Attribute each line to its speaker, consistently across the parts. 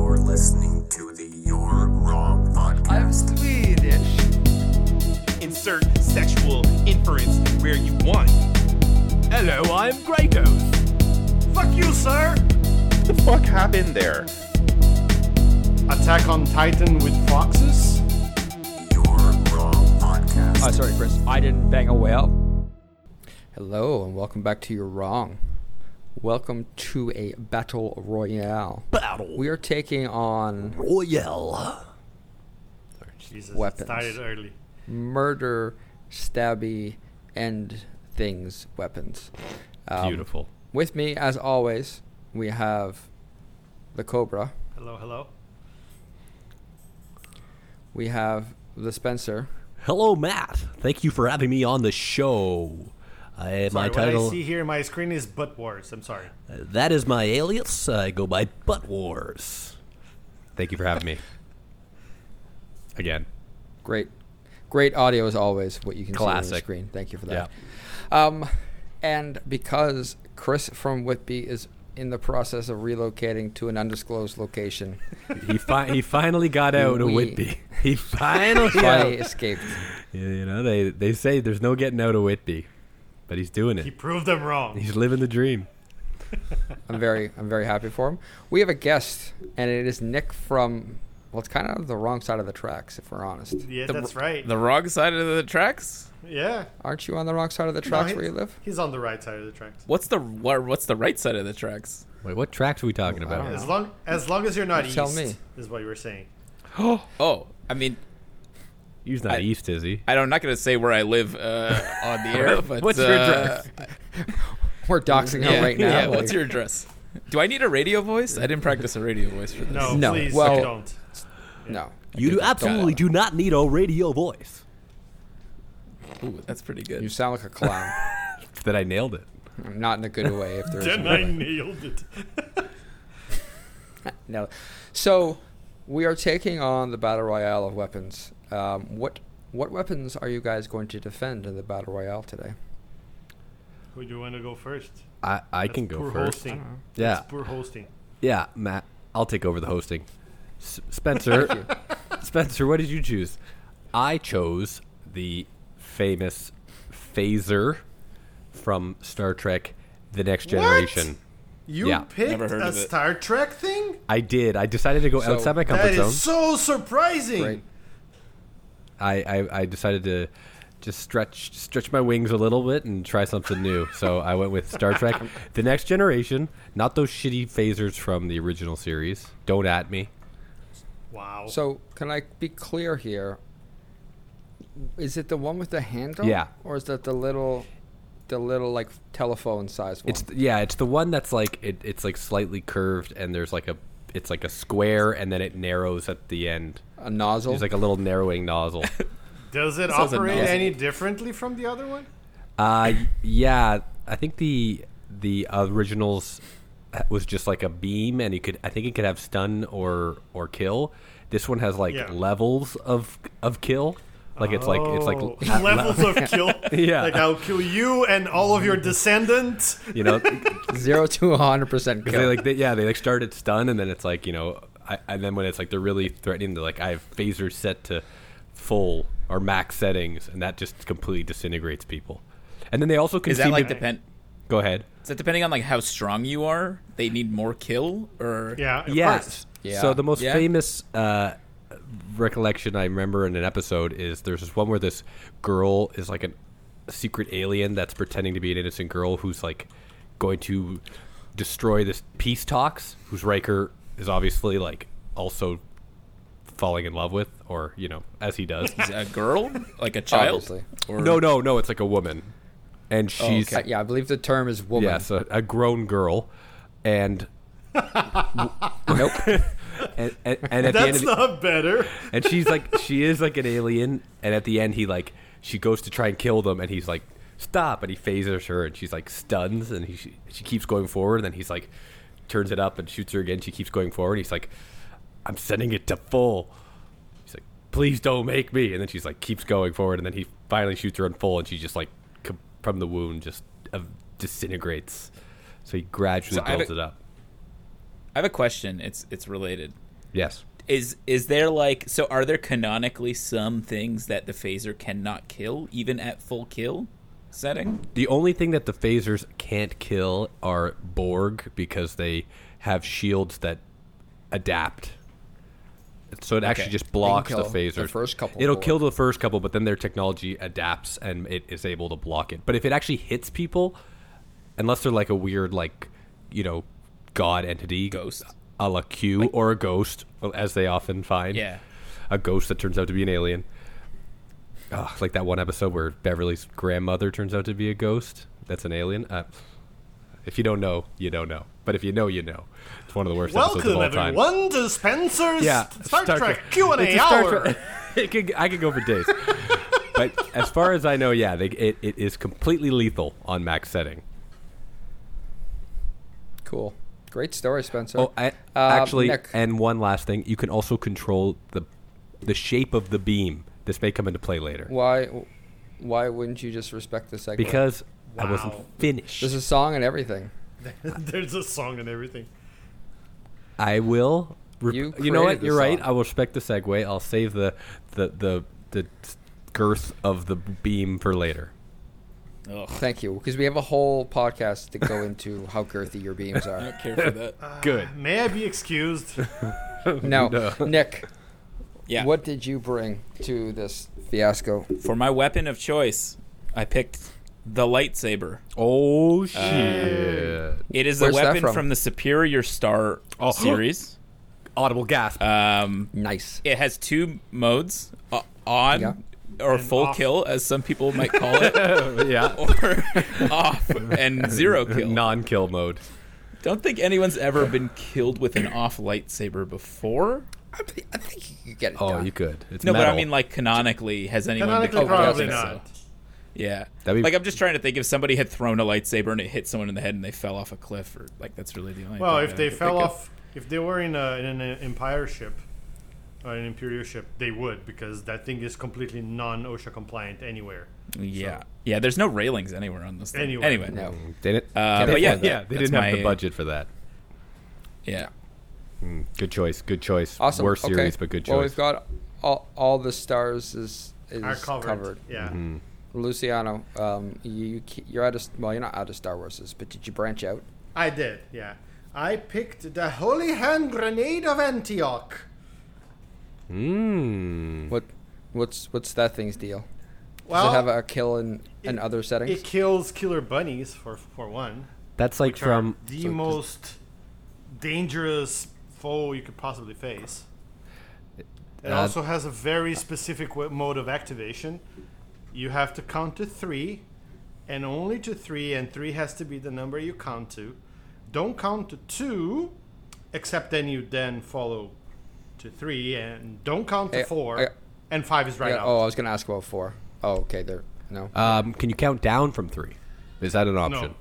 Speaker 1: listening to the You're Wrong podcast.
Speaker 2: I'm Swedish.
Speaker 3: insert sexual inference where you want.
Speaker 4: Hello, I'm Grey Ghost.
Speaker 2: Fuck you, sir.
Speaker 3: What the fuck happened there?
Speaker 2: Attack on Titan with foxes?
Speaker 1: You're Wrong podcast.
Speaker 4: Oh, sorry, Chris. I didn't bang a whale.
Speaker 5: Hello and welcome back to Your Wrong. Welcome to a battle royale.
Speaker 4: Battle
Speaker 5: We are taking on
Speaker 4: Royale.
Speaker 6: Jesus,
Speaker 5: Weapons.
Speaker 6: It started early.
Speaker 5: murder, stabby, and things, weapons. Um,
Speaker 4: Beautiful.
Speaker 5: With me, as always, we have the Cobra.
Speaker 6: Hello, hello.
Speaker 5: We have the Spencer.
Speaker 4: Hello, Matt. Thank you for having me on the show. I, my
Speaker 6: Sorry, what I
Speaker 4: title,
Speaker 6: see here, my screen is butt wars. I'm sorry.
Speaker 4: that is my alias. I go by Butt Wars. Thank you for having me. Again.
Speaker 5: Great, great audio as always. What you can see on
Speaker 4: Classic.
Speaker 5: the screen. Thank you for that. Um, and because Chris from Whitby is in the process of relocating to an undisclosed location,
Speaker 4: He, fi- he finally got out of
Speaker 5: We-
Speaker 4: Whitby. He finally
Speaker 5: I
Speaker 4: got
Speaker 5: escaped.
Speaker 4: You know, they, they say there's no getting out of Whitby, but he's doing
Speaker 6: He
Speaker 4: it.
Speaker 6: proved them wrong.
Speaker 4: He's living the dream.
Speaker 5: I'm very, I'm very happy for him. We have a guest, and it is Nick from. Well, it's kind of the wrong side of the tracks, if we're honest.
Speaker 6: Yeah, that's right.
Speaker 7: The wrong side of the tracks?
Speaker 6: yeah.
Speaker 5: Aren't you on the wrong side of the
Speaker 6: No,
Speaker 5: tracks
Speaker 6: he-
Speaker 5: where you live?
Speaker 6: He's on the right side of the tracks.
Speaker 7: What's the wha- what's the right side of the tracks?
Speaker 4: Wait, what tracks are we talking
Speaker 5: I don't
Speaker 4: about?
Speaker 5: know.
Speaker 6: As long as long as you're not
Speaker 5: You
Speaker 6: east,
Speaker 5: tell me.
Speaker 6: is what you were saying.
Speaker 7: Oh, I mean,
Speaker 4: He's not
Speaker 7: I-
Speaker 4: east, is he?
Speaker 7: I don't, I'm not gonna say where I live uh, on the air, but
Speaker 4: What's your Oh,
Speaker 7: uh,
Speaker 4: address?
Speaker 5: We're doxing
Speaker 7: Yeah,
Speaker 5: him right now.
Speaker 7: yeah,
Speaker 5: like-
Speaker 7: what's your address? Do I need a radio voice? I didn't practice a radio voice for this.
Speaker 6: No,
Speaker 5: No,
Speaker 6: please
Speaker 5: well-
Speaker 6: don't.
Speaker 5: no?
Speaker 4: You do absolutely do not need a radio voice.
Speaker 7: Ooh, that's pretty
Speaker 5: You
Speaker 7: good.
Speaker 5: sound like a clown.
Speaker 4: That I nailed it.
Speaker 5: Not in a good way. If there's
Speaker 6: Then I nailed it.
Speaker 5: No. So we are taking on the battle royale of weapons. Um, what what weapons are you guys going to defend in the battle royale today?
Speaker 6: Who do you want to go first?
Speaker 4: I, I
Speaker 6: That's
Speaker 4: can go
Speaker 6: poor
Speaker 4: first.
Speaker 6: Hosting.
Speaker 4: Yeah,
Speaker 6: That's poor hosting.
Speaker 4: yeah, Matt. I'll take over the hosting. S- Spencer, Spencer, what did you choose? I chose the famous phaser from Star Trek: The Next Generation.
Speaker 6: You
Speaker 4: Yeah.
Speaker 6: picked
Speaker 7: Never heard
Speaker 6: a
Speaker 7: of it.
Speaker 6: Star Trek thing?
Speaker 4: I did. I decided to go
Speaker 5: So-
Speaker 4: outside my
Speaker 6: That
Speaker 4: comfort
Speaker 6: is
Speaker 4: zone.
Speaker 6: so surprising.
Speaker 5: Great.
Speaker 4: Mm. I, I, I decided to just stretch stretch my wings a little bit and try something new. So I went with Star Trek: The Next Generation, not those shitty phasers from the original series. Don't at me.
Speaker 6: Wow.
Speaker 5: So can I be clear here? Is it the one with the handle?
Speaker 4: Yeah.
Speaker 5: Or is that the little, the little like telephone size one?
Speaker 4: It's th- yeah, it's the one that's like it, it's like slightly curved and there's like a it's like a square and then it narrows at the end.
Speaker 5: a nozzle.
Speaker 4: There's like a little narrowing nozzle.
Speaker 6: Does it
Speaker 7: sounds
Speaker 6: operate
Speaker 7: amazing.
Speaker 6: any differently from the other one?
Speaker 4: Uh, yeah, I think the the originals uh, was just like a beam, and you could I think it could have stun or or kill. This one has like
Speaker 6: Yeah.
Speaker 4: levels of of kill, like it's like it's like
Speaker 6: Oh,
Speaker 4: at le-
Speaker 6: levels of kill.
Speaker 4: Yeah.
Speaker 6: like I'll kill you and all of your descendants.
Speaker 4: you know 'cause
Speaker 5: zero to a hundred percent kill.
Speaker 4: they like they, yeah they like start at stun, and then it's like you know I, and then when it's like they're really threatening, they're like I have phaser set to full or max settings, and that just completely disintegrates people. And then they also can
Speaker 7: Is that
Speaker 4: seem
Speaker 7: like
Speaker 4: to-
Speaker 7: depend?
Speaker 4: go ahead.
Speaker 7: Is that depending on like how strong you are? They need more kill or
Speaker 6: Yeah. at
Speaker 4: Yes.
Speaker 6: first.
Speaker 5: Yeah.
Speaker 4: So the most
Speaker 7: Yeah.
Speaker 4: famous uh, recollection I remember in an episode is there's this one where this girl is like an- a secret alien that's pretending to be an innocent girl who's like going to destroy this peace talks. Who's Riker is obviously like also falling in love with, or you know, as he does.
Speaker 7: is it a girl, like a child?
Speaker 5: Obviously.
Speaker 7: Or
Speaker 4: no, no, no. It's like a woman, and she's
Speaker 5: Uh, yeah, I believe the term is woman.
Speaker 4: yes, a, a grown girl, and. nope. and, and, and at the end
Speaker 6: That's
Speaker 4: of the,
Speaker 6: not better.
Speaker 4: and she's like she is like an alien and at the end he like she goes to try and kill them and he's like stop and he phasers her and she's like stuns and he she, she keeps going forward and then he's like turns it up and shoots her again she keeps going forward he's like i'm sending it to full he's like please don't make me and then she's like keeps going forward and then he finally shoots her in full and she just like com- from the wound just uh, disintegrates so he gradually
Speaker 7: So I
Speaker 4: builds
Speaker 7: don't-
Speaker 4: it up
Speaker 7: I have a question. It's it's related.
Speaker 4: Yes.
Speaker 7: Is is there like so? Are there canonically some things that the phaser cannot kill, even at full kill setting?
Speaker 4: The only thing that the phasers can't kill are Borg because they have shields that adapt. So it actually just blocks the
Speaker 5: kill the
Speaker 4: phasers.
Speaker 5: first couple
Speaker 4: It'll
Speaker 5: Borg.
Speaker 4: kill the first couple, but then their technology adapts and it is able to block it. But if it actually hits people, unless they're like a weird, like you know, god entity,
Speaker 7: Ghost.
Speaker 4: a la Q or a ghost, as they often find,
Speaker 7: Yeah.
Speaker 4: a ghost that turns out to be an alien. Ugh, it's like that one episode where Beverly's grandmother turns out to be a ghost. That's an alien. Uh, if you don't know, you don't know. But if you know, you know. It's one of the worst episodes of
Speaker 6: Welcome
Speaker 4: all time.
Speaker 6: everyone to Spencer's
Speaker 4: Yeah,
Speaker 6: Star, Trek Q and
Speaker 4: It's
Speaker 6: A
Speaker 4: a Star
Speaker 6: hour.
Speaker 4: Trek- it could, I could go for days. but as far as I know, yeah, they, it, it is completely lethal on max setting.
Speaker 5: Cool. Great story, Spencer.
Speaker 4: Oh, I,
Speaker 5: Uh,
Speaker 4: actually,
Speaker 5: Nick.
Speaker 4: and one last thing, you can also control the the shape of the beam. This may come into play later
Speaker 5: why why wouldn't you just respect the segment?
Speaker 4: because I wasn't
Speaker 6: Wow.
Speaker 4: finished.
Speaker 5: there's a song and everything.
Speaker 6: There's a song and everything.
Speaker 4: I will. Re-
Speaker 5: You
Speaker 4: you, know
Speaker 5: created
Speaker 4: what?
Speaker 5: the
Speaker 4: You're right.
Speaker 5: song.
Speaker 4: I will respect the segue. I'll save the the the, the girth of the beam for later.
Speaker 7: Ugh,
Speaker 5: Thank you, because we have a whole podcast to go into how girthy your beams are.
Speaker 7: care for that.
Speaker 5: Uh,
Speaker 4: Good.
Speaker 6: May I be excused?
Speaker 5: Now,
Speaker 4: No.
Speaker 5: Nick,
Speaker 7: Yeah.
Speaker 5: what did you bring to this fiasco?
Speaker 7: for my weapon of choice? I picked the lightsaber.
Speaker 4: Oh
Speaker 6: Uh,
Speaker 4: shit!
Speaker 7: It is
Speaker 5: Where's
Speaker 7: a
Speaker 5: that
Speaker 7: weapon
Speaker 5: from?
Speaker 7: from? the Superior Star series.
Speaker 4: Audible gasp.
Speaker 7: Um,
Speaker 5: Nice.
Speaker 7: it has two modes: uh, on
Speaker 5: Yeah.
Speaker 7: or full
Speaker 6: off.
Speaker 7: kill, as some people might call it,
Speaker 4: yeah.
Speaker 7: or off and zero oh, kill.
Speaker 4: Non-kill mode.
Speaker 7: Don't think anyone's ever been killed with an off lightsaber before.
Speaker 5: I, th- I think you could get it
Speaker 4: Oh,
Speaker 5: done.
Speaker 4: you could. It's
Speaker 7: No, but I
Speaker 4: metal.
Speaker 7: mean, like canonically, has anyone
Speaker 6: Canonically,
Speaker 4: Oh,
Speaker 6: Oh.
Speaker 7: been killed?
Speaker 6: probably
Speaker 7: with it?
Speaker 6: not.
Speaker 7: Yeah,
Speaker 4: That'd be-
Speaker 7: like I'm just trying to think if somebody had thrown a lightsaber and it hit someone in the head and they fell off a cliff, or like that's really the only.
Speaker 6: Well,
Speaker 7: thing
Speaker 6: if
Speaker 7: I
Speaker 6: they
Speaker 7: could
Speaker 6: fell
Speaker 7: think of.
Speaker 6: off, if they were in, a, in an Empire ship, or an Imperial ship, they would because that thing is completely non-OSHA compliant anywhere.
Speaker 7: yeah, yeah. There's no railings anywhere on this. Thing.
Speaker 6: Anywhere.
Speaker 7: Anyway,
Speaker 5: no.
Speaker 4: Did it?
Speaker 7: Uh, but yeah,
Speaker 4: yeah. They
Speaker 7: that's
Speaker 4: didn't have
Speaker 7: my-
Speaker 4: the budget for that.
Speaker 7: Yeah,
Speaker 4: Good choice. Good choice.
Speaker 5: Awesome.
Speaker 4: Worst
Speaker 5: okay.
Speaker 4: series, but good choice.
Speaker 5: Well, we've got all, all the stars is is
Speaker 6: Are covered.
Speaker 5: covered.
Speaker 6: Yeah.
Speaker 4: Mm-hmm.
Speaker 5: Luciano, um, you, you ke- you're out of well, you're not out of Star Warses, but did you branch out?
Speaker 6: I did. Yeah. I picked the Holy Hand Grenade of Antioch.
Speaker 4: Mm.
Speaker 5: What what's what's that thing's deal? Does
Speaker 6: Well,
Speaker 5: it have a kill in, in other settings?
Speaker 6: it kills killer bunnies for for one.
Speaker 4: That's like
Speaker 6: which are
Speaker 4: from.
Speaker 6: the most dangerous foe you could possibly face. It
Speaker 4: Uh,
Speaker 6: also has a very specific w- mode of activation. You have to count to three, and only to three, and three has to be the number you count to. Don't count to two, except then you then follow to three, and don't count to
Speaker 5: Hey,
Speaker 6: four,
Speaker 5: I-
Speaker 6: and five is right
Speaker 5: Yeah,
Speaker 6: out.
Speaker 5: oh, I was gonna ask about four. Oh, okay, there. No.
Speaker 4: Um, can you count down from three? Is that an oh, option?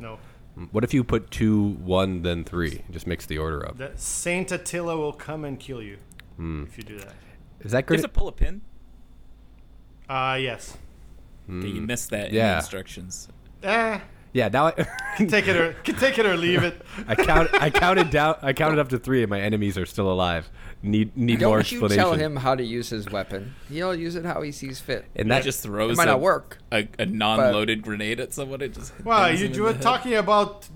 Speaker 6: No, no.
Speaker 4: What if you put two, one, then three? Just mix the order up.
Speaker 6: That Saint Attila will come and kill you if you do that.
Speaker 4: Is that
Speaker 7: there's
Speaker 4: great?
Speaker 7: a pull a pin.
Speaker 6: Uh, yes.
Speaker 7: You missed that in the
Speaker 4: Yeah.
Speaker 7: instructions.
Speaker 6: Eh,
Speaker 4: yeah. Now I,
Speaker 6: take it or can take it or leave it.
Speaker 4: I count. I counted down. I counted up to three, and my enemies are still alive. Need need more
Speaker 5: Don't you
Speaker 4: explanation.
Speaker 5: tell him how to use his weapon. He'll use it how he sees fit.
Speaker 4: And
Speaker 7: That
Speaker 4: that
Speaker 7: just throws
Speaker 5: It might
Speaker 7: a,
Speaker 5: not work.
Speaker 7: a, a non-loaded grenade at someone. It just
Speaker 6: Well,
Speaker 7: bangs
Speaker 6: you,
Speaker 7: them
Speaker 6: you
Speaker 7: in
Speaker 6: were
Speaker 7: the head.
Speaker 6: talking about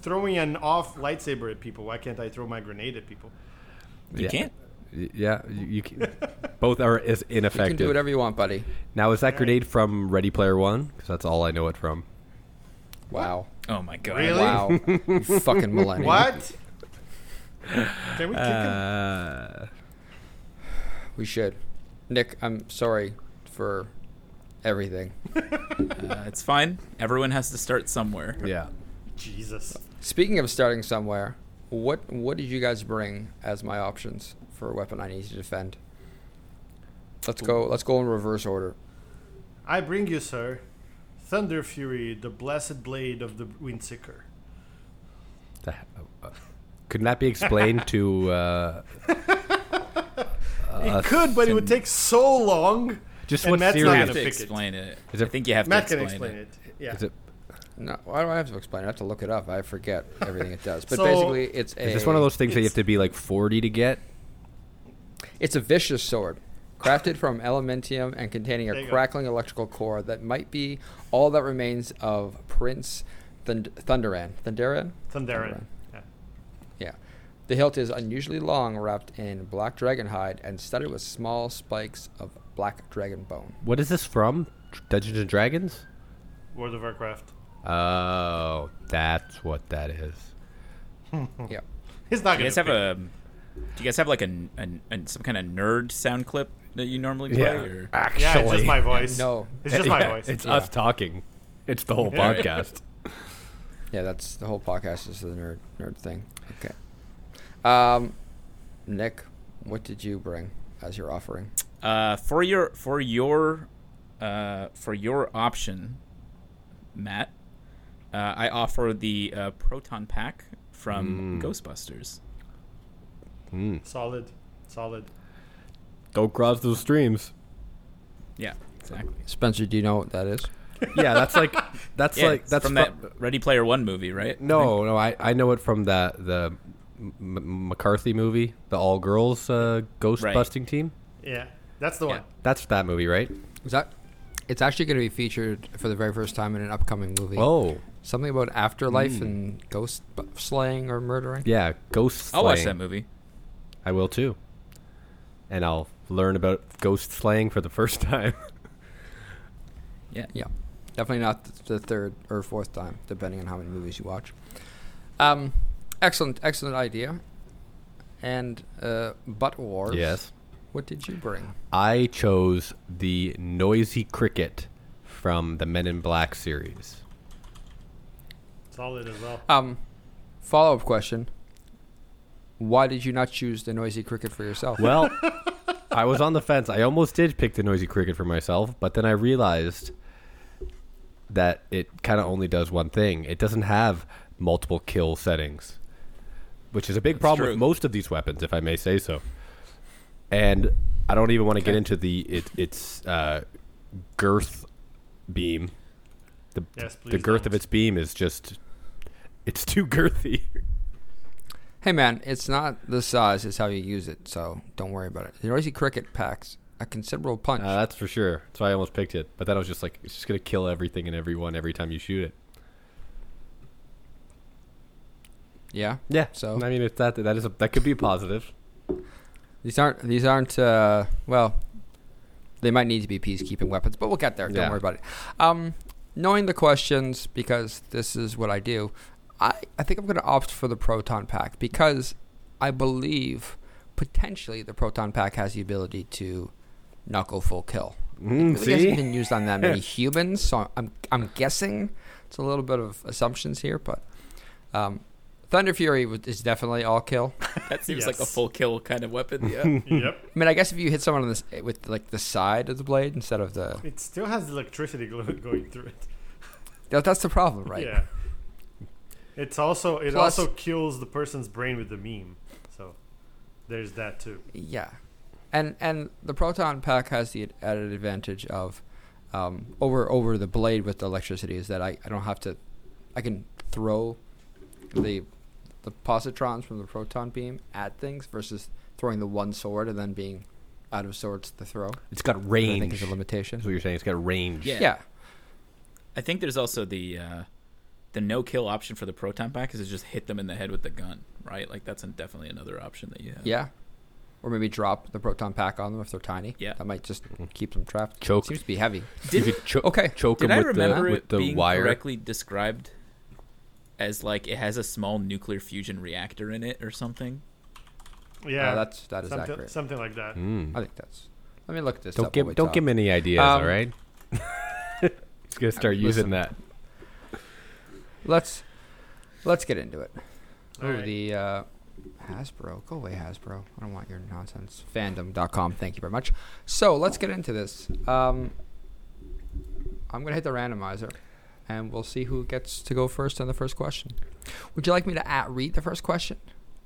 Speaker 6: throwing an off lightsaber at people. Why can't I throw my grenade at people?
Speaker 7: You
Speaker 4: yeah.
Speaker 7: can't.
Speaker 4: Y- Yeah, you, you can, both are as
Speaker 5: You can
Speaker 4: ineffective.
Speaker 5: do whatever you want, buddy.
Speaker 4: now is that grenade from Ready Player One? Because that's all I know it from.
Speaker 5: Wow.
Speaker 7: Oh my god.
Speaker 6: Really?
Speaker 5: Wow. You fucking millennial.
Speaker 6: What? Can we kick him?
Speaker 4: Uh,
Speaker 5: We should. Nick, I'm sorry for everything.
Speaker 7: Uh, it's fine. Everyone has to start somewhere.
Speaker 4: yeah.
Speaker 6: Jesus.
Speaker 5: Speaking of starting somewhere, what what did you guys bring as my options for a weapon I need to defend? Let's go let's go in reverse order.
Speaker 6: I bring you, sir, Thunder Fury, the blessed blade of the Windseeker.
Speaker 4: The- uh, Couldn't that be explained to? Uh,
Speaker 6: it could, but it would take so long.
Speaker 4: Just
Speaker 6: and
Speaker 4: what
Speaker 6: Matt's
Speaker 4: series?
Speaker 6: not
Speaker 7: You
Speaker 6: gonna
Speaker 7: have to
Speaker 6: pick it.
Speaker 7: explain it.
Speaker 4: Is it-
Speaker 7: I think you have
Speaker 6: Matt
Speaker 7: to
Speaker 6: can
Speaker 7: explain,
Speaker 6: explain it. Yeah.
Speaker 4: is it?
Speaker 5: No, why do I have to explain? it? I have to look it up. I forget everything it does. But
Speaker 6: So,
Speaker 5: basically, it's a
Speaker 4: Is this one of those things that you
Speaker 6: It's-
Speaker 4: have to be like 40 to get?
Speaker 5: It's a vicious sword, crafted from elementium and containing
Speaker 6: There
Speaker 5: a
Speaker 6: you go.
Speaker 5: crackling electrical core that might be all that remains of Prince Thund- Thunderan. Thunderan?
Speaker 6: Thunderan. Yeah.
Speaker 5: Yeah. The hilt is unusually long, wrapped in black dragon hide and studded with small spikes of black dragon bone.
Speaker 4: What is this from? Dr- Dungeons and Dragons?
Speaker 6: World of Warcraft.
Speaker 4: Oh, that's what that is.
Speaker 6: Hmm.
Speaker 5: Yeah.
Speaker 6: He's not
Speaker 7: Do you
Speaker 6: going
Speaker 7: guys
Speaker 6: to
Speaker 7: have a? Do you guys have like an, an, an some kind of nerd sound clip that you normally play? Or?
Speaker 4: Actually.
Speaker 6: Yeah, it's just my voice.
Speaker 5: No.
Speaker 6: It's just my
Speaker 4: Yeah,
Speaker 6: voice.
Speaker 4: It's us talking. It's the whole
Speaker 6: Yeah.
Speaker 4: podcast.
Speaker 5: Yeah, that's the whole podcast is the nerd nerd thing. Okay. Um, Nick, what did you bring as your offering?
Speaker 7: Uh, for your for your uh, for your option, Matt, uh, I offer the uh, proton pack from
Speaker 4: Mm.
Speaker 7: Ghostbusters.
Speaker 6: Solid. Solid.
Speaker 4: Don't cross those streams.
Speaker 7: Yeah, exactly.
Speaker 5: Spencer, do you know what that is?
Speaker 4: Yeah, that's like that's
Speaker 7: Yeah,
Speaker 4: like that's
Speaker 7: from
Speaker 4: fu-
Speaker 7: that Ready Player One movie, right?
Speaker 4: No, no, I, I know it from the the M- M- McCarthy movie, the all girls uh, ghost
Speaker 7: Right.
Speaker 4: busting team.
Speaker 6: Yeah. That's the one.
Speaker 4: That's that movie, right?
Speaker 5: Is that? It's actually going to be featured for the very first time in an upcoming movie.
Speaker 4: Oh, Hmm.
Speaker 5: Something about afterlife and ghost bu- slaying or murdering.
Speaker 4: yeah, ghost.
Speaker 7: I'll watch
Speaker 4: slaying.
Speaker 7: that movie.
Speaker 4: I will too, and I'll learn about ghost slaying for the first time.
Speaker 7: Yeah.
Speaker 5: Yeah, definitely not th- the third or fourth time, depending on how many movies you watch. Um, excellent, excellent idea. And uh, butt wars.
Speaker 4: yes,
Speaker 5: What did you bring?
Speaker 4: I chose the noisy cricket from the Men in Black series.
Speaker 6: Solid as well.
Speaker 5: Um, follow up question. Why did you not choose the noisy cricket for yourself?
Speaker 4: Well, I was on the fence. I almost did pick the noisy cricket for myself, but then I realized that it kind of only does one thing. It doesn't have multiple kill settings, which is a big problem
Speaker 7: true.
Speaker 4: with most of these weapons, if I may say so. And I don't even want to get into the it, its uh, girth beam. The,
Speaker 6: Yes,
Speaker 4: the
Speaker 6: please
Speaker 4: girth of
Speaker 6: don't.
Speaker 4: its beam is just it's too girthy.
Speaker 5: Hey man, it's not the size; it's how you use it. So don't worry about it. The noisy cricket packs a considerable punch.
Speaker 4: Uh, that's for sure. That's why I almost picked it. But then I was just like, it's just gonna kill everything and everyone every time you shoot it.
Speaker 5: yeah,
Speaker 4: Yeah.
Speaker 5: So?
Speaker 4: I mean, if that that is a, that could be positive.
Speaker 5: these aren't these aren't. Uh, well, they might need to be peacekeeping weapons, but we'll get there. Don't
Speaker 4: Yeah.
Speaker 5: worry about it. Um, knowing the questions because this is what I do. I, I think I'm going to opt for the proton pack because I believe potentially the proton pack has the ability to not go full kill.
Speaker 4: Mm,
Speaker 5: It hasn't been used on that many humans, so I'm I'm guessing it's a little bit of assumptions here, but um, Thunder Fury was- is definitely all kill. I
Speaker 7: That seems like a
Speaker 6: Yes.
Speaker 7: full kill kind of weapon. Yeah.
Speaker 6: yep.
Speaker 5: mean, I guess if you hit someone on this with like the side of the blade instead of the
Speaker 6: It still has electricity glo- going through it.
Speaker 5: that, that's the problem, right?
Speaker 6: Yeah. It's also it
Speaker 5: Plus-
Speaker 6: also kills the person's brain with the meme. So there's that too.
Speaker 5: Yeah, and and the proton pack has the added advantage of um, over over the blade with the electricity is that I, I don't have to I can throw the the positrons from the proton beam at things versus throwing the one sword and then being out of sorts to throw. which
Speaker 4: It's got
Speaker 5: I think
Speaker 4: range.
Speaker 5: is a
Speaker 4: That's
Speaker 5: limitation.
Speaker 4: what you're saying. It's got range.
Speaker 7: Yeah.
Speaker 5: Yeah,
Speaker 7: I think there's also the uh, the no kill option for the proton pack is to just hit them in the head with the gun, right? Like that's an- definitely another option that you have.
Speaker 5: yeah, or maybe drop the proton pack on them if they're tiny.
Speaker 7: Yeah.
Speaker 5: that might just keep them trapped.
Speaker 4: Mm-hmm. Choke.
Speaker 5: seems to be heavy.
Speaker 7: Did,
Speaker 4: You could cho-
Speaker 5: Okay.
Speaker 4: Choke
Speaker 7: did
Speaker 4: him
Speaker 7: I
Speaker 4: with
Speaker 7: remember
Speaker 4: the,
Speaker 7: it
Speaker 4: with the
Speaker 7: being
Speaker 4: wire.
Speaker 7: correctly described as like it has a small nuclear fusion reactor in it or something?
Speaker 6: Yeah.
Speaker 5: Uh, that's- Oh, that is
Speaker 6: something,
Speaker 5: accurate.
Speaker 6: Something like
Speaker 4: Mm.
Speaker 6: that.
Speaker 5: I think that's. Let me look at this.
Speaker 4: Don't
Speaker 5: up while
Speaker 4: give
Speaker 5: we
Speaker 4: don't
Speaker 5: talk.
Speaker 4: give him any ideas.
Speaker 5: Um,
Speaker 4: all right. He's gonna start using
Speaker 5: listen.
Speaker 4: that.
Speaker 5: Let's let's get into it.
Speaker 6: All
Speaker 5: oh,
Speaker 6: right.
Speaker 5: the uh, Hasbro. Go away, Hasbro. I don't want your nonsense. Fandom.com. Thank you very much. So let's get into this. Um, I'm gonna hit the randomizer, and we'll see who gets to go first on the first question. Would you like me to at read the first question,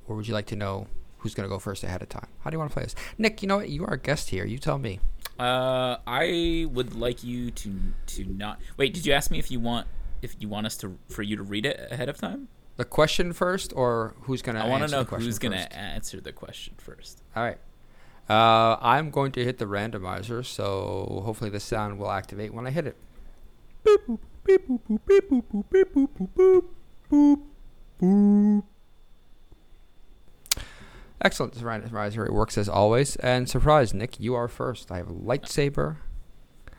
Speaker 5: or would you like to know who's gonna go first ahead of time? How do you want to play this, Nick? You know what? You are a guest here. You tell me.
Speaker 7: Uh, I would like you to to not wait. Did you ask me if you want if you want us to for you to read it ahead of time?
Speaker 5: The question first, or who's going to
Speaker 7: I
Speaker 5: want to
Speaker 7: know
Speaker 5: Uh, the question
Speaker 7: who's going
Speaker 5: first?
Speaker 7: to answer the question first.
Speaker 5: All right. Uh, I'm going to hit the randomizer, so hopefully the sound will activate when I hit it. Excellent. This randomizer it works as always. And surprise, Nick, you are first. I have lightsaber.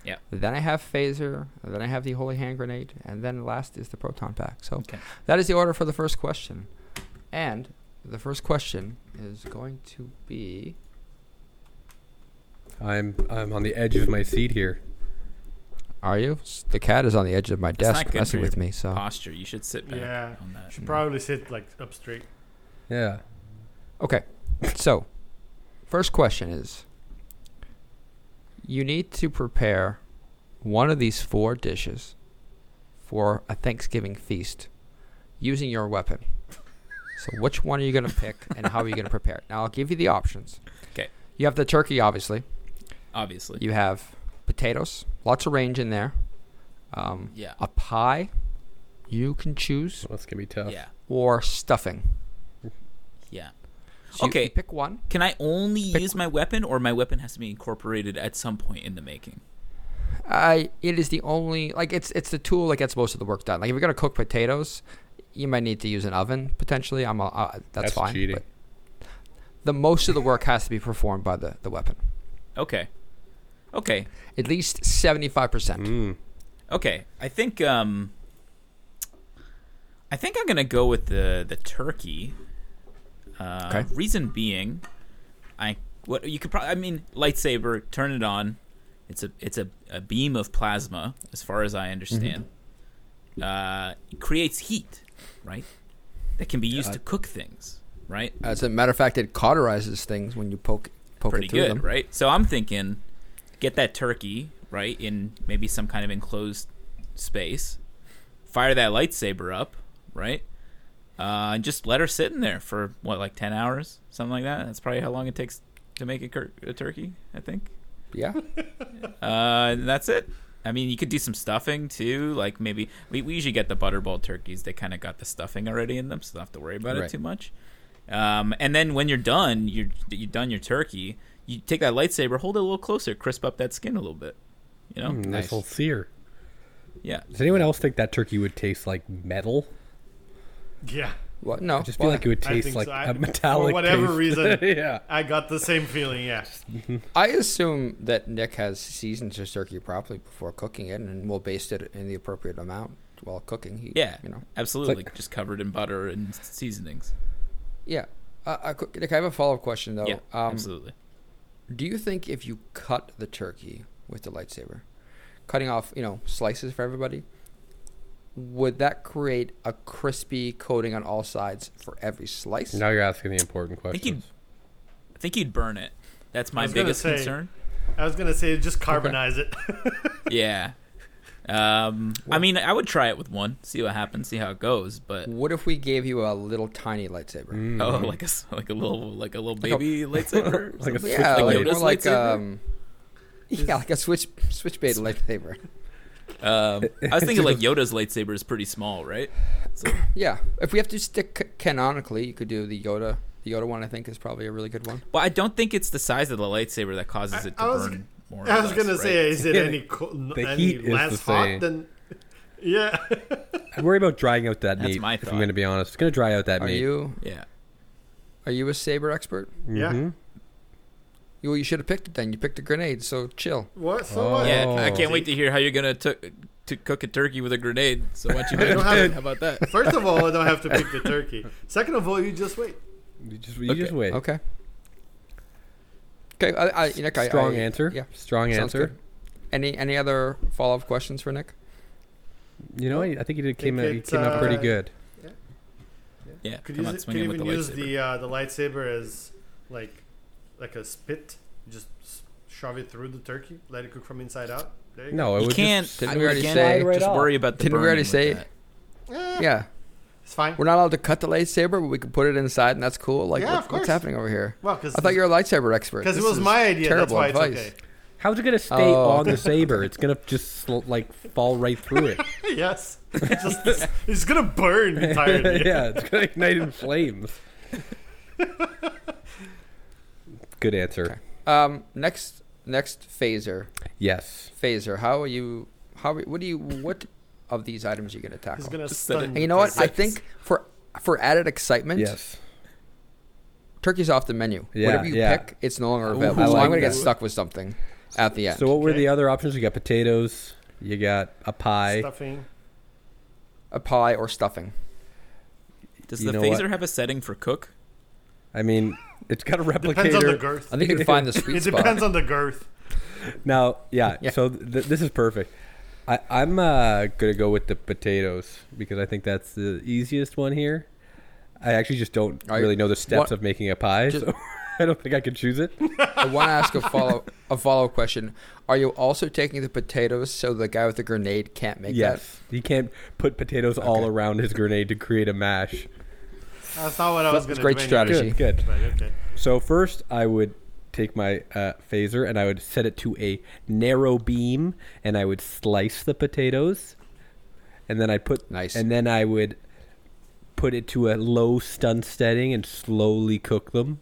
Speaker 7: Yeah.
Speaker 5: Then I have phaser. Then I have the holy hand grenade, and then last is the proton pack. So
Speaker 7: Okay.
Speaker 5: that is the order for the first question. And the first question is going to be.
Speaker 4: I'm I'm on the edge of my seat here.
Speaker 5: Are you? S- The cat is on the edge of my
Speaker 7: That's
Speaker 5: desk
Speaker 7: not good
Speaker 5: messing
Speaker 7: for
Speaker 5: with
Speaker 7: your
Speaker 5: me. So
Speaker 7: Posture. You should sit back
Speaker 6: Yeah.
Speaker 7: on that.
Speaker 6: Should probably sit like up straight.
Speaker 4: Yeah.
Speaker 5: okay, so first question is: You need to prepare one of these four dishes for a Thanksgiving feast using your weapon. So which one are you going to pick, and how are you going to prepare it? Now I'll give you the options.
Speaker 7: 'Kay.
Speaker 5: You have the turkey, obviously.
Speaker 7: Obviously.
Speaker 5: You have potatoes, lots of range in there. Um,
Speaker 7: Yeah.
Speaker 5: A pie, you can choose,
Speaker 4: That's gonna be tough.
Speaker 7: yeah.
Speaker 5: or stuffing.
Speaker 7: Yeah.
Speaker 5: So you- you
Speaker 7: Okay.
Speaker 5: pick one.
Speaker 7: Can I only
Speaker 5: Pick-
Speaker 7: use my weapon, or my weapon has to be incorporated at some point in the making?
Speaker 5: I it is the only like it's it's the tool that gets most of the work done. Like if you're gonna cook potatoes, you might need to use an oven potentially. I'm a, uh, that's,
Speaker 4: That's
Speaker 5: fine.
Speaker 4: cheating.
Speaker 5: But the most of the work has to be performed by the the weapon.
Speaker 7: Okay. Okay.
Speaker 5: At least seventy five percent.
Speaker 4: Mm.
Speaker 7: Okay. I think um I think I'm gonna go with the the turkey. Uh,
Speaker 5: Okay.
Speaker 7: Reason being, I what you could probably I mean lightsaber turn it on. It's a it's a, a beam of plasma as far as I understand.
Speaker 5: Mm-hmm.
Speaker 7: Uh, it creates heat, right? That can be used
Speaker 5: Uh,
Speaker 7: to cook things, right?
Speaker 5: As a matter of fact, it cauterizes things when you poke poke
Speaker 7: pretty
Speaker 5: it through
Speaker 7: good,
Speaker 5: them.
Speaker 7: right? So I'm thinking, get that turkey right in maybe some kind of enclosed space, fire that lightsaber up, right, uh, and just let her sit in there for what like ten hours, something like that. That's probably how long it takes to make a, cur- a turkey, I think.
Speaker 5: Yeah.
Speaker 7: Uh, and that's it. I mean, you could do some stuffing too, like maybe we, we usually get the butterball turkeys. They kind of got the stuffing already in them, so don't have to worry about
Speaker 5: Right.
Speaker 7: it too much. Um, and then when you're done, you're you're done your turkey. You take that lightsaber, hold it a little closer, crisp up that skin a little bit. You know,
Speaker 4: Mm, nice.
Speaker 5: Nice.
Speaker 4: little sear.
Speaker 7: yeah.
Speaker 4: Does anyone else think that turkey would taste like metal?
Speaker 6: Yeah.
Speaker 5: What? No.
Speaker 4: I just feel
Speaker 5: well,
Speaker 4: like it would
Speaker 6: I
Speaker 4: taste
Speaker 6: think
Speaker 4: like
Speaker 6: so. I-
Speaker 4: a metallic.
Speaker 6: For whatever
Speaker 4: taste.
Speaker 6: reason,
Speaker 4: yeah.
Speaker 6: I got the same feeling. Yeah.
Speaker 5: I assume that Nick has seasoned his turkey properly before cooking it, and will baste it in the appropriate amount while cooking. He,
Speaker 7: Yeah,
Speaker 5: You know.
Speaker 7: absolutely. Just covered in butter and seasonings.
Speaker 5: Yeah. Uh, uh, qu- Nick, I have a follow up question though.
Speaker 7: yeah,
Speaker 5: um,
Speaker 7: absolutely.
Speaker 5: Do you think if you cut the turkey with the lightsaber, cutting off, you know, slices for everybody, would that create a crispy coating on all sides for every slice?
Speaker 4: Now you're asking the important
Speaker 7: I think you'd,
Speaker 4: questions.
Speaker 7: I think you'd burn it. That's my
Speaker 6: was gonna
Speaker 7: biggest
Speaker 6: say-
Speaker 7: concern.
Speaker 6: I was gonna say just carbonize it.
Speaker 7: Yeah. Um, I mean, I would try it with one, see what happens, see how it goes. But
Speaker 5: What if we gave you a little tiny lightsaber?
Speaker 7: Oh, like a s- like a little like a little
Speaker 5: a-
Speaker 7: baby lightsaber, or
Speaker 4: like a
Speaker 7: something?
Speaker 5: Yeah, like,
Speaker 4: Switch blade.
Speaker 5: more
Speaker 7: Yoda's
Speaker 5: like
Speaker 7: lightsaber?
Speaker 5: um, yeah, like a switch switchblade lightsaber.
Speaker 7: Um, I was thinking like Yoda's lightsaber is pretty small, right? So,
Speaker 5: Yeah, if we have to stick c- canonically, you could do the Yoda. The Yoda one, I think, is probably a really good one.
Speaker 7: but I don't think it's the size of the lightsaber that causes it to
Speaker 6: I was
Speaker 7: burn
Speaker 6: g-
Speaker 7: more. or
Speaker 6: I was
Speaker 7: less,
Speaker 6: gonna
Speaker 7: right?
Speaker 6: say, is it any co-
Speaker 4: The
Speaker 6: any
Speaker 4: heat is the
Speaker 6: less
Speaker 4: same.
Speaker 6: hot than? Yeah.
Speaker 4: I worry about drying out that
Speaker 7: That's
Speaker 4: meat.
Speaker 7: my
Speaker 4: if
Speaker 7: thought.
Speaker 4: I'm going to be honest, it's going to dry out that
Speaker 5: Are
Speaker 4: meat.
Speaker 5: you
Speaker 7: yeah.
Speaker 5: are you a saber expert?
Speaker 4: Mm-hmm.
Speaker 6: Yeah.
Speaker 5: You, you should have picked it then. You picked a grenade, so chill.
Speaker 6: What? So
Speaker 4: Oh.
Speaker 6: what?
Speaker 7: Yeah, I
Speaker 4: Oh.
Speaker 7: can't wait to hear how you're gonna t- to cook a turkey with a grenade. So why don't you
Speaker 6: I
Speaker 7: do
Speaker 6: don't
Speaker 7: it?
Speaker 6: have it.
Speaker 7: How about that?
Speaker 6: First of all, I don't have to pick the turkey. Second of all, you just wait.
Speaker 4: You just, you just wait.
Speaker 5: Okay. Okay, I, I, Nick, I-
Speaker 4: Strong
Speaker 5: I-
Speaker 4: answer.
Speaker 5: Yeah,
Speaker 4: Strong
Speaker 5: sounds
Speaker 4: answer.
Speaker 5: good. Any any other follow up questions for Nick?
Speaker 4: You know, I I think he did came out, he
Speaker 6: it's,
Speaker 4: came out pretty
Speaker 6: uh,
Speaker 4: good.
Speaker 7: Yeah,
Speaker 6: Could
Speaker 7: come
Speaker 6: use
Speaker 7: on,
Speaker 6: it,
Speaker 7: swing
Speaker 6: could
Speaker 7: in with
Speaker 6: even
Speaker 7: the
Speaker 6: use
Speaker 7: lightsaber.
Speaker 6: the uh, the lightsaber as like like a spit. Just s- shove it through the turkey. Let it cook from inside out. There you
Speaker 4: No, it
Speaker 7: you
Speaker 4: would
Speaker 7: can't.
Speaker 4: Oh, Just,
Speaker 5: Didn't
Speaker 7: I
Speaker 5: we
Speaker 7: would
Speaker 5: already
Speaker 7: again
Speaker 5: say-
Speaker 7: just worry about the.
Speaker 5: Didn't we
Speaker 7: burning
Speaker 5: already
Speaker 7: with
Speaker 5: say-
Speaker 7: that.
Speaker 6: go. Eh,
Speaker 5: Yeah,
Speaker 6: it's fine.
Speaker 5: we're not allowed to cut the lightsaber, but we can put it inside, and that's cool. Like,
Speaker 6: Yeah,
Speaker 5: what-
Speaker 6: of
Speaker 5: what's
Speaker 6: course.
Speaker 5: happening over here?
Speaker 6: Well, because
Speaker 5: I thought you were a lightsaber expert.
Speaker 6: because it
Speaker 5: This
Speaker 6: was
Speaker 5: is
Speaker 6: my idea. That's
Speaker 5: terrible
Speaker 6: why
Speaker 5: advice.
Speaker 6: it's okay.
Speaker 4: How's it gonna stay
Speaker 5: Oh.
Speaker 4: on the saber? It's gonna just sl- like fall right through it.
Speaker 6: yes. Just, it's gonna burn entirely.
Speaker 4: yeah, it's gonna ignite in flames. Good answer.
Speaker 5: Um, next, next phaser,
Speaker 4: Yes.
Speaker 5: phaser. How are you? How? are- What do you? What of these items are you gonna tackle?
Speaker 6: It's gonna
Speaker 7: set
Speaker 6: stun.
Speaker 5: and you know what? I think for for added excitement,
Speaker 4: Yes.
Speaker 5: turkey's off the menu.
Speaker 4: Yeah,
Speaker 5: Whatever you
Speaker 4: yeah.
Speaker 5: pick, it's no longer available.
Speaker 4: I
Speaker 5: so
Speaker 4: like
Speaker 5: I'm gonna get
Speaker 4: that.
Speaker 5: stuck with something at the end.
Speaker 4: So what were
Speaker 6: Okay.
Speaker 4: the other options? You got potatoes. You got a pie.
Speaker 6: stuffing.
Speaker 5: a pie or stuffing.
Speaker 7: Does
Speaker 4: You
Speaker 7: the
Speaker 4: know
Speaker 7: phaser
Speaker 4: what?
Speaker 7: have a setting for cook?
Speaker 4: I mean, it's got a
Speaker 6: Depends on the
Speaker 4: replicator.
Speaker 6: girth.
Speaker 5: I think you can find the sweet
Speaker 6: It
Speaker 5: spot.
Speaker 6: depends on the girth.
Speaker 4: Now, yeah.
Speaker 5: Yeah.
Speaker 4: So th- this is perfect. I, I'm uh, gonna go with the potatoes because I think that's the easiest one here. I actually just don't
Speaker 5: I-
Speaker 4: really know the steps
Speaker 5: what-
Speaker 4: of making a pie,
Speaker 5: just-
Speaker 4: so I don't think I could choose it.
Speaker 5: I want to ask a follow a follow up question. Are you also taking the potatoes so the guy with the grenade can't make
Speaker 4: yes, he can't put potatoes all around his grenade to create a mash.
Speaker 6: That's not what I was
Speaker 5: that?
Speaker 6: gonna.
Speaker 5: Great
Speaker 6: do anyway.
Speaker 5: strategy.
Speaker 4: Good, good.
Speaker 6: Right, okay.
Speaker 4: So first, I would take my uh, phaser and I would set it to a narrow beam, and I would slice the potatoes, and then I put
Speaker 5: Nice.
Speaker 4: and then I would put it to a low stun setting and slowly cook them.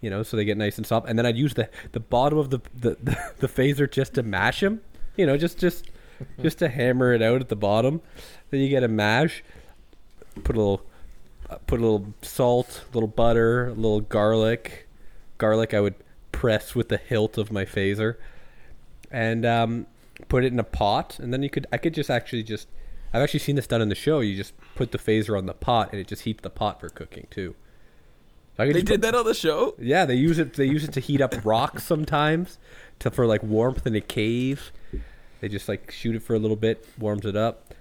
Speaker 4: You know, so they get nice and soft, and then I'd use the the bottom of the the, the, the phaser just to mash them. You know, just just just to hammer it out at the bottom. Then you get a mash. Put a little uh, put a little salt, a little butter, a little garlic. Garlic I would press with the hilt of my phaser, and um, put it in a pot. And then you could I could just actually just I've actually seen this done in the show. You just put the phaser on the pot, and it just heats the pot for cooking too. So I could
Speaker 7: They
Speaker 4: just
Speaker 7: did
Speaker 4: put-
Speaker 7: that on the show.
Speaker 4: Yeah, they use it. They use it to heat up rocks sometimes, to for like warmth in a cave. They just like shoot it for a little bit, warms it up.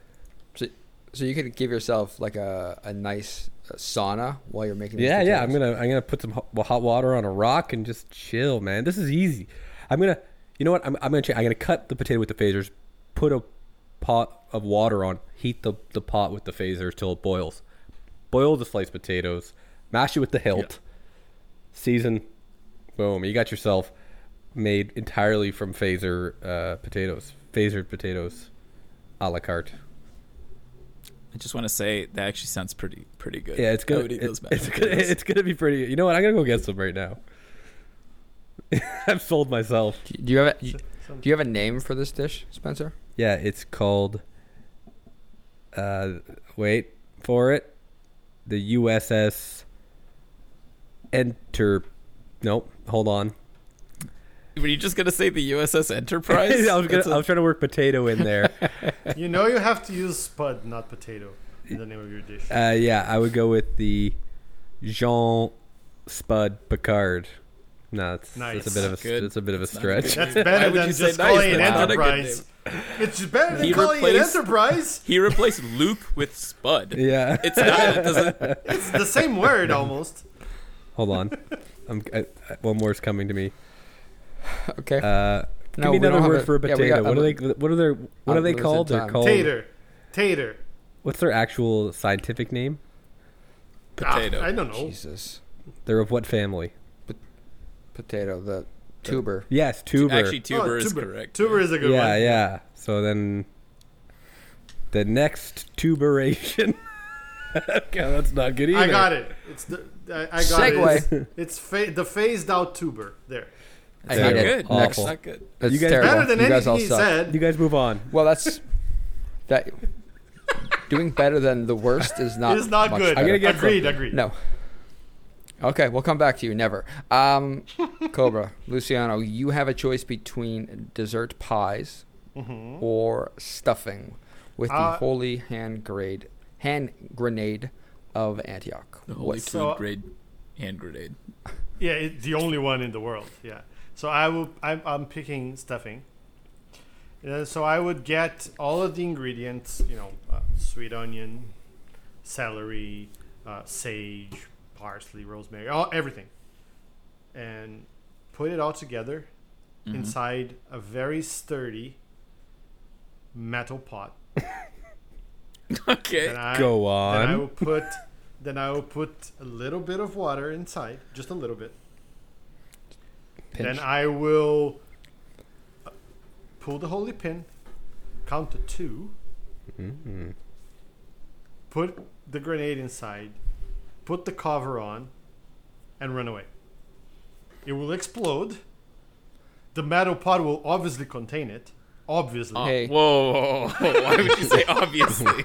Speaker 5: So, so you could give yourself like a, a nice uh, sauna while you're making. these
Speaker 4: Yeah, yeah. I'm
Speaker 5: potatoes.
Speaker 4: gonna I'm gonna put some hot, hot water on a rock and just chill, man. This is easy. I'm gonna, you know what? I'm, I'm gonna cha- I'm gonna cut the potato with the phasers, put a pot of water on, heat the the pot with the phasers till it boils, boil the sliced potatoes, mash it with the hilt, season, boom. You got yourself made entirely from phaser uh, potatoes, phasered potatoes, a la carte.
Speaker 7: I just want to say that actually sounds pretty pretty good.
Speaker 4: Yeah, it's
Speaker 7: I
Speaker 4: gonna
Speaker 7: would eat
Speaker 4: it-
Speaker 7: those mashed
Speaker 4: it's gonna
Speaker 7: potatoes.
Speaker 4: it's gonna be pretty. You know what? I'm gonna go get some right now. I've sold myself.
Speaker 5: Do you have a, do you have a name for this dish, Spencer?
Speaker 4: Yeah, it's called. Uh, wait for it. The USS Enter. Nope. Hold on.
Speaker 7: Were you just gonna say the USS
Speaker 4: I
Speaker 7: Enterprise?
Speaker 4: was,
Speaker 7: That's
Speaker 4: gonna, I
Speaker 7: a-
Speaker 4: was trying to work potato in there.
Speaker 6: You know you have to use spud, not potato, in the name of your dish.
Speaker 4: uh, yeah, I would go with the Jean Spud Picard. No, it's,
Speaker 6: Nice.
Speaker 4: it's a bit of a
Speaker 7: That's good.
Speaker 4: it's a bit of a
Speaker 7: not
Speaker 4: stretch.
Speaker 6: That's
Speaker 7: Why
Speaker 6: better
Speaker 7: would
Speaker 6: than
Speaker 7: you say
Speaker 6: just
Speaker 7: nice?
Speaker 6: calling it
Speaker 7: That's not a good
Speaker 6: enterprise. It's better than
Speaker 7: He
Speaker 6: calling it
Speaker 7: replaced-
Speaker 6: enterprise.
Speaker 7: he replaced Luke with Spud.
Speaker 4: Yeah. Ah,
Speaker 7: It's not. It doesn't.
Speaker 6: It's the same word almost.
Speaker 4: Hold on. I'm, I, I- one more is coming to me.
Speaker 5: Okay.
Speaker 4: Uh,
Speaker 5: No,
Speaker 4: give me
Speaker 5: we don't
Speaker 4: another
Speaker 5: have
Speaker 4: word
Speaker 5: a-
Speaker 4: for a
Speaker 5: yeah,
Speaker 4: potato.
Speaker 5: we got-
Speaker 4: what
Speaker 5: I'm-
Speaker 4: are they? What are their? What
Speaker 5: I'm
Speaker 4: are they
Speaker 5: losing
Speaker 4: called? They're
Speaker 5: time.
Speaker 4: called.
Speaker 6: Tater, tater.
Speaker 4: What's their actual scientific name?
Speaker 6: Ah,
Speaker 7: Potato.
Speaker 6: I don't know.
Speaker 5: Jesus,
Speaker 4: They're of what family?
Speaker 5: potato, the tuber.
Speaker 4: Yes, tuber.
Speaker 7: Actually, tuber
Speaker 6: Oh,
Speaker 7: is
Speaker 6: tuber.
Speaker 7: correct.
Speaker 6: Tuber is a good
Speaker 4: yeah,
Speaker 6: one.
Speaker 4: yeah. So then, the next tuberation. okay, that's not good either.
Speaker 6: I got it. It's the I, I got it.
Speaker 5: Segway.
Speaker 6: It's, it's fa- the phased out tuber. There.
Speaker 5: I
Speaker 7: Not
Speaker 5: hate
Speaker 4: Yeah.
Speaker 5: it.
Speaker 7: good.
Speaker 4: Awful.
Speaker 5: Next,
Speaker 7: It's not good.
Speaker 5: that's
Speaker 4: You guys-
Speaker 5: terrible.
Speaker 6: Better than
Speaker 5: you guys
Speaker 6: anything
Speaker 5: all
Speaker 6: he
Speaker 5: suck.
Speaker 4: You
Speaker 6: said
Speaker 4: guys move on.
Speaker 5: Well, that's that. Doing better than the worst is not.
Speaker 6: is not
Speaker 5: much
Speaker 6: good.
Speaker 5: better.
Speaker 4: gotta get
Speaker 6: agreed,
Speaker 4: something.
Speaker 6: agreed.
Speaker 5: No. Okay, we'll come back to you. Never. Um, Cobra, Luciano, you have a choice between dessert pies or stuffing with the
Speaker 6: Mm-hmm. Uh,
Speaker 5: holy hand grade hand grenade of Antioch.
Speaker 7: The holy
Speaker 5: What-
Speaker 7: food
Speaker 6: So-
Speaker 7: grade hand grenade.
Speaker 6: Yeah, it's the only one in the world. Yeah. So I will. I'm, I'm picking stuffing. Uh, so I would get all of the ingredients. You know, uh, sweet onion, celery, uh, sage, parsley, rosemary, all everything, and put it all together inside a very sturdy metal pot.
Speaker 7: Okay.
Speaker 6: Then I,
Speaker 4: Go
Speaker 6: Then I
Speaker 4: on.
Speaker 6: will put. Then I will put a little bit of water inside, just a little bit.
Speaker 5: Pinch.
Speaker 6: Then I will uh, pull the holy pin, count to 2
Speaker 5: Mm-hmm.
Speaker 6: put the grenade inside, put the cover on, and run away. It will explode. The metal pod will obviously contain it. Obviously.
Speaker 5: Hey.
Speaker 7: Whoa, whoa, whoa, whoa. why would you say obviously?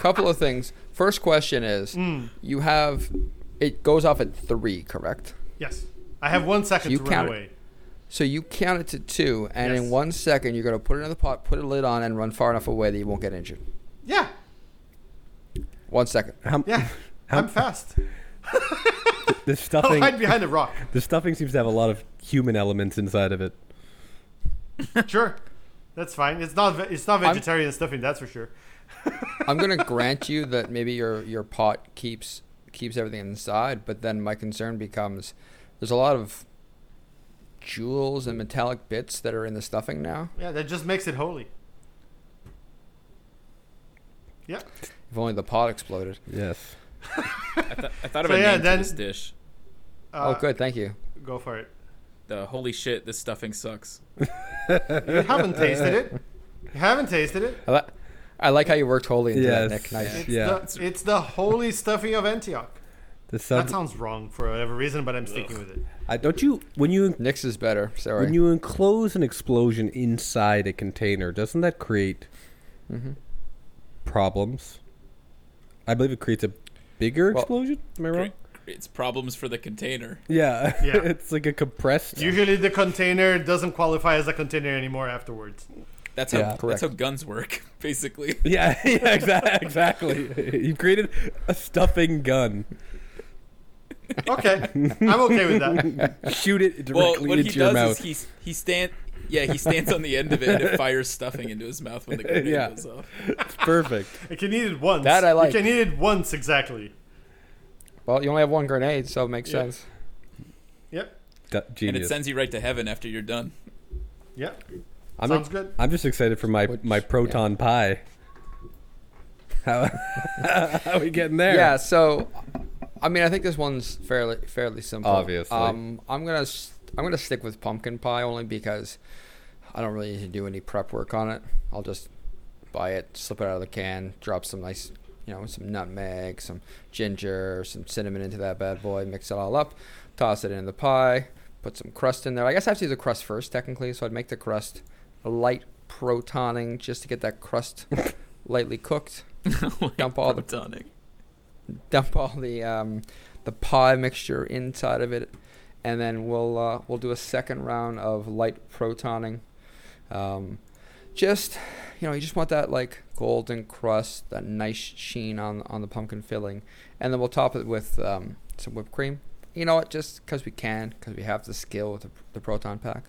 Speaker 5: Couple of things. First question is
Speaker 6: Mm.
Speaker 5: you have it goes off at three, correct?
Speaker 6: Yes. I have one second
Speaker 5: You
Speaker 6: to run
Speaker 5: count it.
Speaker 6: away.
Speaker 5: So you count it to two, and in
Speaker 6: Yes.
Speaker 5: one second you're gonna put it in the pot, put a lid on, and run far enough away that you won't get injured.
Speaker 6: Yeah.
Speaker 5: One second.
Speaker 4: How,
Speaker 6: Yeah. I'm fast.
Speaker 4: The
Speaker 5: Oh,
Speaker 6: I'll
Speaker 4: stuffing,
Speaker 6: hide behind a rock.
Speaker 4: the stuffing seems to have a lot of human elements inside of it.
Speaker 6: Sure. That's fine. It's not ve- it's not vegetarian stuffing, that's for sure.
Speaker 5: I'm gonna grant you that maybe your your pot keeps keeps everything inside, but then my concern becomes there's a lot of jewels and metallic bits that are in the stuffing now.
Speaker 6: Yeah, that just makes it holy. Yeah.
Speaker 5: If only the pot exploded.
Speaker 4: Yes.
Speaker 7: I thought of
Speaker 6: So
Speaker 7: a
Speaker 6: yeah,
Speaker 7: name
Speaker 6: then-
Speaker 7: for this dish.
Speaker 6: Uh,
Speaker 5: oh, good, thank you.
Speaker 6: Go for it.
Speaker 7: The holy shit, this stuffing sucks.
Speaker 6: You haven't tasted it. You haven't tasted it.
Speaker 5: I, li- I like how you worked wholly into that,
Speaker 4: Yes.
Speaker 5: Nick. Nice.
Speaker 6: It's,
Speaker 4: Yeah.
Speaker 6: the, it's the holy stuffing of Antioch.
Speaker 4: The
Speaker 6: That
Speaker 4: sub-
Speaker 6: sounds wrong for whatever reason, but I'm sticking with it.
Speaker 4: I, don't you when you
Speaker 5: Nick's is better. Sorry.
Speaker 4: when you enclose an explosion inside a container, doesn't that create
Speaker 7: Mm-hmm.
Speaker 4: problems? I believe it creates a bigger
Speaker 5: Well-
Speaker 4: explosion. Am I wrong?
Speaker 7: Great. It's problems for the container.
Speaker 4: Yeah,
Speaker 6: Yeah.
Speaker 4: it's like a compressed.
Speaker 6: Usually, the container doesn't qualify as a container anymore afterwards.
Speaker 7: That's how
Speaker 4: Yeah.
Speaker 7: that's
Speaker 5: Correct.
Speaker 7: how guns work, basically.
Speaker 4: yeah, yeah, exactly. exactly. you created a stuffing gun.
Speaker 6: Okay, I'm okay with that.
Speaker 4: Shoot it
Speaker 7: Well,
Speaker 4: directly
Speaker 7: what he
Speaker 4: into your
Speaker 7: does
Speaker 4: mouth.
Speaker 7: is he he stand yeah he stands on the end of it and it fires stuffing into his mouth when the grenade
Speaker 4: Yeah.
Speaker 7: goes off.
Speaker 4: It's perfect.
Speaker 6: You can eat it once.
Speaker 5: That I like.
Speaker 6: You can eat it once exactly.
Speaker 5: well, you only have one grenade, so it makes sense.
Speaker 6: Yep.
Speaker 4: Du-
Speaker 7: And it
Speaker 4: Genius.
Speaker 7: sends you right to heaven after you're done.
Speaker 6: Yep.
Speaker 4: I'm ex-
Speaker 6: Sounds good.
Speaker 4: I'm just excited for my
Speaker 5: Which-
Speaker 4: my proton pie. How, how are we getting there?
Speaker 5: Yeah. So, I mean, I think this one's fairly fairly simple.
Speaker 4: Obviously.
Speaker 5: Um, I'm gonna s- I'm gonna stick with pumpkin pie only because I don't really need to do any prep work on it. I'll just buy it, slip it out of the can, drop some nice, you know, some nutmeg, some ginger, some cinnamon into that bad boy, mix it all up, toss it in the pie, put some crust in there. I guess I have to do the crust first, technically, so I'd make the crust a light protoning just to get that crust lightly cooked.
Speaker 7: Oh
Speaker 5: Dump all the
Speaker 7: tonic.
Speaker 5: dump all the um, the pie mixture inside of it, and then we'll uh, we'll do a second round of light protoning. Um, just you know, you just want that like golden crust, that nice sheen on on the pumpkin filling, and then we'll top it with um, some whipped cream. You know what? Just because we can, because we have the skill with the, the proton pack,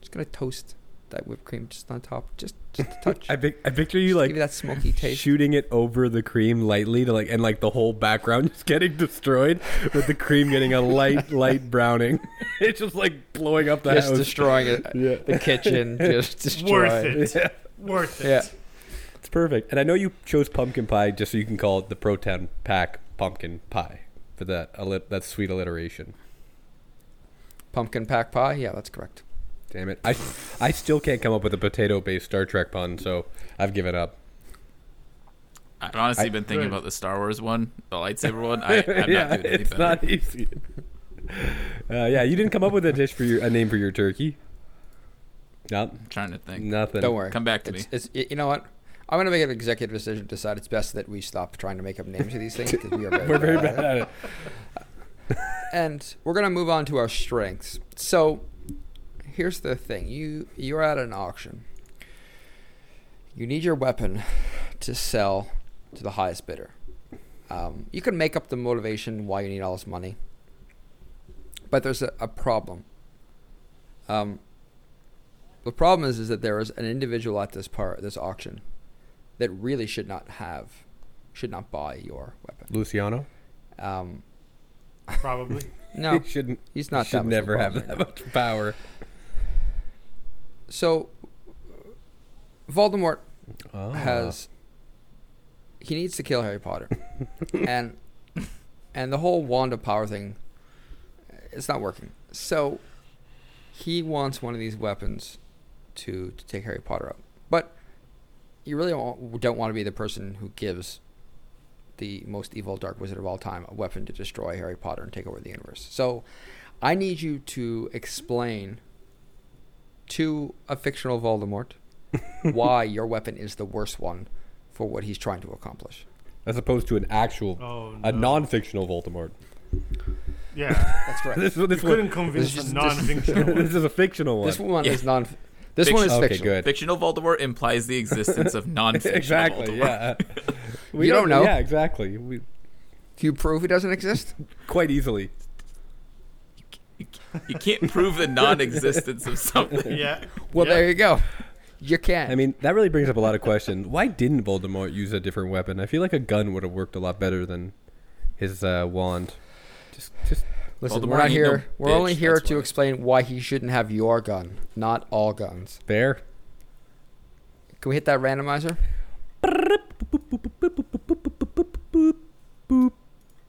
Speaker 5: just gonna toast that whipped cream just on top, just just a touch.
Speaker 4: I, pic- I picture you
Speaker 5: Just
Speaker 4: like
Speaker 5: give you that smoky taste.
Speaker 4: shooting it over the cream lightly to like and like the whole background just getting destroyed with the cream getting a light light browning. It's just like blowing up the
Speaker 5: just
Speaker 4: house.
Speaker 5: destroying it,
Speaker 4: Yeah.
Speaker 5: the kitchen, just destroying.
Speaker 6: Worth it.
Speaker 4: Yeah,
Speaker 6: Worth it.
Speaker 5: Yeah.
Speaker 4: it's perfect. And I know you chose pumpkin pie just so you can call it the Proton Pack Pumpkin Pie for that alli- that sweet alliteration.
Speaker 5: Pumpkin pack pie. Yeah, that's correct.
Speaker 4: Damn it! I I still can't come up with a potato based Star Trek pun, so I've given up.
Speaker 7: I've honestly
Speaker 4: I-
Speaker 7: been
Speaker 6: Good.
Speaker 7: thinking about the Star Wars one, the lightsaber one. I, I'm
Speaker 4: yeah,
Speaker 7: not doing any
Speaker 4: it's
Speaker 7: better.
Speaker 4: not easy. Uh, yeah, you didn't come up with a dish for your a name for your turkey. Nope,
Speaker 7: I'm trying to think.
Speaker 4: nothing.
Speaker 5: Don't worry.
Speaker 7: Come back to
Speaker 5: it's,
Speaker 7: me.
Speaker 5: It's, y- you know what? I'm gonna make an executive decision. Decide it's best that we stop trying to make up names for these things because we are very,
Speaker 4: We're very
Speaker 5: bad at
Speaker 4: bad
Speaker 5: it.
Speaker 4: at it.
Speaker 5: And we're gonna move on to our strengths. So, here's the thing: you you're at an auction. You need your weapon to sell to the highest bidder. Um, you can make up the motivation why you need all this money, but there's a, a problem. Um, the problem is, is that there is an individual at this part, this auction, that really should not have, should not buy your weapon.
Speaker 4: Luciano.
Speaker 5: Um,
Speaker 6: Probably.
Speaker 5: no,
Speaker 4: He shouldn't.
Speaker 5: he's not. that
Speaker 4: should
Speaker 5: much of a
Speaker 4: never have
Speaker 5: problem right
Speaker 4: that
Speaker 5: now.
Speaker 4: much power.
Speaker 5: So, Voldemort
Speaker 4: Oh.
Speaker 5: has he needs to kill Harry Potter, and and the whole wand of power thing, it's not working. So, he wants one of these weapons to to take Harry Potter out. But you really don't don't want to be the person who gives the most evil dark wizard of all time a weapon to destroy Harry Potter and take over the universe. So I need you to explain to a fictional Voldemort why your weapon is the worst one for what he's trying to accomplish.
Speaker 4: as opposed to an actual,
Speaker 6: Oh,
Speaker 4: a
Speaker 6: no.
Speaker 4: non-fictional Voldemort.
Speaker 6: Yeah.
Speaker 5: That's correct.
Speaker 4: This,
Speaker 6: you
Speaker 4: this,
Speaker 6: couldn't
Speaker 4: one,
Speaker 6: convince
Speaker 5: this
Speaker 6: a
Speaker 5: is-
Speaker 6: non fictional.
Speaker 4: this is a fictional one.
Speaker 5: this one
Speaker 7: Yeah.
Speaker 5: is non. This one is
Speaker 7: Fiction.
Speaker 4: okay,
Speaker 5: fictional.
Speaker 4: good.
Speaker 7: Fictional Voldemort implies the existence of non-fictional
Speaker 4: exactly.
Speaker 7: Voldemort.
Speaker 4: Yeah. We
Speaker 5: You don't know.
Speaker 4: Yeah, exactly. We,
Speaker 5: Can you prove he doesn't exist?
Speaker 4: quite easily.
Speaker 7: You can't prove the non-existence of something.
Speaker 6: yeah.
Speaker 5: Well,
Speaker 6: Yeah.
Speaker 5: there you go. You can.
Speaker 4: I mean, that really brings up a lot of questions. Why didn't Voldemort use a different weapon? I feel like a gun would have worked a lot better than his uh, wand. Just, just
Speaker 5: Listen,
Speaker 7: Voldemort
Speaker 5: we're not
Speaker 7: ain't no
Speaker 5: here. we're
Speaker 7: bitch,
Speaker 5: only here
Speaker 7: that's
Speaker 5: to
Speaker 7: why.
Speaker 5: explain why he shouldn't have your gun, not all guns.
Speaker 4: fair.
Speaker 5: Can we hit that randomizer?
Speaker 4: Boop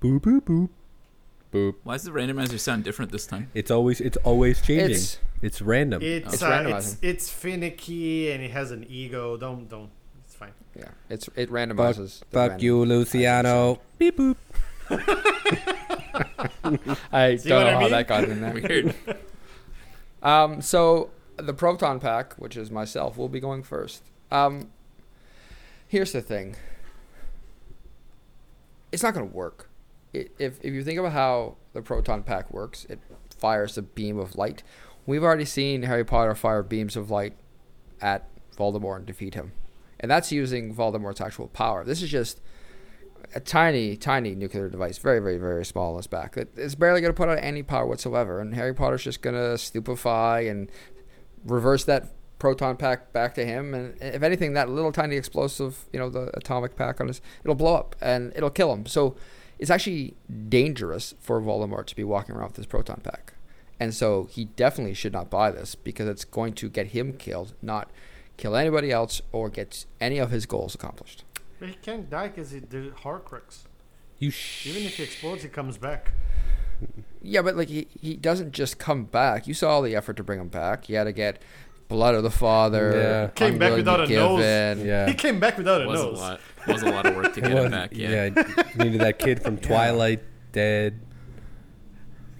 Speaker 4: boop boop boop.
Speaker 7: Why does the randomizer sound different this time?
Speaker 4: It's always it's always changing.
Speaker 5: It's-
Speaker 4: It's, random.
Speaker 6: It's,
Speaker 5: It's
Speaker 6: uh,
Speaker 5: randomizing.
Speaker 6: it's it's finicky and it has an ego. Don't don't. It's fine.
Speaker 5: Yeah, it's it randomizes. the random-
Speaker 4: Luciano. Beep boop.
Speaker 5: I
Speaker 6: See
Speaker 5: don't
Speaker 6: what
Speaker 5: know
Speaker 6: I
Speaker 5: how
Speaker 6: mean?
Speaker 5: that got in there.
Speaker 7: Weird.
Speaker 5: Um, so the proton pack, which is myself, will be going first. Um, here's the thing. It's not going to work. I if if you think about how the proton pack works, it fires a beam of light. We've already seen Harry Potter fire beams of light at Voldemort and defeat him, and that's using Voldemort's actual power. This is just a tiny, tiny nuclear device, very, very, very small on its back. It- It's barely going to put out any power whatsoever, and Harry Potter's just going to stupefy and reverse that proton pack back to him. And if anything, that little tiny explosive, you know, the atomic pack on his, it'll blow up and it'll kill him. So it's actually dangerous for Voldemort to be walking around with this proton pack, and so he definitely should not buy this because it's going to get him killed, not kill anybody else or get any of his goals accomplished.
Speaker 6: But he can't die because the Horcrux.
Speaker 4: You sh-
Speaker 6: Even if he explodes, he comes back.
Speaker 5: Yeah, but like he, he doesn't just come back. You saw all the effort to bring him back. He had to get blood of the father.
Speaker 4: Yeah.
Speaker 6: Came back
Speaker 5: unwilling to
Speaker 6: without a
Speaker 5: give
Speaker 6: nose.
Speaker 5: in.
Speaker 4: yeah.
Speaker 6: He came back without a
Speaker 7: was a
Speaker 6: nose.
Speaker 7: lot. Was a lot of work to get him back. Yeah.
Speaker 4: needed that kid from Twilight dead.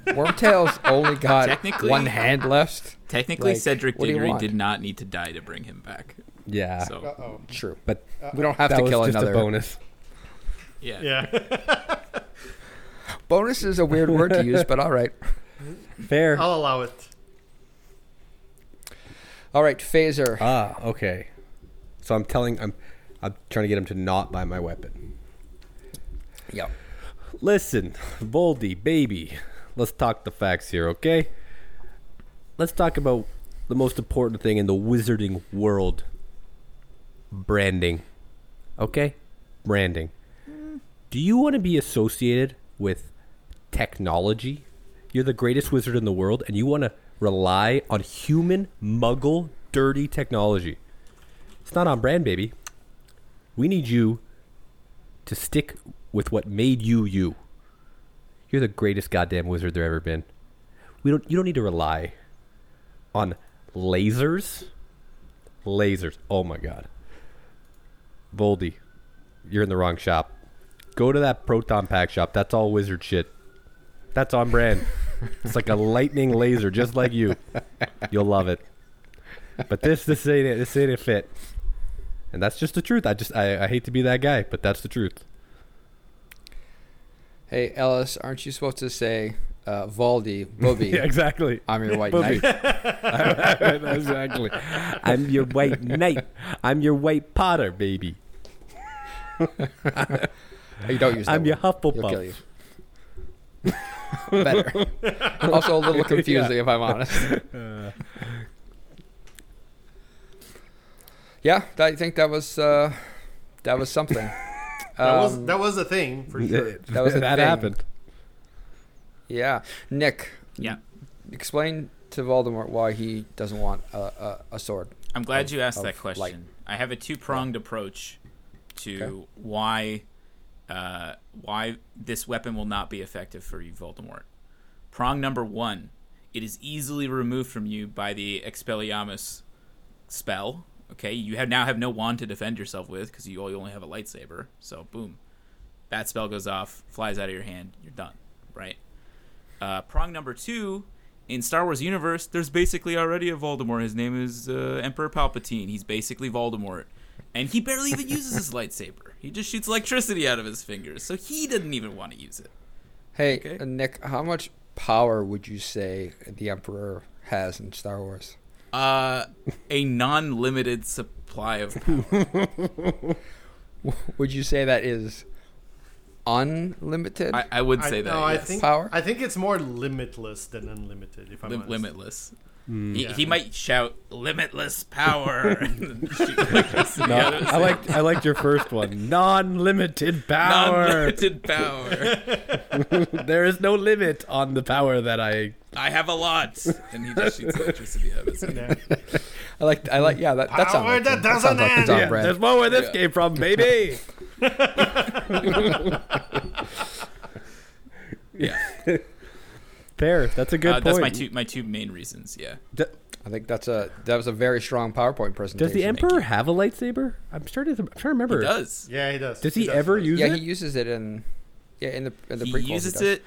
Speaker 5: Wormtail's only got
Speaker 7: Technically-
Speaker 5: one hand left.
Speaker 7: Technically,
Speaker 5: Like,
Speaker 7: Cedric
Speaker 5: what do you
Speaker 7: Diggory
Speaker 5: want? Ah.
Speaker 7: did not need to die to bring him back.
Speaker 4: Yeah,
Speaker 7: So
Speaker 6: Uh-oh.
Speaker 5: True.
Speaker 4: but
Speaker 5: We don't have
Speaker 4: that
Speaker 5: to
Speaker 4: was
Speaker 5: kill
Speaker 4: just
Speaker 5: another.
Speaker 4: a bonus.
Speaker 7: yeah.
Speaker 6: Yeah.
Speaker 5: bonus is a weird word to use, but all right.
Speaker 4: Fair.
Speaker 6: I'll allow it.
Speaker 5: All right, phaser.
Speaker 4: Ah, okay. So I'm telling I'm I'm trying to get him to not buy my weapon.
Speaker 5: yeah.
Speaker 4: Listen, Voldy, baby, let's talk the facts here, okay? Let's talk about the most important thing in the wizarding world branding. Okay? Branding. Do you want to be associated with technology? You're the greatest wizard in the world, and you want to rely on human, muggle, dirty technology. It's not on brand, baby. We need you to stick with what made you you. You're the greatest goddamn wizard there ever been. We don't you don't need to rely on lasers. Lasers. Oh my god. Voldy, you're in the wrong shop. Go to that proton pack shop. That's all wizard shit. That's on brand. it's like a lightning laser, just like you. You'll love it. But this this ain't it. This ain't a fit. And that's just the truth. I just I, I hate to be that guy, but that's the truth.
Speaker 5: Hey, Ellis, aren't you supposed to say uh, Valdi, Booby?
Speaker 4: Yeah, exactly.
Speaker 5: I'm your white
Speaker 4: Booby.
Speaker 5: knight.
Speaker 4: exactly. I'm your white knight. I'm your white Potter, baby.
Speaker 5: Oh, You don't use that
Speaker 4: I'm your
Speaker 5: word. He'll kill
Speaker 4: Hufflepuff.
Speaker 5: you. Better. also a little confusing,
Speaker 4: Yeah.
Speaker 5: if I'm honest. yeah, I think that was uh, that was something.
Speaker 6: That was
Speaker 5: Um,
Speaker 6: that was a thing for sure.
Speaker 5: That was the
Speaker 4: that
Speaker 5: thing.
Speaker 4: happened.
Speaker 5: yeah, Nick,
Speaker 7: Yeah.
Speaker 5: explain to Voldemort why he doesn't want a, a, a sword.
Speaker 7: I'm glad
Speaker 5: of-
Speaker 7: you asked
Speaker 5: of
Speaker 7: that question.
Speaker 5: light.
Speaker 7: I have a two pronged approach to why uh, why this weapon will not be effective for you, Voldemort. Prong number one: it is easily removed from you by the Expelliarmus spell. Okay, you have now have no wand to defend yourself with because you, you only have a lightsaber. So boom, that spell goes off, flies out of your hand, you're done. Right. Uh, prong number two in Star Wars universe, there's basically already a Voldemort. His name is uh, Emperor Palpatine. He's basically Voldemort, and he barely even uses his lightsaber. He just shoots electricity out of his fingers, so he didn't even want to use it.
Speaker 5: Hey,
Speaker 7: Okay.
Speaker 5: uh, Nick, how much power would you say the Emperor has in Star Wars?
Speaker 7: Uh, a non-limited supply of power.
Speaker 5: Would you say that is unlimited?
Speaker 7: I, I would
Speaker 6: I,
Speaker 7: say that.
Speaker 6: no, I
Speaker 7: yes.
Speaker 6: think
Speaker 5: Power?
Speaker 6: I think it's more limitless than unlimited. If I'm
Speaker 7: Lim-
Speaker 6: honest.
Speaker 7: limitless. he, he
Speaker 6: Yeah.
Speaker 7: might shout "limitless power." and shoot electricity
Speaker 4: No,
Speaker 7: out of his
Speaker 4: I liked I liked your first one. Non-limited power.
Speaker 7: Non-limited power.
Speaker 4: There is no limit on the power that I.
Speaker 7: I have a lot, and he just shoots electricity out of his hand.
Speaker 5: I like, I like, yeah, that, that sounds
Speaker 6: Power
Speaker 5: like,
Speaker 6: that
Speaker 5: him.
Speaker 6: doesn't
Speaker 5: sounds like
Speaker 6: end.
Speaker 5: it's on
Speaker 6: Yeah,
Speaker 5: brand.
Speaker 4: There's more where this
Speaker 7: Yeah.
Speaker 4: came from, baby.
Speaker 7: Yeah,
Speaker 4: Fair. That's a good
Speaker 7: uh,
Speaker 4: point.
Speaker 7: that's my two my two main reasons. Yeah,
Speaker 4: D-
Speaker 5: I think that's a that was a very strong PowerPoint presentation.
Speaker 4: does the emperor have a lightsaber? I'm starting to. I'm trying to remember.
Speaker 7: he does.
Speaker 6: Yeah, he does.
Speaker 4: Does he, ever use
Speaker 5: Yeah,
Speaker 4: it?
Speaker 5: he uses it in yeah in the in the
Speaker 7: he
Speaker 5: prequels.
Speaker 7: uses
Speaker 5: does.
Speaker 7: it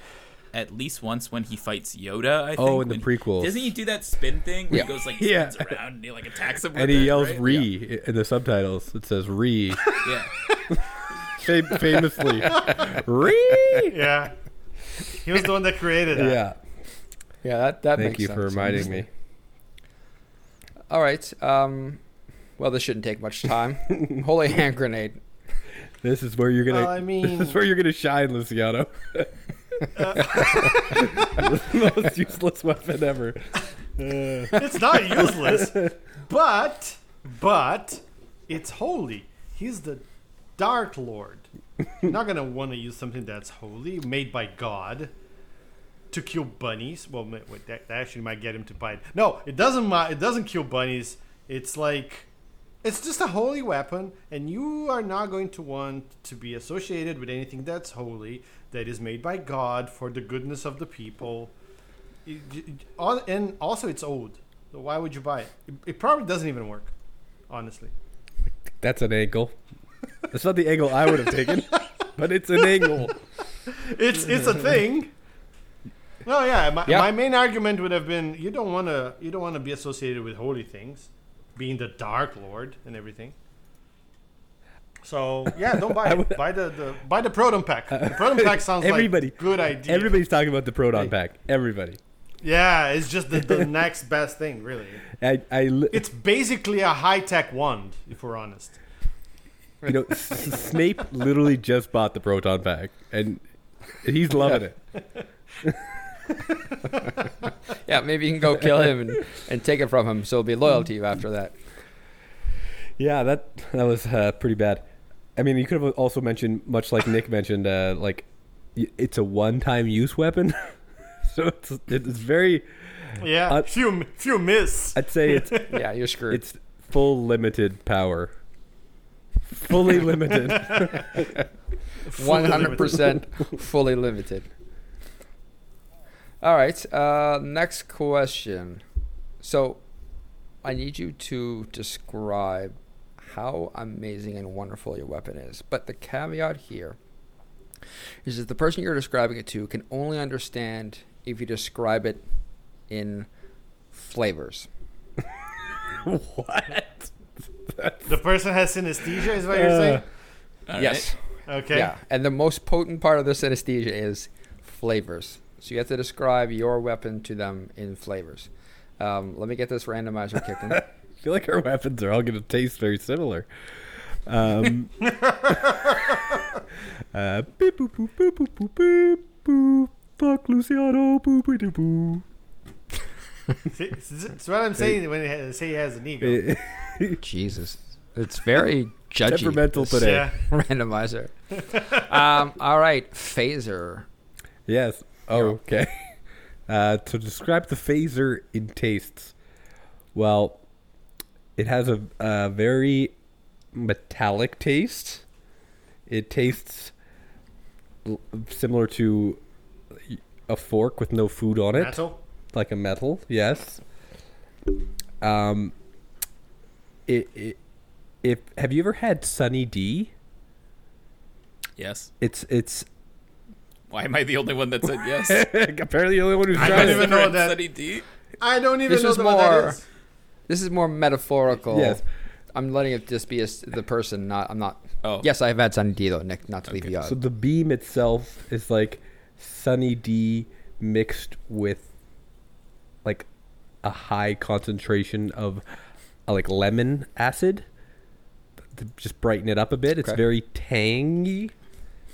Speaker 7: at least once when he fights Yoda. I think.
Speaker 4: Oh, in the
Speaker 7: when-
Speaker 4: prequels.
Speaker 7: doesn't he do that spin thing where
Speaker 5: Yeah.
Speaker 7: he goes like
Speaker 4: Yeah.
Speaker 7: spins around and he like attacks him?
Speaker 4: and
Speaker 7: with
Speaker 4: he
Speaker 7: it,
Speaker 4: yells
Speaker 7: right?
Speaker 4: "re" in the subtitles. It says "re"
Speaker 7: Yeah.
Speaker 4: fam- famously. "Re."
Speaker 6: Yeah, he was the one that created that.
Speaker 4: Yeah.
Speaker 5: Yeah, that that
Speaker 4: Thank
Speaker 5: makes
Speaker 4: you
Speaker 5: sense.
Speaker 4: for reminding me.
Speaker 5: All right. Um, well, this shouldn't take much time. Holy hand grenade.
Speaker 4: This is where you're gonna.
Speaker 6: Well, I mean-
Speaker 4: this is where you're gonna shine, Luciano. the most useless weapon ever.
Speaker 6: It's not useless, but but it's holy. He's the Dark Lord. You're not gonna want to use something that's holy, made by God, to kill bunnies. Well, ma- wait, that, that actually might get him to bite. No, it doesn't. mi- It doesn't kill bunnies. It's like it's just a holy weapon, and you are not going to want to be associated with anything that's holy, that is made by God for the goodness of the people. You- you- al- and also it's old. So why would you buy it? It, it probably doesn't even work, honestly.
Speaker 4: That's an angle. That's not the angle I would have taken, but it's an angle.
Speaker 6: It's it's a thing. No, yeah. My,
Speaker 5: Yeah.
Speaker 6: my main argument would have been you don't want to you don't want to be associated with holy things, being the Dark Lord and everything. So yeah, don't buy it. buy the, the buy the proton pack. The proton pack sounds
Speaker 4: Everybody-
Speaker 6: like a good idea.
Speaker 4: Everybody's talking about the proton pack. Everybody.
Speaker 6: yeah, it's just the, the next best thing, really.
Speaker 4: I, I li-
Speaker 6: It's basically a high tech wand, if we're honest.
Speaker 4: you know, S- Snape literally just bought the proton pack, and he's loving it.
Speaker 5: Yeah, maybe you can go kill him and, and take it from him, so he'll be loyal to you after that.
Speaker 4: Yeah, that that was uh, pretty bad. I mean, you could have also mentioned, much like Nick mentioned, uh, like y- it's a one-time use weapon, so it's it's very.
Speaker 6: Yeah,
Speaker 4: Uh,
Speaker 6: few few miss.
Speaker 4: I'd say it's
Speaker 5: Yeah, you're screwed.
Speaker 4: it's full limited power, fully limited.
Speaker 5: One hundred percent fully limited. All right. Uh, next question. So, I need you to describe how amazing and wonderful your weapon is. But the caveat here is that the person you're describing it to can only understand if you describe it in flavors.
Speaker 4: what?
Speaker 6: The person has synesthesia, is what you're saying?
Speaker 7: All
Speaker 5: yes.
Speaker 6: Okay.
Speaker 5: Yeah. And the most potent part of the synesthesia is flavors. So you have to describe your weapon to them in flavors. Um, let me get this randomizer kicking.
Speaker 4: I feel like our weapons are all going to taste very similar. Um, uh, beep, boop, boop, boop, boop, boop, beep, boop. Fuck Luciano. Boop, boop, boop, boop.
Speaker 6: See, That's what I'm saying when I say he has an ego.
Speaker 5: Jesus. It's very judgy.
Speaker 4: Temperamental
Speaker 5: this
Speaker 4: today.
Speaker 6: yeah.
Speaker 5: Randomizer. um, all right. Phaser.
Speaker 4: Yes. Oh, okay. Uh, to describe the phaser in tastes, well, it has a, a very metallic taste. It tastes l- similar to a fork with no food on it,
Speaker 6: Metal.
Speaker 4: like a metal. Yes. Um, it, it, if have you ever had Sunny D?
Speaker 7: Yes.
Speaker 4: It's it's
Speaker 7: Why am I the only one that said yes?
Speaker 4: apparently the only one who's
Speaker 6: I don't
Speaker 4: trying.
Speaker 6: even know
Speaker 7: Sunny
Speaker 6: that.
Speaker 7: D.
Speaker 6: I don't even
Speaker 5: This
Speaker 6: know
Speaker 5: was
Speaker 6: that what that
Speaker 5: more-
Speaker 6: is.
Speaker 5: This is more metaphorical.
Speaker 4: Yes.
Speaker 5: I'm letting it just be as the person. Not I'm not.
Speaker 7: Oh.
Speaker 5: Yes, I've had Sunny D though, Nick. Not to leave you out.
Speaker 4: So the beam itself is like Sunny D mixed with like a high concentration of uh, like lemon acid to just brighten it up a bit. It's
Speaker 5: Okay.
Speaker 4: very tangy.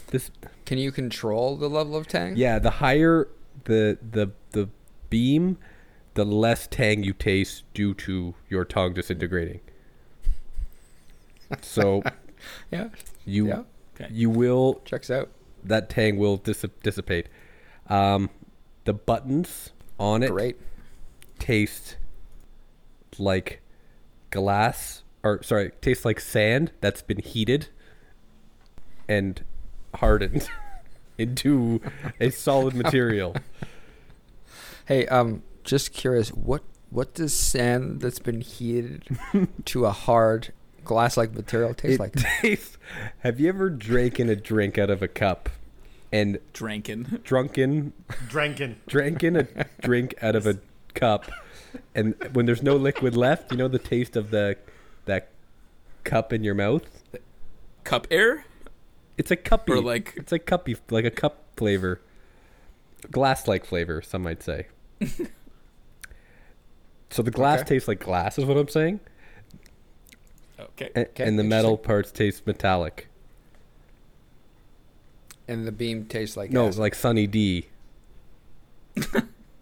Speaker 4: This
Speaker 5: Can you control the level of tang?
Speaker 4: yeah, the higher the the the beam, the less tang you taste due to your tongue disintegrating. So
Speaker 5: Yeah.
Speaker 4: you
Speaker 5: Yeah.
Speaker 7: Okay.
Speaker 4: you will
Speaker 5: Checks out.
Speaker 4: that tang will dis- dissipate. Um, the buttons on it
Speaker 5: Great.
Speaker 4: taste like glass, or sorry, taste like sand that's been heated and hardened into a solid material.
Speaker 5: Hey, um, just curious, what what does sand that's been heated to a hard glass-like material taste
Speaker 4: it
Speaker 5: like?
Speaker 4: tastes. Have you ever drinking a drink out of a cup and
Speaker 7: Drinking.
Speaker 4: drunken
Speaker 6: Drankin.
Speaker 4: drinking a drink out of a cup, and when there's no liquid left, you know the taste of the that cup in your mouth.
Speaker 7: Cup air?
Speaker 4: It's a cuppy,
Speaker 7: Or like-
Speaker 4: it's a cuppy, like a cup flavor, glass-like flavor. Some might say. so the glass
Speaker 5: Okay.
Speaker 4: tastes like glass, is what I'm saying,
Speaker 7: Okay.
Speaker 4: and,
Speaker 5: Okay,
Speaker 4: and the metal parts taste metallic.
Speaker 5: And the beam tastes like
Speaker 4: No,
Speaker 5: acid.
Speaker 4: like Sunny D.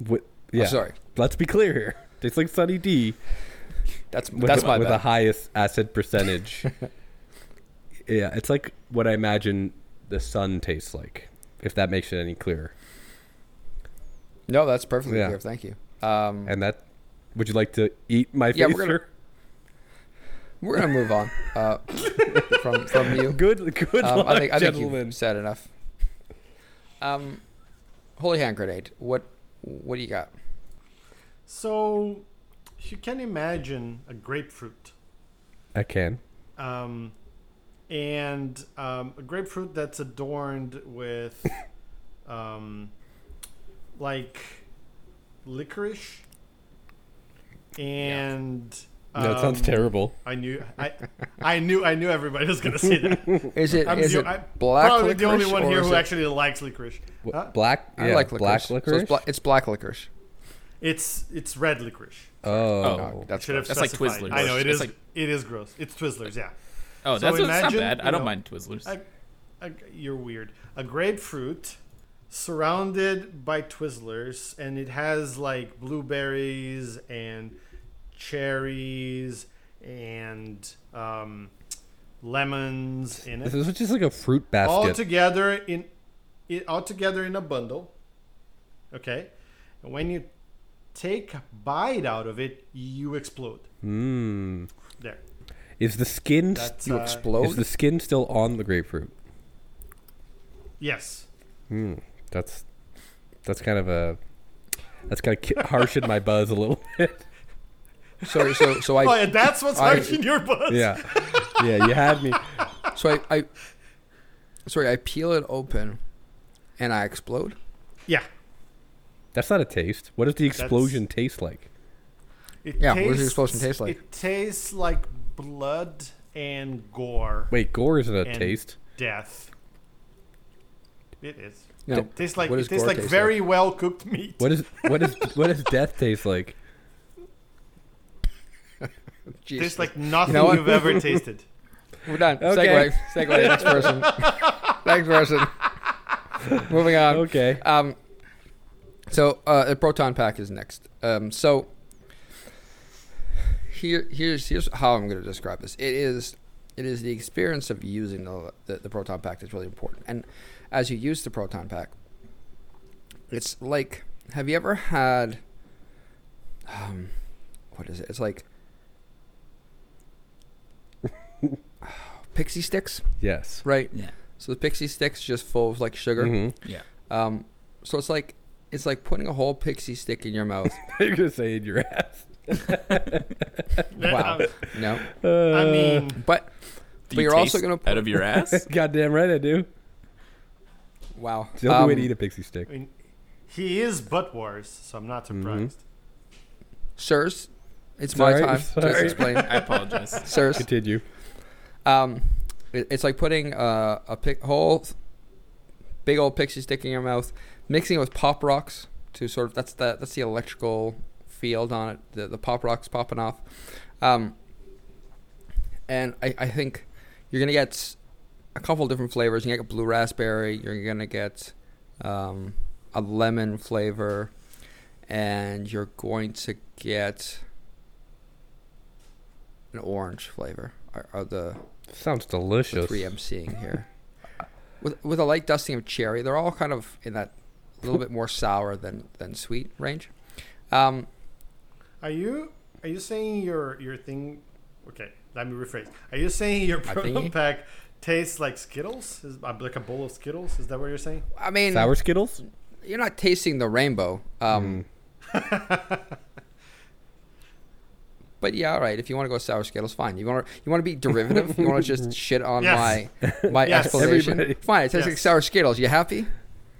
Speaker 4: Wi- yeah,
Speaker 5: sorry.
Speaker 4: Let's be clear here. Tastes like Sunny D.
Speaker 5: that's
Speaker 4: with
Speaker 5: that's
Speaker 4: the,
Speaker 5: my
Speaker 4: with the
Speaker 5: bad.
Speaker 4: highest acid percentage. yeah, it's like what I imagine the sun tastes like. If that makes it any clearer,
Speaker 5: no, that's perfectly
Speaker 4: Yeah.
Speaker 5: clear. Thank you. Um,
Speaker 4: and that would you like to eat my
Speaker 5: Yeah,
Speaker 4: face?
Speaker 5: we're gonna-
Speaker 4: sir?
Speaker 5: we're gonna move on uh, from from you.
Speaker 4: Good, good
Speaker 5: Um, I
Speaker 4: luck,
Speaker 5: think I think
Speaker 4: gentlemen.
Speaker 5: you've said enough. Um, holy hand grenade. What what do you got?
Speaker 6: So, if you can imagine a grapefruit.
Speaker 4: I can.
Speaker 6: um, and um, a grapefruit that's adorned with um, like licorice and
Speaker 4: No, it sounds
Speaker 6: um,
Speaker 4: terrible.
Speaker 6: I knew I, I knew I knew everybody was gonna say that.
Speaker 5: Is it
Speaker 6: I'm,
Speaker 5: is
Speaker 6: the,
Speaker 5: it
Speaker 6: I'm
Speaker 5: black
Speaker 6: probably the only
Speaker 5: licorice
Speaker 6: one
Speaker 5: or
Speaker 6: here
Speaker 5: is
Speaker 6: who
Speaker 5: it-
Speaker 6: actually likes licorice.
Speaker 4: Wh-
Speaker 6: Huh?
Speaker 4: black,
Speaker 5: I
Speaker 4: yeah,
Speaker 5: like licorice.
Speaker 4: black
Speaker 5: So
Speaker 4: licorice.
Speaker 5: it's, bla- it's black licorice.
Speaker 6: It's it's red licorice.
Speaker 4: oh,
Speaker 5: Oh, that's
Speaker 6: Should have
Speaker 7: That's like
Speaker 6: specified.
Speaker 7: Twizzlers.
Speaker 6: I know it
Speaker 7: That's
Speaker 6: is.
Speaker 7: like-
Speaker 6: it is gross. It's Twizzlers. Yeah.
Speaker 7: Oh,
Speaker 6: So
Speaker 7: that's that's not
Speaker 6: imagine,
Speaker 7: bad. I
Speaker 6: you
Speaker 7: don't
Speaker 6: know,
Speaker 7: mind Twizzlers.
Speaker 6: a, a, you're weird. A grapefruit surrounded by Twizzlers, and it has like blueberries and cherries and um, lemons in
Speaker 4: this
Speaker 6: it,
Speaker 4: is just like a fruit
Speaker 6: all
Speaker 4: basket.
Speaker 6: together in it all together in a bundle. Okay, and when you take a bite out of it, you explode.
Speaker 4: Mm.
Speaker 6: There,
Speaker 4: Is the skin? s-
Speaker 6: that's
Speaker 5: You
Speaker 6: uh,
Speaker 4: Is
Speaker 5: explode.
Speaker 4: the skin still on the grapefruit?
Speaker 6: yes.
Speaker 4: Hmm. That's that's kind of a that's kind of ki- harshened my buzz a little bit.
Speaker 5: so so so
Speaker 6: Oh,
Speaker 5: I
Speaker 6: yeah, that's what's
Speaker 5: I-
Speaker 6: hurting your butt.
Speaker 4: Yeah, yeah, you had me.
Speaker 5: so I, I sorry I peel it open, and I explode.
Speaker 6: yeah.
Speaker 4: That's not a taste. What does the explosion taste like?
Speaker 6: It
Speaker 5: Yeah, what does the explosion taste like?
Speaker 6: It tastes like blood and gore,
Speaker 4: Wait, gore isn't a
Speaker 6: And-
Speaker 4: taste.
Speaker 6: death. It is.
Speaker 5: No,
Speaker 6: it tastes like
Speaker 5: what
Speaker 6: it
Speaker 5: does
Speaker 6: tastes
Speaker 5: gore
Speaker 6: like
Speaker 5: taste
Speaker 6: very well cooked meat.
Speaker 4: What is what is what does death taste like?
Speaker 6: It
Speaker 5: Jeez.
Speaker 6: tastes like nothing you
Speaker 5: what?
Speaker 6: have ever tasted.
Speaker 5: We're done.
Speaker 4: Okay.
Speaker 5: Segue. Segue. Next person. Next person. Moving on.
Speaker 4: Okay.
Speaker 5: Um, so uh, a proton pack is next. Um, so here, here's here's how I'm going to describe this. It is it is the experience of using the, the the proton pack that's really important. And as you use the proton pack, it's like have you ever had um, what is it? It's like pixie sticks,
Speaker 4: Yes.
Speaker 5: right?
Speaker 7: Yeah.
Speaker 5: So the pixie sticks just full of like sugar.
Speaker 4: Mhm.
Speaker 7: Yeah.
Speaker 5: Um, so it's like it's like putting a whole pixie stick in your mouth.
Speaker 4: You're gonna say in your ass.
Speaker 5: Wow. No.
Speaker 8: Uh,
Speaker 7: Uh,
Speaker 6: I mean,
Speaker 5: But But
Speaker 7: Do you
Speaker 5: you're also
Speaker 7: taste
Speaker 5: gonna
Speaker 7: out of your ass.
Speaker 8: Goddamn right I do.
Speaker 5: wow.
Speaker 8: It's the only way
Speaker 5: Um,
Speaker 8: to eat a pixie stick.
Speaker 6: I mean, he is butt wars, so I'm
Speaker 7: Mm-hmm.
Speaker 6: not surprised.
Speaker 5: Sirs, it's,
Speaker 8: It's
Speaker 5: my
Speaker 8: alright,
Speaker 5: time
Speaker 8: sorry.
Speaker 5: to explain.
Speaker 7: I apologize.
Speaker 5: Sirs,
Speaker 8: Continue.
Speaker 5: um, it- it's like putting uh, a pic- whole big old pixie stick in your mouth, mixing it with pop rocks to sort of that's the that's the electrical field on it, the, the pop rocks popping off, um, and I, I think you're gonna get s- a couple different flavors. You're gonna get blue raspberry. You're gonna get um, a lemon flavor, and you're going to get an orange flavor. Are, are the
Speaker 8: Sounds delicious.
Speaker 5: three I'm seeing here. With with a light dusting of cherry, they're all kind of in that little bit more sour than than sweet range. Um,
Speaker 6: Are you are you saying your your thing? Okay, let me rephrase. Are you saying your
Speaker 5: My
Speaker 6: proton
Speaker 5: thingy?
Speaker 6: pack tastes like Skittles? Is uh, like a bowl of Skittles? Is that what you're saying?
Speaker 5: I mean,
Speaker 8: Sour Skittles?
Speaker 5: you're not tasting the rainbow. Um,
Speaker 8: Hmm.
Speaker 5: but yeah, all right. If you want to go sour skittles, fine. You want to you want to be derivative. you want to just shit on
Speaker 6: Yes.
Speaker 5: my my
Speaker 6: Yes.
Speaker 5: explanation.
Speaker 8: Everybody.
Speaker 5: Fine. It tastes like
Speaker 6: Yes.
Speaker 5: sour skittles. You happy?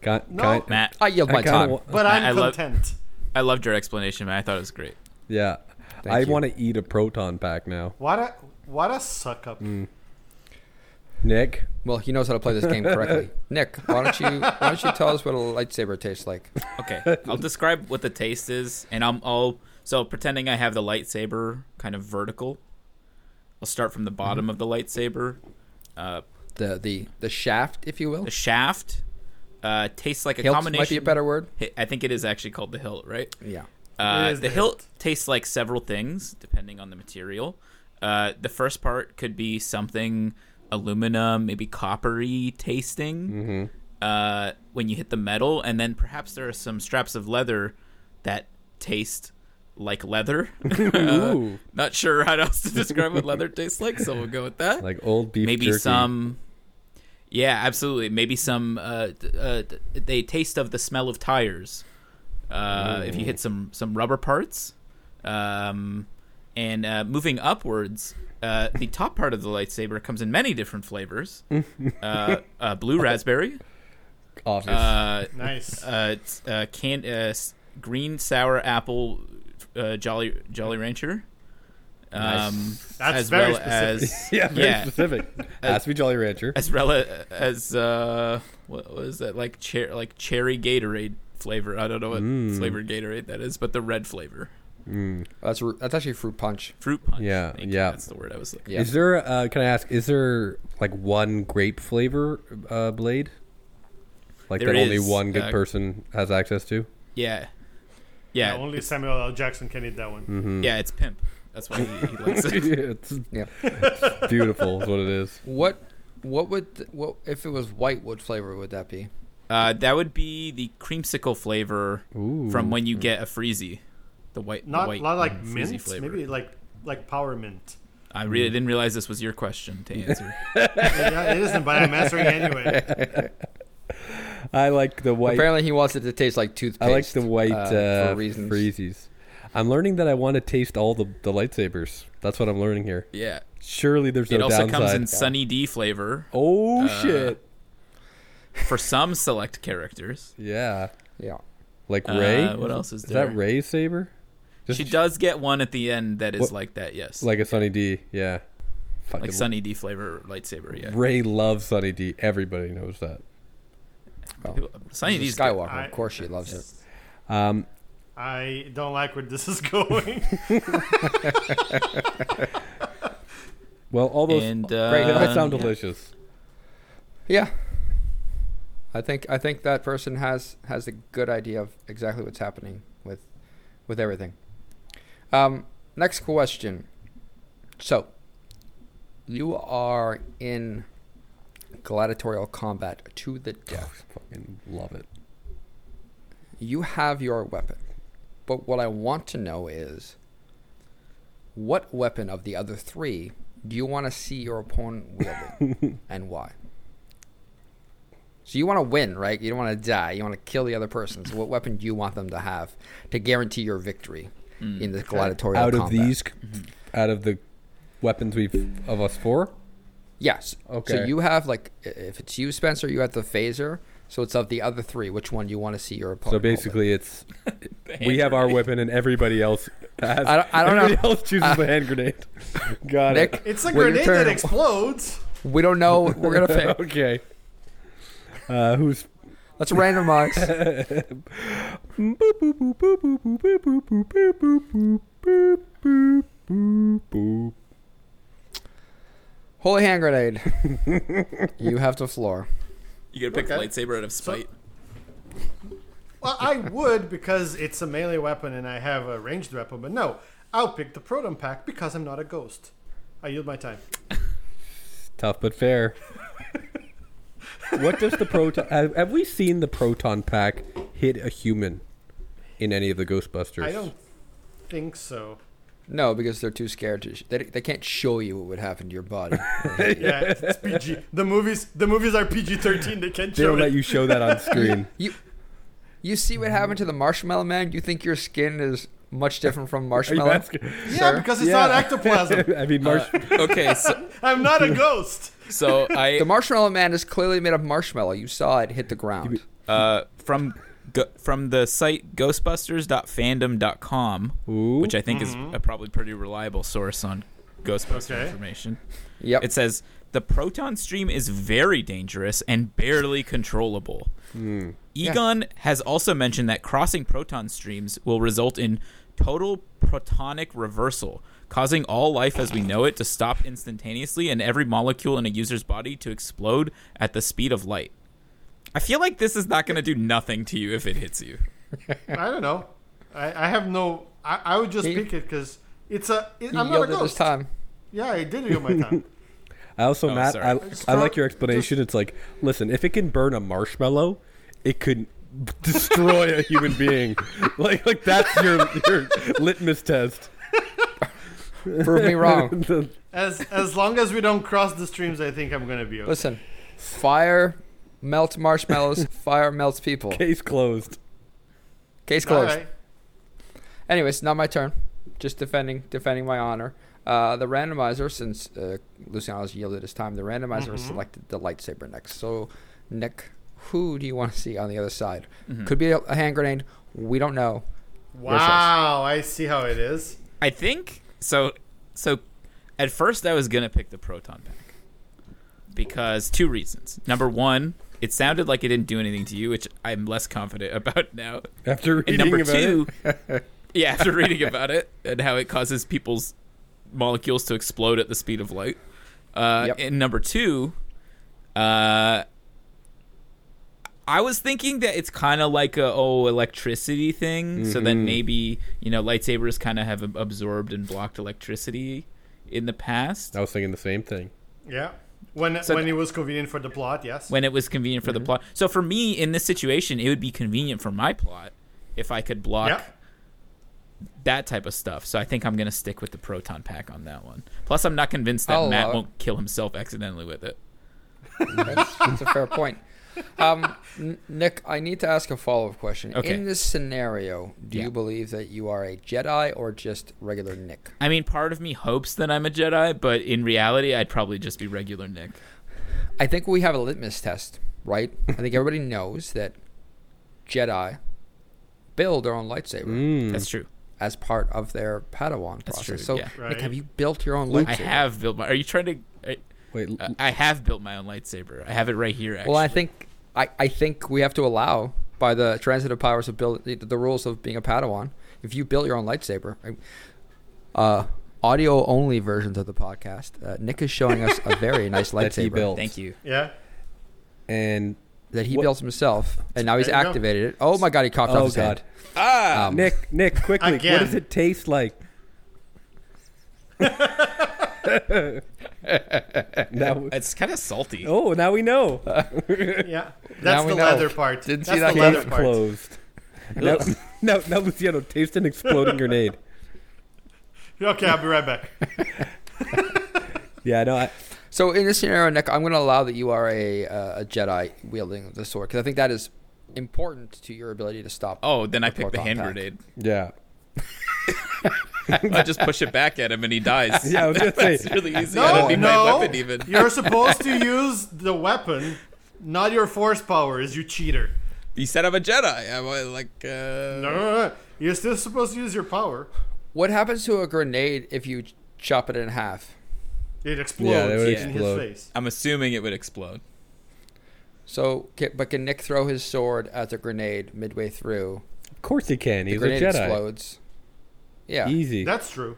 Speaker 8: Got,
Speaker 6: No.
Speaker 7: Matt,
Speaker 5: I yield
Speaker 8: I
Speaker 5: my
Speaker 8: kinda
Speaker 5: time.
Speaker 8: wa-
Speaker 6: But
Speaker 7: I-
Speaker 6: I'm
Speaker 7: I love-
Speaker 6: content.
Speaker 7: I loved your explanation, man. I thought it was great.
Speaker 8: yeah.
Speaker 5: Thank
Speaker 8: I
Speaker 5: you.
Speaker 8: want to eat a proton pack now.
Speaker 6: What a what a suck up.
Speaker 7: Mm.
Speaker 8: Nick?
Speaker 5: well, he knows how to play this game correctly. Nick, why don't you why don't you tell us what a lightsaber tastes like?
Speaker 7: Okay, I'll describe what the taste is, and I'm I'll so pretending I have the lightsaber kind of vertical. I'll start
Speaker 5: Mm-hmm.
Speaker 7: from the bottom of the lightsaber. Uh,
Speaker 5: The the the shaft, if you will.
Speaker 7: the shaft uh, tastes like a
Speaker 5: Hilt
Speaker 7: combination.
Speaker 5: might be a better word.
Speaker 7: I think it is actually called the hilt, right?
Speaker 5: Yeah.
Speaker 7: Uh,
Speaker 6: It
Speaker 7: the,
Speaker 6: is the
Speaker 7: hilt, tastes like several things depending on the material. Uh, the first part could be something aluminum, maybe coppery tasting
Speaker 6: Mm-hmm.
Speaker 7: uh, when you hit the metal, and then perhaps there are some straps of leather that taste like leather. Uh, not sure how else to describe what leather tastes like, so we'll go with that.
Speaker 8: Like old beef
Speaker 7: maybe
Speaker 8: jerky.
Speaker 7: some. Yeah, absolutely. Maybe some. Uh, d- uh, d- they taste of the smell of tires. Uh, if you hit some some rubber parts, um, and uh, moving upwards, uh, the top part of the lightsaber comes in many different flavors. uh, uh, blue raspberry,
Speaker 8: Obvious.
Speaker 7: uh,
Speaker 6: Nice.
Speaker 7: uh, t- uh, can, uh, s- green sour apple uh, Jolly Jolly Rancher. Um,
Speaker 6: That's
Speaker 7: as
Speaker 6: very
Speaker 7: well
Speaker 6: specific.
Speaker 7: as
Speaker 8: yeah, very
Speaker 7: yeah.
Speaker 8: specific. Ask me Jolly Rancher.
Speaker 7: as rela- as uh what was that like cher- like cherry Gatorade flavor. I don't know what
Speaker 8: Mm.
Speaker 7: flavored Gatorade that is, but the red flavor.
Speaker 5: That's ru- that's actually fruit punch.
Speaker 7: Fruit punch.
Speaker 8: Yeah,
Speaker 7: Thank you.
Speaker 8: yeah.
Speaker 7: That's the word I was looking
Speaker 5: Yeah.
Speaker 8: Is there? Uh, can I ask? Is there like one grape flavor uh, blade? Like
Speaker 7: There
Speaker 8: that only
Speaker 7: is,
Speaker 8: one good
Speaker 7: uh,
Speaker 8: person has access to.
Speaker 6: Yeah,
Speaker 7: Yeah. Yeah. Mm-hmm.
Speaker 6: only Samuel L. Jackson can eat that one.
Speaker 7: yeah, it's pimp. That's why he, he likes it.
Speaker 8: it's
Speaker 5: Yeah.
Speaker 8: beautiful, is what it is.
Speaker 5: What what would th- what if it was white? What flavor would that be?
Speaker 7: Uh, that would be the creamsicle flavor from when you get a freezy. The white, the
Speaker 6: Not
Speaker 7: white
Speaker 6: not like
Speaker 7: Freezy
Speaker 6: mint.
Speaker 7: flavor.
Speaker 6: Maybe like like power mint.
Speaker 7: I really didn't realize this was your question to answer.
Speaker 6: yeah, it isn't, but I'm answering anyway.
Speaker 8: I like the white.
Speaker 5: Apparently, he wants it to taste like toothpaste.
Speaker 8: I like the white
Speaker 5: uh,
Speaker 8: uh,
Speaker 5: for reasons.
Speaker 8: freezies. I'm learning that I want to taste all the, the lightsabers. That's what I'm learning here.
Speaker 7: Yeah.
Speaker 8: Surely there's
Speaker 7: It
Speaker 8: no
Speaker 7: also
Speaker 8: downside.
Speaker 7: comes in uh, Sunny D flavor
Speaker 8: oh shit!
Speaker 7: for some select characters.
Speaker 8: Yeah,
Speaker 5: Yeah.
Speaker 8: like Ray.
Speaker 7: Uh, what else is
Speaker 8: Is
Speaker 7: there?
Speaker 8: that Ray's saber? Just
Speaker 7: She does get one at the end that is
Speaker 8: What-
Speaker 7: like that, yes. Like,
Speaker 8: like a Sunny D. Yeah, Fucking
Speaker 7: Sunny D flavor lightsaber, yeah.
Speaker 8: Ray loves Sunny D. Everybody knows that.
Speaker 7: People- Sunny
Speaker 5: She's
Speaker 7: D's
Speaker 5: a Skywalker.
Speaker 6: I-
Speaker 5: of course, she loves it.
Speaker 8: Um,
Speaker 6: I don't like where this is going.
Speaker 8: well, all
Speaker 7: good.
Speaker 8: those
Speaker 7: And uh,
Speaker 5: Great,
Speaker 8: they all sound
Speaker 7: yeah.
Speaker 8: delicious.
Speaker 5: Yeah. I think I think that person has has a good idea of exactly what's happening with with everything. Um, next question. So, you are in gladiatorial combat to the death.
Speaker 8: Fucking love it.
Speaker 5: you have your weapon. But what I want to know is what weapon of the other three do you want to see your opponent wielding and why? So you want to win, right? You don't want to die. You want to kill the other person. So what weapon do you want them to have to guarantee your victory? in the gladiatorial
Speaker 4: out of
Speaker 5: combat.
Speaker 4: these,
Speaker 7: Mm-hmm.
Speaker 4: out of the weapons we've of us four.
Speaker 5: Yes. So
Speaker 4: Okay.
Speaker 5: you have like, i- if it's you, Spencer, you have the phaser. So it's of the other three. Which one you want to see your
Speaker 4: So
Speaker 5: opponent? hold it.
Speaker 4: basically, it's we have our weapon and everybody else. Has,
Speaker 5: I don't- I don't know.
Speaker 4: everybody else chooses the hand grenade. Got it.
Speaker 5: Nick,
Speaker 6: It's a
Speaker 5: well, your
Speaker 6: grenade
Speaker 5: turn.
Speaker 6: that explodes.
Speaker 5: We don't know. what We're gonna pick.
Speaker 4: Okay. Uh, who's
Speaker 5: Let's randomize.
Speaker 4: boop boop boop boop boop boop boop boop boop boop boop boop boop boop boop.
Speaker 5: Holy hand grenade. you have the floor.
Speaker 7: You gotta pick
Speaker 6: Okay.
Speaker 7: the lightsaber out of spite.
Speaker 6: Well, I would because it's a melee weapon and I have a ranged weapon, but no, I'll pick the proton pack because I'm not a ghost. I yield my time.
Speaker 4: Tough but fair. what does the proton? Have, have we seen the proton pack hit a human in any of the Ghostbusters?
Speaker 6: I don't think so.
Speaker 5: No, because they're too scared to. Sh- they, they can't show you what would happen to your body.
Speaker 6: Yeah, it's PG. The movies, the movies are PG thirteen. They can't
Speaker 4: They
Speaker 6: show
Speaker 4: don't
Speaker 6: it.
Speaker 4: let you show that on screen.
Speaker 5: you, you see what happened to the marshmallow man. You think your skin is much different from marshmallow?
Speaker 4: asking-
Speaker 6: yeah,
Speaker 5: sir?
Speaker 6: because it's
Speaker 4: Yeah.
Speaker 6: not ectoplasm.
Speaker 4: I mean,
Speaker 6: Uh,
Speaker 4: Marsh.
Speaker 7: Okay, so,
Speaker 6: I'm not a ghost.
Speaker 7: so I
Speaker 5: The marshmallow man is clearly made of marshmallow. You saw it hit the ground.
Speaker 7: uh, from go, from the site ghostbusters.fandom.com,
Speaker 4: Ooh.
Speaker 7: which I think is a probably pretty reliable source on Ghostbuster
Speaker 6: Okay.
Speaker 7: information.
Speaker 5: Yep.
Speaker 7: It says the proton stream is very dangerous and barely controllable. Egon has also mentioned that crossing proton streams will result in total protonic reversal, causing all life as we know it to stop instantaneously and every molecule in a user's body to explode at the speed of light. I feel like this is not going to do nothing to you if it hits you.
Speaker 6: I don't know. I, I have no. I, I would just
Speaker 5: He-
Speaker 6: pick it because it's a. It,
Speaker 5: you
Speaker 6: I'm not a
Speaker 5: yelled it this
Speaker 6: ghost.
Speaker 5: time.
Speaker 6: Yeah, I did yield my time.
Speaker 4: I also,
Speaker 7: Oh,
Speaker 4: Matt,
Speaker 7: sorry.
Speaker 4: I, I
Speaker 6: throw-
Speaker 4: like your explanation. It's like, listen, if it can burn a marshmallow, it could destroy a human being. Like, like that's your, your litmus test.
Speaker 5: Prove me wrong.
Speaker 6: As as long as we don't cross the streams, I think I'm gonna be okay.
Speaker 5: Listen, fire melts marshmallows. fire melts people.
Speaker 4: Case closed.
Speaker 5: Case
Speaker 6: All
Speaker 5: closed.
Speaker 6: right.
Speaker 5: Anyways, not my turn. Just defending, defending my honor. Uh, the randomizer, since uh, Luciano's yielded his time, the randomizer
Speaker 6: Mm-hmm.
Speaker 5: has selected the lightsaber next. So, Nick, who do you want to see on the other side? Could be a, a hand grenade. We don't know.
Speaker 6: Wow, I see how it is.
Speaker 7: I think so. So at first, I was gonna pick the proton pack because two reasons. Number one, it sounded like it didn't do anything to you, which I'm less confident about now.
Speaker 4: After
Speaker 7: And
Speaker 4: reading
Speaker 7: number
Speaker 4: about
Speaker 7: two, yeah, after reading about it and how it causes people's molecules to explode at the speed of light. Uh,
Speaker 5: Yep.
Speaker 7: And number two, uh, I was thinking that it's kind of like a oh electricity thing. So
Speaker 4: Mm-hmm.
Speaker 7: then maybe you know lightsabers kind of have ab- absorbed and blocked electricity in the past
Speaker 4: it, I was thinking the same thing.
Speaker 6: Yeah. When
Speaker 7: So-
Speaker 6: when it was convenient for the plot, yes.
Speaker 7: when it was convenient for
Speaker 4: Mm-hmm.
Speaker 7: the plot. So for me in this situation, it would be convenient for my plot if I could block.
Speaker 6: yeah.
Speaker 7: that type of stuff. So I think I'm gonna stick with the proton pack on that one. Plus, I'm not convinced that
Speaker 5: I'll allow
Speaker 7: Matt
Speaker 5: it.
Speaker 7: won't kill himself accidentally with it.
Speaker 5: That's, that's a fair point. Um, N- Nick, I need to ask a follow up question.
Speaker 7: Okay.
Speaker 5: In this scenario, do
Speaker 7: Yeah.
Speaker 5: you believe that you are a Jedi or just regular Nick?
Speaker 7: I mean, part of me hopes that I'm a Jedi, but in reality, I'd probably just be regular Nick.
Speaker 5: I think we have a litmus test, right? I think everybody knows that Jedi build their own lightsaber
Speaker 4: Hmm.
Speaker 7: That's true.
Speaker 5: as part of their Padawan
Speaker 7: Mm. That's
Speaker 5: process.
Speaker 7: true,
Speaker 5: so,
Speaker 7: yeah.
Speaker 5: Nick,
Speaker 6: Right.
Speaker 5: have you built your own lightsaber?
Speaker 7: I have built my. Are you trying to? I,
Speaker 4: Wait, l-
Speaker 7: I have built my own lightsaber. I have it right here. Actually.
Speaker 5: Well, I think I, I think we have to allow by the transitive powers of build the, the rules of being a Padawan. If you built your own lightsaber, I- uh, audio only versions of the podcast, uh, Nick is showing us a very nice lightsaber
Speaker 4: That he built.
Speaker 7: Thank you.
Speaker 6: Yeah.
Speaker 4: And
Speaker 5: that he
Speaker 4: What-
Speaker 5: built himself, and now he's
Speaker 6: There you go.
Speaker 5: activated it. Oh my god, he coughed off
Speaker 4: oh
Speaker 5: his
Speaker 4: god,
Speaker 5: head.
Speaker 4: ah,
Speaker 5: Um,
Speaker 4: Nick, Nick, quickly,
Speaker 6: Again.
Speaker 4: what does it taste like? now,
Speaker 7: It's kind of salty.
Speaker 4: oh, now we know.
Speaker 6: Yeah.
Speaker 5: Now
Speaker 6: That's
Speaker 5: we
Speaker 6: the
Speaker 5: know.
Speaker 6: leather part.
Speaker 5: Didn't
Speaker 6: That's
Speaker 5: see
Speaker 6: the
Speaker 5: that
Speaker 6: leather
Speaker 4: Case
Speaker 6: part.
Speaker 4: closed. now, now, now, Luciano, taste an exploding grenade.
Speaker 6: Okay, I'll be right back.
Speaker 4: Yeah, no, I,
Speaker 5: So in this scenario, Nick, I'm going to allow that you are a uh, a Jedi wielding the sword because I think that is important to your ability to stop.
Speaker 7: Oh, then I
Speaker 5: The
Speaker 7: picked the
Speaker 5: proton
Speaker 7: hand
Speaker 5: pack.
Speaker 7: grenade.
Speaker 4: yeah.
Speaker 7: I just push it back at him and he dies.
Speaker 4: Yeah, I was gonna say.
Speaker 7: It's really easy. I don't need my weapon even.
Speaker 6: You're supposed to use the weapon, not your force powers, you cheater.
Speaker 7: You said I'm a Jedi. I'm uh, like,
Speaker 6: No,
Speaker 7: uh,
Speaker 6: no, no. You're still supposed to use your power.
Speaker 5: What happens to a grenade if you chop it in half?
Speaker 6: It explodes
Speaker 4: would
Speaker 6: in
Speaker 4: explode.
Speaker 6: his face.
Speaker 7: I'm assuming it would explode.
Speaker 5: So, ca- but can Nick throw his sword at the grenade midway through?
Speaker 4: Of course he can.
Speaker 5: The
Speaker 4: He's a
Speaker 5: grenade
Speaker 4: Jedi.
Speaker 5: explodes. Yeah.
Speaker 4: Easy.
Speaker 6: That's true.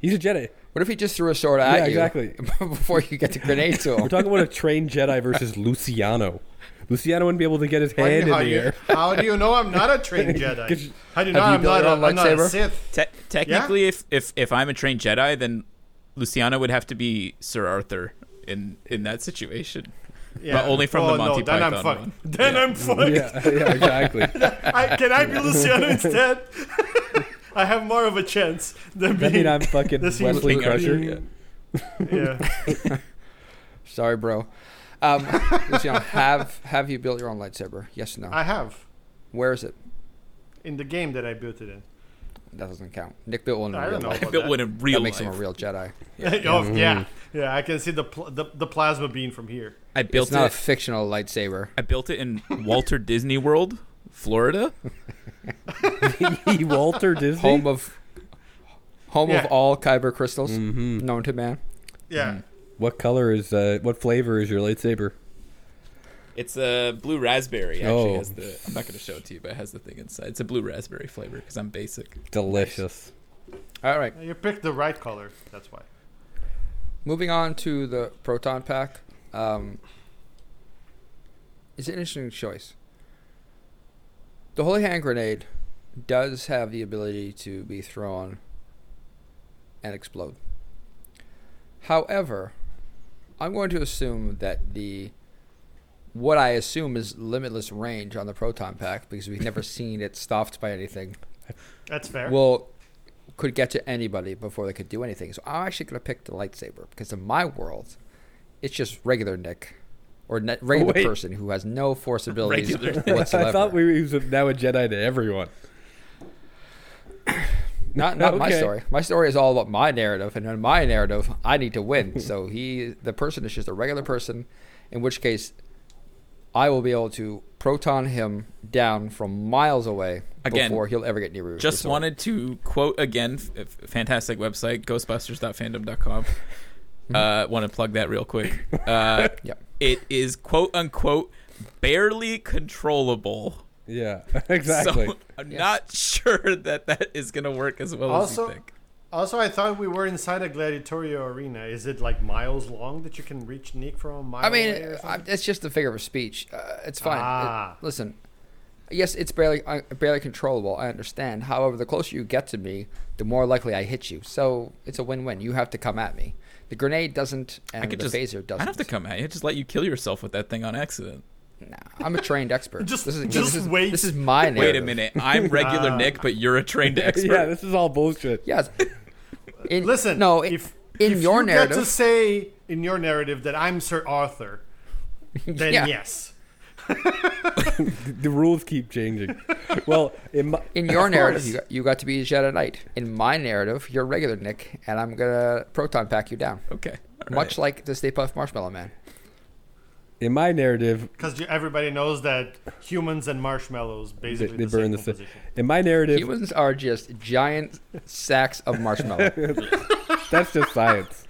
Speaker 4: He's a Jedi.
Speaker 5: What if he just threw a sword at
Speaker 4: Yeah,
Speaker 5: you
Speaker 4: exactly.
Speaker 5: before you get the grenade to
Speaker 4: We're
Speaker 5: him?
Speaker 4: talking about a trained Jedi versus Luciano. Luciano wouldn't be able to get his
Speaker 6: How do you-
Speaker 4: hand in
Speaker 6: how,
Speaker 4: the
Speaker 6: do you,
Speaker 4: air.
Speaker 6: how do you know I'm not a trained Jedi? How do you know
Speaker 5: Have you built
Speaker 6: I'm not,
Speaker 5: your
Speaker 6: a,
Speaker 5: own
Speaker 6: I'm not a
Speaker 5: lightsaber?
Speaker 6: Sith?
Speaker 7: Te- technically, if, if if I'm a trained Jedi, then Luciano would have to be Sir Arthur in in that situation.
Speaker 6: Yeah.
Speaker 7: But only from
Speaker 6: oh,
Speaker 7: the Monty
Speaker 6: no, then
Speaker 7: Python
Speaker 6: I'm fucked.
Speaker 7: one.
Speaker 6: Then I'm fucked.
Speaker 4: Yeah, yeah, exactly.
Speaker 6: I, can I be Luciano instead? I have more of a chance than
Speaker 4: I
Speaker 6: being.
Speaker 4: mean, I'm fucking
Speaker 6: This seems
Speaker 4: Wesley
Speaker 7: King Arthur,
Speaker 4: Crusher.
Speaker 7: yeah.
Speaker 6: yeah.
Speaker 5: Sorry, bro. Um, Luciano, have have you built your own lightsaber? Yes or no?
Speaker 6: I have
Speaker 5: Where is it?
Speaker 6: in the game that I built it in.
Speaker 5: That doesn't count. Nick built one in
Speaker 6: I
Speaker 5: real
Speaker 6: don't know.
Speaker 5: life.
Speaker 6: About
Speaker 7: Built
Speaker 6: that.
Speaker 7: one in real
Speaker 5: That makes him a
Speaker 7: life.
Speaker 5: real Jedi.
Speaker 6: oh, yeah, yeah. I can see the, pl- the the plasma beam from here.
Speaker 7: I
Speaker 5: It's
Speaker 7: built
Speaker 5: not a
Speaker 7: it.
Speaker 5: fictional lightsaber.
Speaker 7: I built it in Walter Disney World, Florida.
Speaker 4: he Walter Disney.
Speaker 5: Home of home
Speaker 6: Yeah.
Speaker 5: of all kyber crystals
Speaker 4: Mm-hmm.
Speaker 5: known to man.
Speaker 6: Yeah,
Speaker 4: What color is? Uh, what flavor is your lightsaber?
Speaker 7: It's a blue raspberry. Actually,
Speaker 4: Oh.
Speaker 7: has the. I'm not going to show it to you, but it has the thing inside. It's a blue raspberry flavor because I'm basic.
Speaker 4: Delicious.
Speaker 5: All right.
Speaker 6: you picked the right color. That's why.
Speaker 5: Moving on to the proton pack. Um, it's an interesting choice. The holy hand grenade does have the ability to be thrown and explode. However, I'm going to assume that the what I assume is limitless range on the proton pack because we've never seen it stopped by anything
Speaker 6: That's fair.
Speaker 5: well could get to anybody before they could do anything. So I'm actually going to pick the lightsaber because in my world, it's just regular Nick or ne- regular
Speaker 4: wait.
Speaker 5: person who has no force abilities
Speaker 7: Regular Nick.
Speaker 5: whatsoever.
Speaker 4: I thought we were, he was now a Jedi to everyone.
Speaker 5: not not my
Speaker 4: Okay.
Speaker 5: story. My story is all about my narrative, and in my narrative, I need to win. so he, the person, is just a regular person, in which case, I will be able to proton him down from miles away
Speaker 7: Again,
Speaker 5: before he'll ever get near. the
Speaker 7: Just
Speaker 5: sword.
Speaker 7: wanted to quote again, f- f- fantastic website, ghostbusters.fandom.com. Uh, want to plug that real quick. Uh,
Speaker 5: Mm-hmm. Yep.
Speaker 7: It is quote unquote barely controllable.
Speaker 4: Yeah, exactly.
Speaker 7: So I'm not sure that that is going to work as well as
Speaker 6: Also-
Speaker 7: you think.
Speaker 6: also, I thought we were inside a gladiatorial arena. Is it like miles long that you can reach Nick from a mile?
Speaker 5: I
Speaker 6: away or
Speaker 5: mean,
Speaker 6: something?
Speaker 5: I, it's just a figure of speech. Uh, it's fine. It-
Speaker 6: Ah.
Speaker 5: listen, yes, it's barely uh, barely controllable. I understand. However, the closer you get to me, the more likely I hit you. So it's a win-win. You have to come at me. The grenade doesn't, and
Speaker 7: I could
Speaker 5: the
Speaker 7: just.
Speaker 5: phaser
Speaker 7: I
Speaker 5: doesn't.
Speaker 7: don't have to come at you. Just let you kill yourself with that thing on accident.
Speaker 5: Nah, I'm a trained expert.
Speaker 6: Just-
Speaker 5: this is,
Speaker 6: just
Speaker 5: this is,
Speaker 6: wait.
Speaker 5: This is my narrative.
Speaker 7: Wait a minute. I'm regular
Speaker 5: Uh,
Speaker 7: Nick, but you're a trained expert.
Speaker 4: yeah, this is all bullshit.
Speaker 5: Yes. In,
Speaker 6: Listen,
Speaker 5: No. In,
Speaker 6: if
Speaker 5: in
Speaker 6: if
Speaker 5: your
Speaker 6: you
Speaker 5: narrative,
Speaker 6: get to say in your narrative that I'm Sir Arthur, then
Speaker 5: Yeah.
Speaker 6: yes.
Speaker 4: The rules keep changing. well, in, my,
Speaker 5: in
Speaker 4: of
Speaker 5: your
Speaker 4: course.
Speaker 5: narrative, you got, you got to be Jedi Knight. In my narrative, you're regular Nick, and I'm gonna proton pack you down,
Speaker 7: Okay. all
Speaker 5: much
Speaker 7: right.
Speaker 5: like the Stay Puft Marshmallow Man.
Speaker 4: in my narrative,
Speaker 6: Because everybody knows that humans and marshmallows
Speaker 4: they,
Speaker 6: basically
Speaker 4: they
Speaker 6: the
Speaker 4: burn
Speaker 6: same
Speaker 4: the same.
Speaker 6: composition.
Speaker 4: In my narrative,
Speaker 5: Humans are just giant sacks of marshmallow.
Speaker 4: that's just science.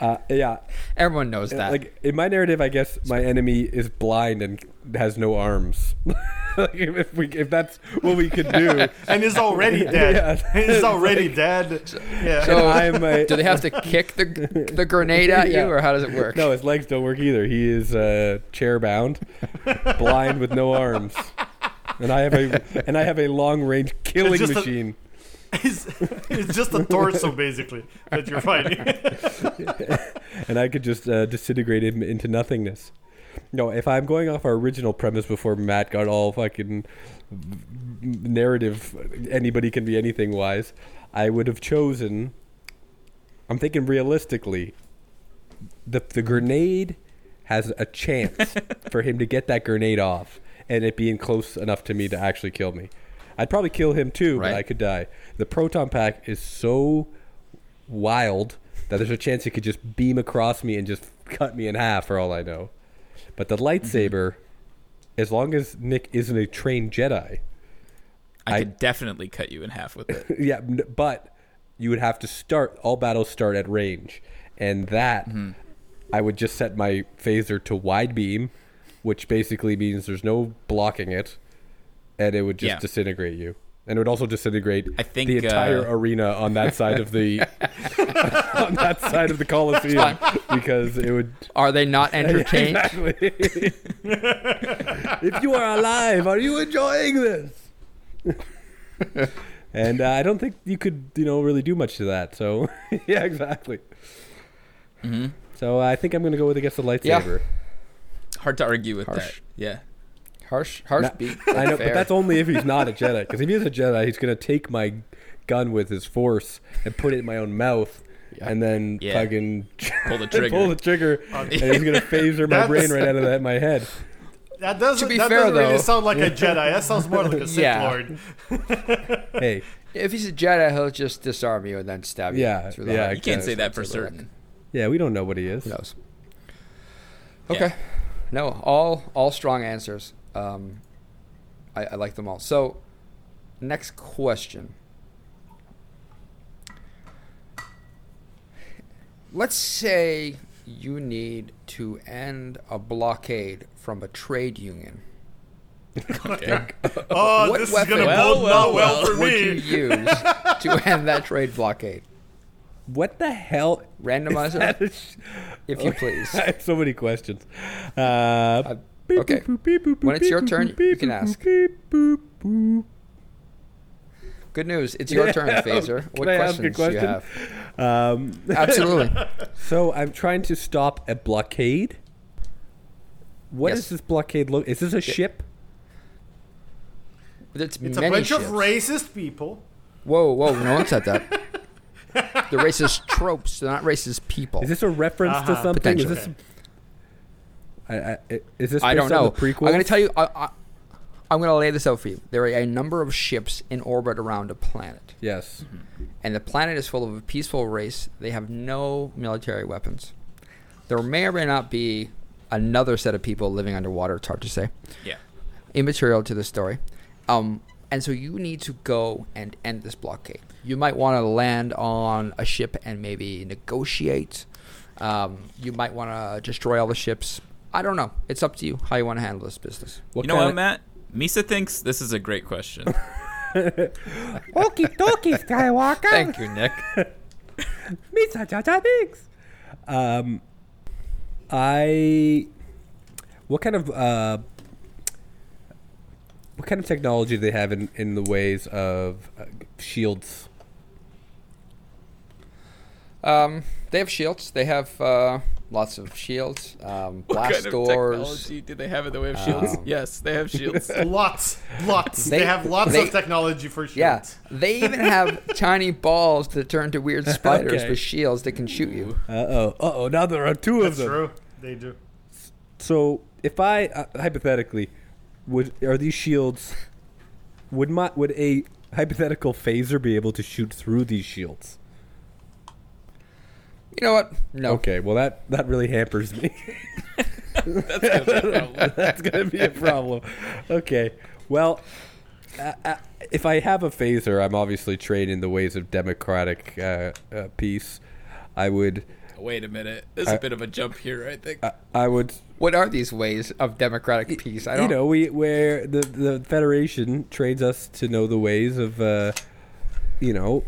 Speaker 4: Uh, yeah,
Speaker 5: Everyone knows that.
Speaker 4: like in my narrative, I guess my enemy is blind and has no arms. like if we, if that's what we could do,
Speaker 6: and is already dead.
Speaker 4: Yeah.
Speaker 6: He's already dead. Yeah.
Speaker 5: so
Speaker 4: I'm a,
Speaker 5: Oh. do they have to kick the the grenade at
Speaker 4: Yeah.
Speaker 5: you, or how does it work?
Speaker 4: No, his legs don't work either. He is uh, chair bound, blind with no arms, and I have a and I have a long range killing
Speaker 6: It's just a-
Speaker 4: machine.
Speaker 6: it's, it's just a torso basically that you're fighting.
Speaker 4: and I could just uh, disintegrate him into nothingness. No, if I'm going off our original premise before Matt got all fucking narrative, anybody can be anything wise, I would have chosen. I'm thinking realistically, the the grenade has a chance for him to get that grenade off, and it being close enough to me to actually kill me. I'd probably kill him too,
Speaker 5: Right.
Speaker 4: but I could die. The proton pack is so wild that there's a chance it could just beam across me and just cut me in half for all I know. But the lightsaber, as long as Nick isn't a trained Jedi,
Speaker 7: I,
Speaker 4: I-
Speaker 7: could definitely cut you in half with it.
Speaker 4: yeah, n- but you would have to start all battles start at range, and that
Speaker 7: Mm-hmm.
Speaker 4: I would just set my phaser to wide beam, which basically means there's no blocking it, and it would just
Speaker 7: Yeah.
Speaker 4: disintegrate you, and it would also disintegrate
Speaker 7: I think,
Speaker 4: the entire
Speaker 7: uh,
Speaker 4: arena on that side of the on that side of the Colosseum because it would
Speaker 5: Are they not entertained?
Speaker 4: exactly. if you are alive, are you enjoying this? and uh, I don't think you could, you know, really do much to that. So, yeah, exactly. So uh, I think I'm going to go with I guess the
Speaker 5: Yeah.
Speaker 4: lightsaber.
Speaker 7: Hard to argue with
Speaker 5: Harsh.
Speaker 7: that. Yeah.
Speaker 5: Harsh, harsh
Speaker 4: Nah,
Speaker 5: beat.
Speaker 4: I know,
Speaker 5: Fair.
Speaker 4: but that's only if he's not a Jedi. Because if he is a Jedi, he's going to take my gun with his force and put it in my own mouth. And then
Speaker 7: Yeah.
Speaker 4: fucking
Speaker 7: Pull the
Speaker 4: pull the
Speaker 7: trigger.
Speaker 4: trigger, and he's gonna phaser my
Speaker 6: That's-
Speaker 4: brain right out of that, my head.
Speaker 6: That doesn't,
Speaker 5: be
Speaker 6: that
Speaker 5: fair,
Speaker 6: doesn't
Speaker 5: though-
Speaker 6: really sound like a Jedi. That sounds more like a Sith
Speaker 5: Yeah.
Speaker 6: Lord.
Speaker 4: Hey,
Speaker 5: If he's a Jedi, he'll just disarm you and then stab you.
Speaker 4: Yeah,
Speaker 5: through the
Speaker 4: yeah,
Speaker 5: heart.
Speaker 4: You
Speaker 7: can't say that for
Speaker 5: Through the
Speaker 7: certain.
Speaker 5: neck.
Speaker 4: yeah, we don't know what he is.
Speaker 5: Who knows?
Speaker 7: Yeah.
Speaker 5: Okay. No, all all strong answers. Um, I, I like them all. So, next question. Let's say you need to end a blockade from a trade union.
Speaker 6: Oh,
Speaker 5: What
Speaker 6: Uh, this
Speaker 5: weapon-
Speaker 6: is gonna
Speaker 5: Well,
Speaker 6: bode
Speaker 7: oh,
Speaker 6: not well, for
Speaker 5: Would you
Speaker 6: me.
Speaker 5: use to end that trade blockade?
Speaker 4: What the hell?
Speaker 5: Randomizer,
Speaker 4: That is-
Speaker 5: if you please.
Speaker 4: I have so many questions. Uh,
Speaker 5: okay. When it's your turn, you can ask. Good news, it's your turn, Phaser. What
Speaker 4: Can I ask
Speaker 5: questions
Speaker 4: a
Speaker 5: do you
Speaker 4: question?
Speaker 5: have?
Speaker 4: Um,
Speaker 5: Absolutely.
Speaker 4: so I'm trying to stop a blockade. What
Speaker 5: Yes.
Speaker 4: does this blockade look? Is this a ship?
Speaker 5: It's,
Speaker 6: It's a
Speaker 5: many
Speaker 6: bunch
Speaker 5: ships.
Speaker 6: of racist people.
Speaker 5: Whoa, whoa, no one said that. the racist tropes, they're not racist people.
Speaker 4: Is this a reference to something? Is this?
Speaker 5: Uh-huh. Potentially.
Speaker 4: I, I, is this?
Speaker 5: I don't
Speaker 4: based on
Speaker 5: know.
Speaker 4: The prequel.
Speaker 5: I'm going to tell you, I, I, I'm going to lay this out for you. There are a number of ships in orbit around a planet,
Speaker 4: Yes.
Speaker 5: and the planet is full of a peaceful race. They have no military weapons. There may or may not be another set of people living underwater, it's hard to say.
Speaker 7: Yeah.
Speaker 5: immaterial to the story. Um, and so you need to go and end this blockade. You might want to land on a ship and maybe negotiate. Um, you might want to destroy all the ships. I don't know. It's up to you how you want to handle this business.
Speaker 4: What
Speaker 7: you know what,
Speaker 4: kinda-
Speaker 7: Matt? Misa thinks this is a great question.
Speaker 8: Okie dokie, Skywalker.
Speaker 5: Thank you, Nick.
Speaker 8: Me cha cha cha thanks.
Speaker 4: Um, I. What kind of uh, what kind of technology do they have in, in the ways of uh, shields?
Speaker 5: Um, they have shields. They have uh, lots of shields, um,
Speaker 7: What
Speaker 5: blast
Speaker 7: kind of
Speaker 5: doors.
Speaker 7: technology do they have in the way of shields?
Speaker 5: Um,
Speaker 7: yes, they have shields.
Speaker 6: Lots, lots. They,
Speaker 5: They-
Speaker 6: have lots
Speaker 5: they-
Speaker 6: of technology for shields.
Speaker 5: Yeah, they even have tiny balls that turn to weird spiders
Speaker 4: Okay.
Speaker 5: with shields that can shoot you.
Speaker 4: Uh oh, uh oh! Now there are two of
Speaker 6: that's
Speaker 4: them.
Speaker 6: true. They do.
Speaker 4: So if I uh, hypothetically would are these shields would my would a hypothetical phaser be able to shoot through these shields?
Speaker 5: You know what? No.
Speaker 4: Okay, well that that really hampers me. That's gonna be a problem. Okay, well, uh, uh, if I have a phaser, I'm obviously trained in the ways of democratic uh, uh, peace. I would,
Speaker 7: Wait a minute. There's
Speaker 5: Uh,
Speaker 4: I-
Speaker 7: a bit of a jump here, I think.
Speaker 4: I would.
Speaker 5: What are these ways of democratic peace? I don't
Speaker 4: You know, we where the the federation trains us to know the ways of, uh, you know,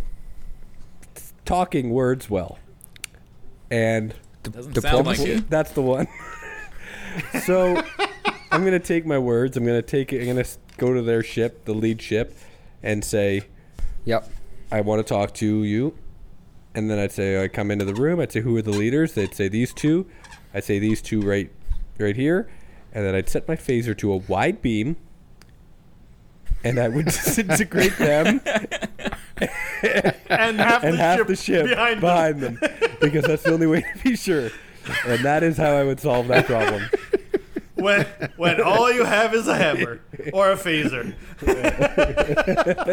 Speaker 4: talking words well, and
Speaker 7: Doesn't sound like it.
Speaker 4: That's the one. so I'm gonna take my words. I'm gonna take. I'm gonna s- go to their ship, the lead ship, and say,
Speaker 5: Yep.
Speaker 4: "I want to talk to you." And then I'd say, I come into the room. I'd say, "Who are the leaders?" They'd say, "These two. I'd say, "These two right, right here." And then I'd set my phaser to a wide beam, and I would disintegrate them
Speaker 6: And half,
Speaker 4: and
Speaker 6: the,
Speaker 4: half
Speaker 6: ship
Speaker 4: the ship
Speaker 6: behind,
Speaker 4: behind,
Speaker 6: behind.
Speaker 4: them. because that's the only way to be sure. And that is how I would solve that problem.
Speaker 6: When, when all you have is a hammer. or a phaser.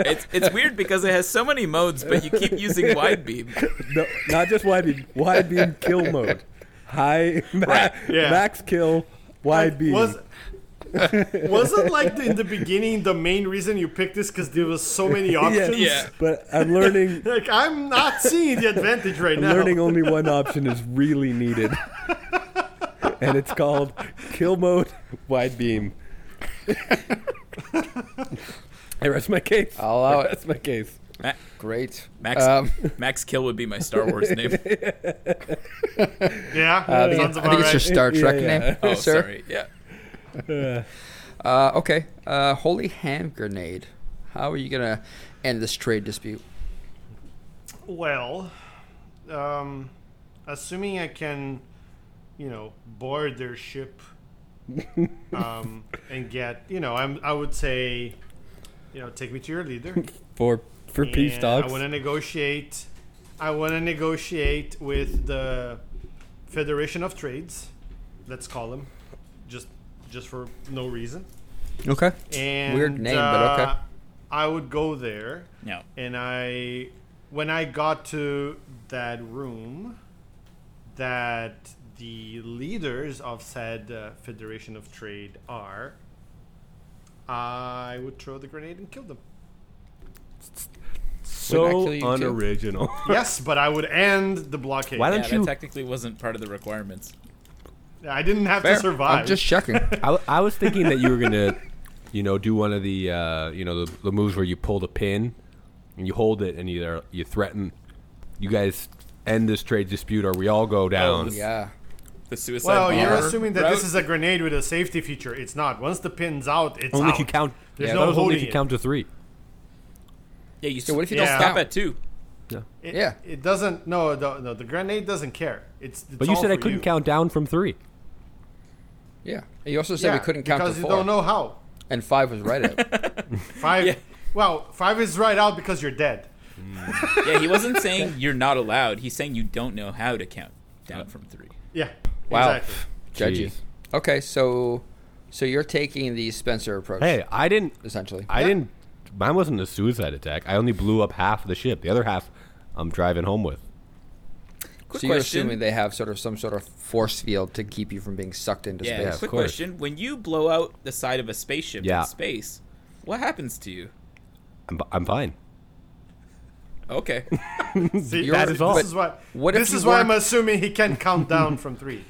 Speaker 7: It's it's weird because it has so many modes, but you keep using wide beam.
Speaker 8: No, not just wide beam. Wide beam kill mode. High ma-
Speaker 6: yeah.
Speaker 8: max kill. Wide beam.
Speaker 6: Was wasn't like the, in the beginning the main reason you picked this because there was so many options.
Speaker 7: Yeah.
Speaker 8: But I'm learning.
Speaker 6: Like I'm not seeing the advantage right
Speaker 8: I'm
Speaker 6: now.
Speaker 8: learning only one option is really needed, and it's called kill mode wide beam. I rest my case.
Speaker 5: I'll allow
Speaker 8: I
Speaker 5: it.
Speaker 8: rest my case.
Speaker 7: Ma-
Speaker 5: Great.
Speaker 7: Max
Speaker 5: Um,
Speaker 7: Max Kill would be my Star Wars name.
Speaker 6: yeah,
Speaker 5: I think,
Speaker 6: sounds
Speaker 5: it's, Uh, I
Speaker 6: about
Speaker 5: think it's
Speaker 6: right.
Speaker 5: your Star
Speaker 8: Yeah,
Speaker 5: Trek
Speaker 8: yeah.
Speaker 5: name,
Speaker 7: Oh,
Speaker 5: sir.
Speaker 7: sorry. Yeah.
Speaker 5: Uh, okay. Uh, holy hand grenade. How are you gonna end this trade dispute?
Speaker 6: Well, um, assuming I can, you know, board their ship, um, and get, you know, I'm, I would say, you know, take me to your leader.
Speaker 8: For for peace
Speaker 6: and
Speaker 8: dogs.
Speaker 6: I want to negotiate. I want to negotiate with the Federation of Trades. Let's call them, just just for no reason.
Speaker 5: Okay.
Speaker 6: And
Speaker 5: Weird name, but okay.
Speaker 6: uh, I would go there
Speaker 7: No.
Speaker 6: and I when I got to that room that the leaders of said uh, Federation of Trade are I would throw the grenade and kill them.
Speaker 5: Would that
Speaker 4: So
Speaker 5: kill you too?
Speaker 4: unoriginal.
Speaker 6: Yes, but I would end the blockade.
Speaker 4: Why
Speaker 7: Yeah,
Speaker 4: don't
Speaker 7: that
Speaker 4: you?
Speaker 7: technically wasn't part of the requirements.
Speaker 6: I didn't have
Speaker 5: Fair.
Speaker 6: to survive.
Speaker 5: I'm just checking.
Speaker 4: I, I was thinking that you were gonna, you know, do one of the, uh, you know, the, the moves where you pull the pin and you hold it and you you threaten. You guys end this trade dispute, or we all go down.
Speaker 5: yeah.
Speaker 7: The suicide.
Speaker 6: well,
Speaker 7: bomber
Speaker 6: you're assuming that this
Speaker 7: route?
Speaker 6: is a grenade with a safety feature. It's not. Once the pin's out, it's
Speaker 4: Only
Speaker 6: out.
Speaker 4: if you count.
Speaker 6: There's
Speaker 4: yeah,
Speaker 6: no
Speaker 4: that was only if
Speaker 6: holding
Speaker 4: you
Speaker 6: it.
Speaker 4: count to three.
Speaker 7: yeah. You
Speaker 5: So what if you
Speaker 6: Yeah.
Speaker 5: don't
Speaker 7: stop
Speaker 5: stop
Speaker 7: at
Speaker 5: it?
Speaker 7: two?
Speaker 6: It,
Speaker 5: Yeah.
Speaker 6: It doesn't. No, the, no. The grenade doesn't care. It's. it's
Speaker 4: But you
Speaker 6: all
Speaker 4: said I
Speaker 6: for
Speaker 4: couldn't
Speaker 6: you.
Speaker 4: count down from three.
Speaker 5: Yeah. You also said we couldn't count
Speaker 6: because
Speaker 5: to
Speaker 6: you
Speaker 5: four,
Speaker 6: don't know how.
Speaker 5: and five was right. At it.
Speaker 6: Five. Well, five is right out because you're dead.
Speaker 7: Yeah, he wasn't saying you're not allowed. He's saying you don't know how to count down from three.
Speaker 6: Yeah.
Speaker 5: Wow. Judgy.
Speaker 6: Exactly.
Speaker 4: Jeez.
Speaker 5: Okay, so so you're taking the Spencer approach,
Speaker 4: Hey, I didn't.
Speaker 5: essentially.
Speaker 4: I didn't. Mine wasn't a suicide attack. I only blew up half of the ship. The other half, I'm driving home with.
Speaker 7: Quick
Speaker 5: so you're
Speaker 7: question.
Speaker 5: assuming they have sort of some sort of force field to keep you from being sucked into
Speaker 7: yeah,
Speaker 5: space.
Speaker 4: of
Speaker 7: quick
Speaker 4: course.
Speaker 7: question. When you blow out the side of a spaceship
Speaker 4: Yeah.
Speaker 7: in space, what happens to you?
Speaker 4: I'm, I'm fine.
Speaker 7: Okay.
Speaker 6: See,
Speaker 5: You're-
Speaker 6: that
Speaker 5: that
Speaker 6: is
Speaker 5: is
Speaker 6: all.
Speaker 5: all.
Speaker 6: This is why.
Speaker 5: What if
Speaker 6: this
Speaker 5: you
Speaker 6: is why I'm
Speaker 5: weren't-
Speaker 6: assuming he can count down from three.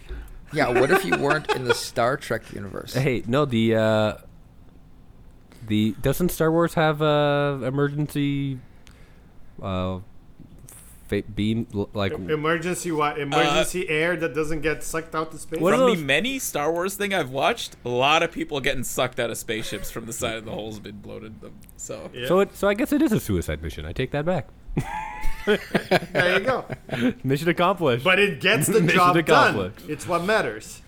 Speaker 5: Yeah, what if you weren't in the Star Trek universe?
Speaker 4: Hey, no, the uh, the doesn't Star Wars have uh, emergency uh, fa- beam l- like
Speaker 6: Emergency
Speaker 5: Uh,
Speaker 6: what? Emergency air that doesn't get sucked out to space.
Speaker 4: What
Speaker 7: from
Speaker 4: are
Speaker 7: the
Speaker 4: those-
Speaker 7: many Star Wars thing I've watched, a lot of people getting sucked out of spaceships from the side of the holes been blown in them. So
Speaker 6: Yeah.
Speaker 4: so? It, so I guess it is a suicide mission. I take that back.
Speaker 6: there you go.
Speaker 4: Mission accomplished.
Speaker 6: But it gets the
Speaker 4: Mission
Speaker 6: job done.
Speaker 4: accomplished.
Speaker 6: It's what matters.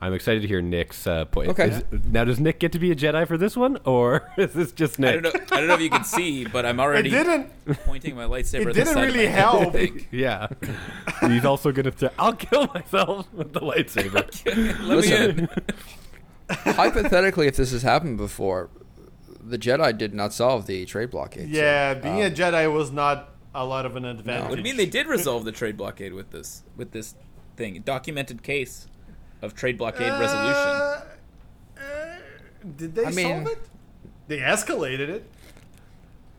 Speaker 4: I'm excited to hear Nick's uh, point.
Speaker 5: Okay.
Speaker 4: Is- now, does Nick get to be a Jedi for this one, or is this just Nick?
Speaker 7: I don't know. I don't know if you can see, but I'm
Speaker 6: It
Speaker 7: already
Speaker 6: didn't.
Speaker 7: pointing my lightsaber.
Speaker 6: It
Speaker 7: at the
Speaker 6: didn't
Speaker 7: side of
Speaker 6: really
Speaker 7: my head, I
Speaker 6: help.
Speaker 7: think.
Speaker 4: Yeah, he's also gonna. Th- I'll kill myself with the lightsaber.
Speaker 7: Let
Speaker 5: Listen.
Speaker 7: me in.
Speaker 5: Hypothetically, if this has happened before, the Jedi did not solve the trade blockade. so,
Speaker 6: Yeah, being
Speaker 5: um,
Speaker 6: a Jedi was not a lot of an advantage.
Speaker 7: What do you mean they did resolve the trade blockade with this with this thing? A documented case of trade blockade resolution.
Speaker 6: Uh, uh, did they
Speaker 5: I mean-
Speaker 6: solve it? They escalated it.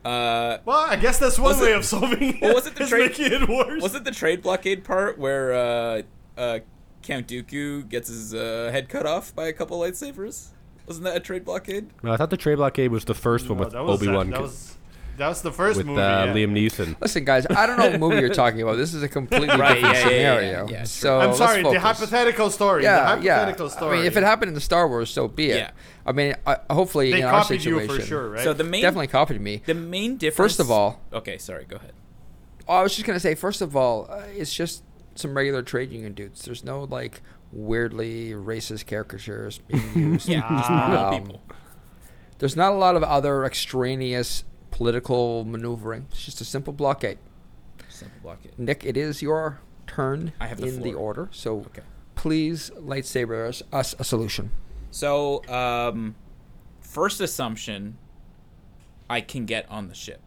Speaker 7: Uh,
Speaker 6: Well, I guess that's one
Speaker 7: Was
Speaker 6: way
Speaker 7: it-
Speaker 6: of solving it.
Speaker 7: Well, was it the
Speaker 6: is
Speaker 7: trade-
Speaker 6: making it worse?
Speaker 7: was it the trade blockade part where uh, uh, Count Dooku gets his uh, head cut off by a couple lightsabers? Wasn't that a trade blockade?
Speaker 4: No, I thought the trade blockade was the first
Speaker 6: No,
Speaker 4: one with
Speaker 6: that was
Speaker 4: Obi Wan
Speaker 6: That was that was the first
Speaker 4: with uh,
Speaker 6: movie. yeah.
Speaker 4: Liam Neeson.
Speaker 5: Listen, guys, I don't know what movie you're talking about. This is a completely
Speaker 7: Right,
Speaker 5: different
Speaker 7: yeah, yeah, yeah,
Speaker 5: scenario.
Speaker 7: yeah, yeah, sure.
Speaker 5: so
Speaker 6: I'm sorry,
Speaker 5: let's
Speaker 6: the
Speaker 5: focus.
Speaker 6: hypothetical story. the
Speaker 5: Yeah, yeah.
Speaker 6: hypothetical
Speaker 5: I
Speaker 6: story.
Speaker 5: mean, if it happened in the Star Wars, so be it.
Speaker 7: Yeah.
Speaker 5: I mean, I, hopefully
Speaker 6: they
Speaker 5: in our
Speaker 6: copied
Speaker 5: situation,
Speaker 6: you for sure, right?
Speaker 7: So the main
Speaker 5: definitely copied me.
Speaker 7: the main difference.
Speaker 5: First of all,
Speaker 7: okay, sorry, go ahead.
Speaker 5: Oh, I was just gonna say, first of all, uh, it's just some regular trade union dudes. There's no like weirdly racist caricatures being used.
Speaker 7: Yeah, just normal
Speaker 5: Um,
Speaker 7: people.
Speaker 5: There's not a lot of other extraneous political maneuvering. It's just a simple blockade.
Speaker 7: Simple blockade.
Speaker 5: Nick, it is your turn
Speaker 7: I have the
Speaker 5: in the
Speaker 7: floor.
Speaker 5: order, so
Speaker 7: Okay.
Speaker 5: please lightsaber us, us a solution.
Speaker 7: So, um, first assumption I can get on the ship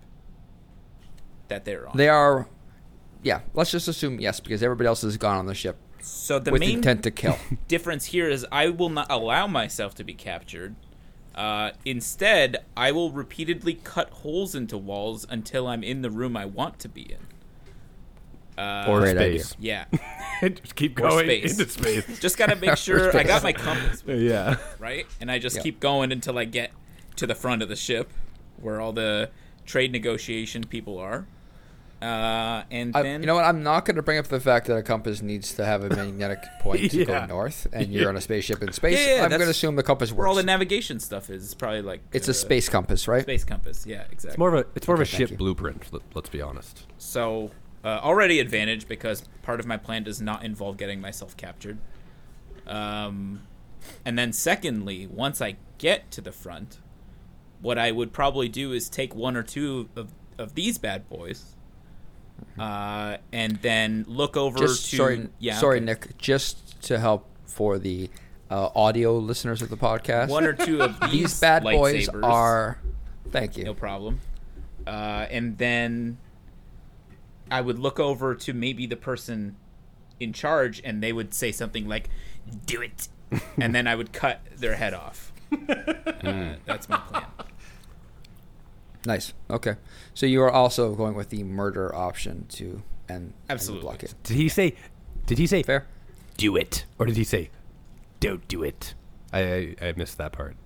Speaker 7: that they're on.
Speaker 5: They are, yeah. Let's just assume yes, because everybody else has gone on the ship
Speaker 7: so the
Speaker 5: with
Speaker 7: main
Speaker 5: intent to kill.
Speaker 7: difference here is I will not allow myself to be captured. Uh, instead, I will repeatedly cut holes into walls until I'm in the room I want to be in.
Speaker 4: or
Speaker 5: Great
Speaker 4: space.
Speaker 7: Yeah,
Speaker 4: just keep
Speaker 7: or
Speaker 4: going
Speaker 7: space.
Speaker 4: into space.
Speaker 7: just gotta make sure I got my compass, with me,
Speaker 4: yeah.
Speaker 7: right? And I just
Speaker 5: Yeah.
Speaker 7: keep going until I get to the front of the ship, where all the trade negotiation people are. Uh, and
Speaker 5: I,
Speaker 7: then
Speaker 5: you know what? I'm not going to bring up the fact that a compass needs to have a magnetic point to go
Speaker 4: Yeah.
Speaker 5: north, and you're on a spaceship in space.
Speaker 7: Yeah, yeah,
Speaker 5: I'm going to
Speaker 7: that's
Speaker 5: assume the compass
Speaker 7: where all
Speaker 5: works.
Speaker 7: the navigation stuff is. It's probably like
Speaker 5: it's
Speaker 7: uh,
Speaker 5: a space compass, right?
Speaker 7: space compass. Yeah, exactly.
Speaker 4: It's more of a it's more of a
Speaker 5: thank
Speaker 4: ship
Speaker 5: you.
Speaker 4: blueprint. Let, let's be honest.
Speaker 7: So uh, already advantage because part of my plan does not involve getting myself captured. Um, and then secondly, once I get to the front, what I would probably do is take one or two of, of these bad boys, uh, and then look over
Speaker 5: Just
Speaker 7: to
Speaker 5: sorry,
Speaker 7: yeah
Speaker 5: sorry,
Speaker 7: okay.
Speaker 5: Nick. Just to help for the uh, audio listeners of the podcast,
Speaker 7: one or two of these,
Speaker 5: these bad boys
Speaker 7: lightsabers.
Speaker 5: are. Thank you.
Speaker 7: no problem. Uh, and then I would look over to maybe the person in charge, and they would say something like, "Do it," and then I would cut their head off.
Speaker 4: Hmm.
Speaker 7: Uh, that's my plan.
Speaker 5: Nice. Okay. So you are also going with the murder option to and
Speaker 7: Absolutely.
Speaker 5: block it.
Speaker 4: Did he say? Did he say
Speaker 5: Fair.
Speaker 4: do it, or did he say don't do it? I I, I missed that part.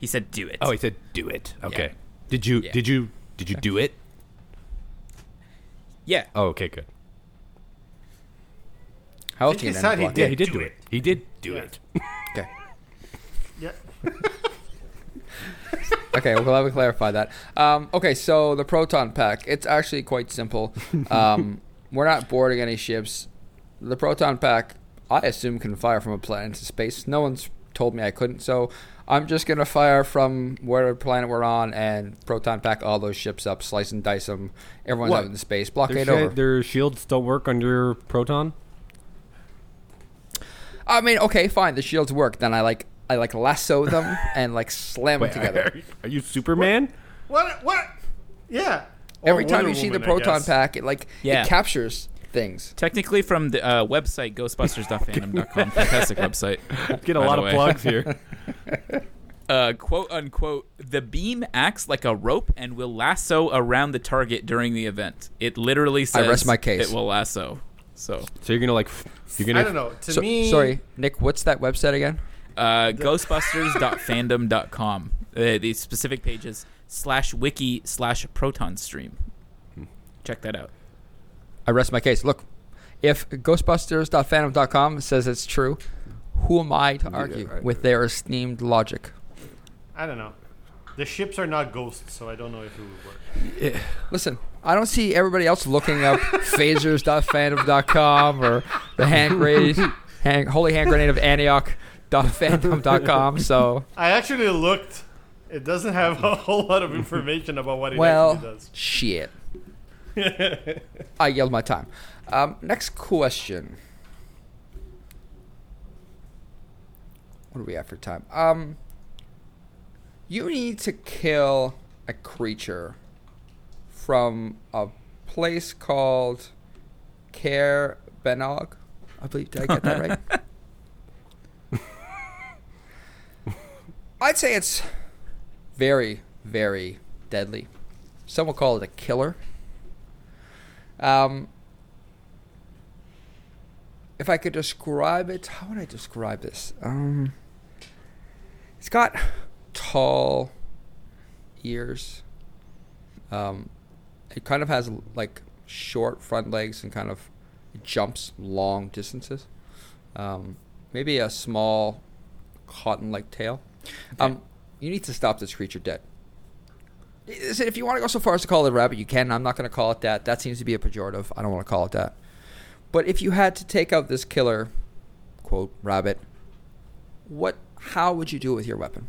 Speaker 7: He said, "Do it."
Speaker 4: Oh, he said do it. Okay.
Speaker 7: Yeah.
Speaker 4: Did you
Speaker 7: Yeah.
Speaker 4: did you did you do it?
Speaker 7: yeah.
Speaker 4: Oh, okay, good.
Speaker 5: How
Speaker 6: think
Speaker 5: can
Speaker 6: he
Speaker 5: you
Speaker 6: said he
Speaker 5: block
Speaker 4: Yeah,
Speaker 5: it?
Speaker 6: did.
Speaker 4: he did do, it. He did do
Speaker 6: Yeah.
Speaker 4: it.
Speaker 5: Okay.
Speaker 6: Yeah.
Speaker 5: Okay. Well, glad we clarified that. Um, okay. So the proton pack. It's actually quite simple. Um, we're not boarding any ships. The proton pack, I assume, can fire from a planet into space. No one's told me I couldn't. So I'm just gonna fire from whatever planet we're on and proton pack all those ships up, slice and dice them. Everyone's
Speaker 4: What?
Speaker 5: out in space. Blockade over.
Speaker 4: their shields don't work on your proton.
Speaker 5: I mean, okay, fine. The shields work. Then I like I like lasso them and like slam them together.
Speaker 4: Are you Superman?
Speaker 6: What? What? Yeah. Or
Speaker 5: Every time
Speaker 6: Wonder
Speaker 5: you see the
Speaker 6: Woman, I
Speaker 5: proton
Speaker 6: guess.
Speaker 5: pack, it like
Speaker 7: Yeah.
Speaker 5: it captures things.
Speaker 7: Technically, from the uh, website ghostbusters.fandom.com, fantastic website.
Speaker 4: Get a
Speaker 7: By
Speaker 4: lot
Speaker 7: the
Speaker 4: of
Speaker 7: way.
Speaker 4: plugs here.
Speaker 7: Uh, quote unquote, the beam acts like a rope and will lasso around the target during the event. It literally says
Speaker 5: rest my case.
Speaker 7: it will lasso. So
Speaker 4: So you're gonna like f- you're gonna
Speaker 6: I don't know. To
Speaker 5: So,
Speaker 6: me,
Speaker 5: sorry, Nick. What's that website again?
Speaker 7: uh, ghostbusters.fandom.com uh, these specific pages slash wiki slash proton stream check that out
Speaker 5: I rest my case. Look, if Ghostbusters.fandom.com says it's true, who am I to argue
Speaker 4: right.
Speaker 5: with their esteemed logic?
Speaker 6: I don't know. The ships are not ghosts, so I don't know if it would work.
Speaker 5: Listen, I don't see everybody else looking up phasers.fandom.com or the hand grenade, hand, holy hand grenade of Antioch.fandom.com. So
Speaker 6: I actually looked. It doesn't have a whole lot of information about what it
Speaker 5: Well,
Speaker 6: actually does.
Speaker 5: shit. I yelled my time. Um, next question. What do we have for time? Um, you need to kill a creature from a place called Care Benog. I believe. Did I get that right? I'd say it's very, very deadly. Some will call it a killer. Um, if I could describe it, how would I describe this? Um, it's got tall ears. Um, it kind of has like short front legs and kind of jumps long distances. Um, maybe a small cotton-like tail. Um, you need to stop this creature dead. Listen, if you want to go so far as to call it a rabbit, you can. I'm not going to call it that. That seems to be a pejorative. I don't want to call it that. But if you had to take out this killer, quote, rabbit, what? How would you do it with your weapon?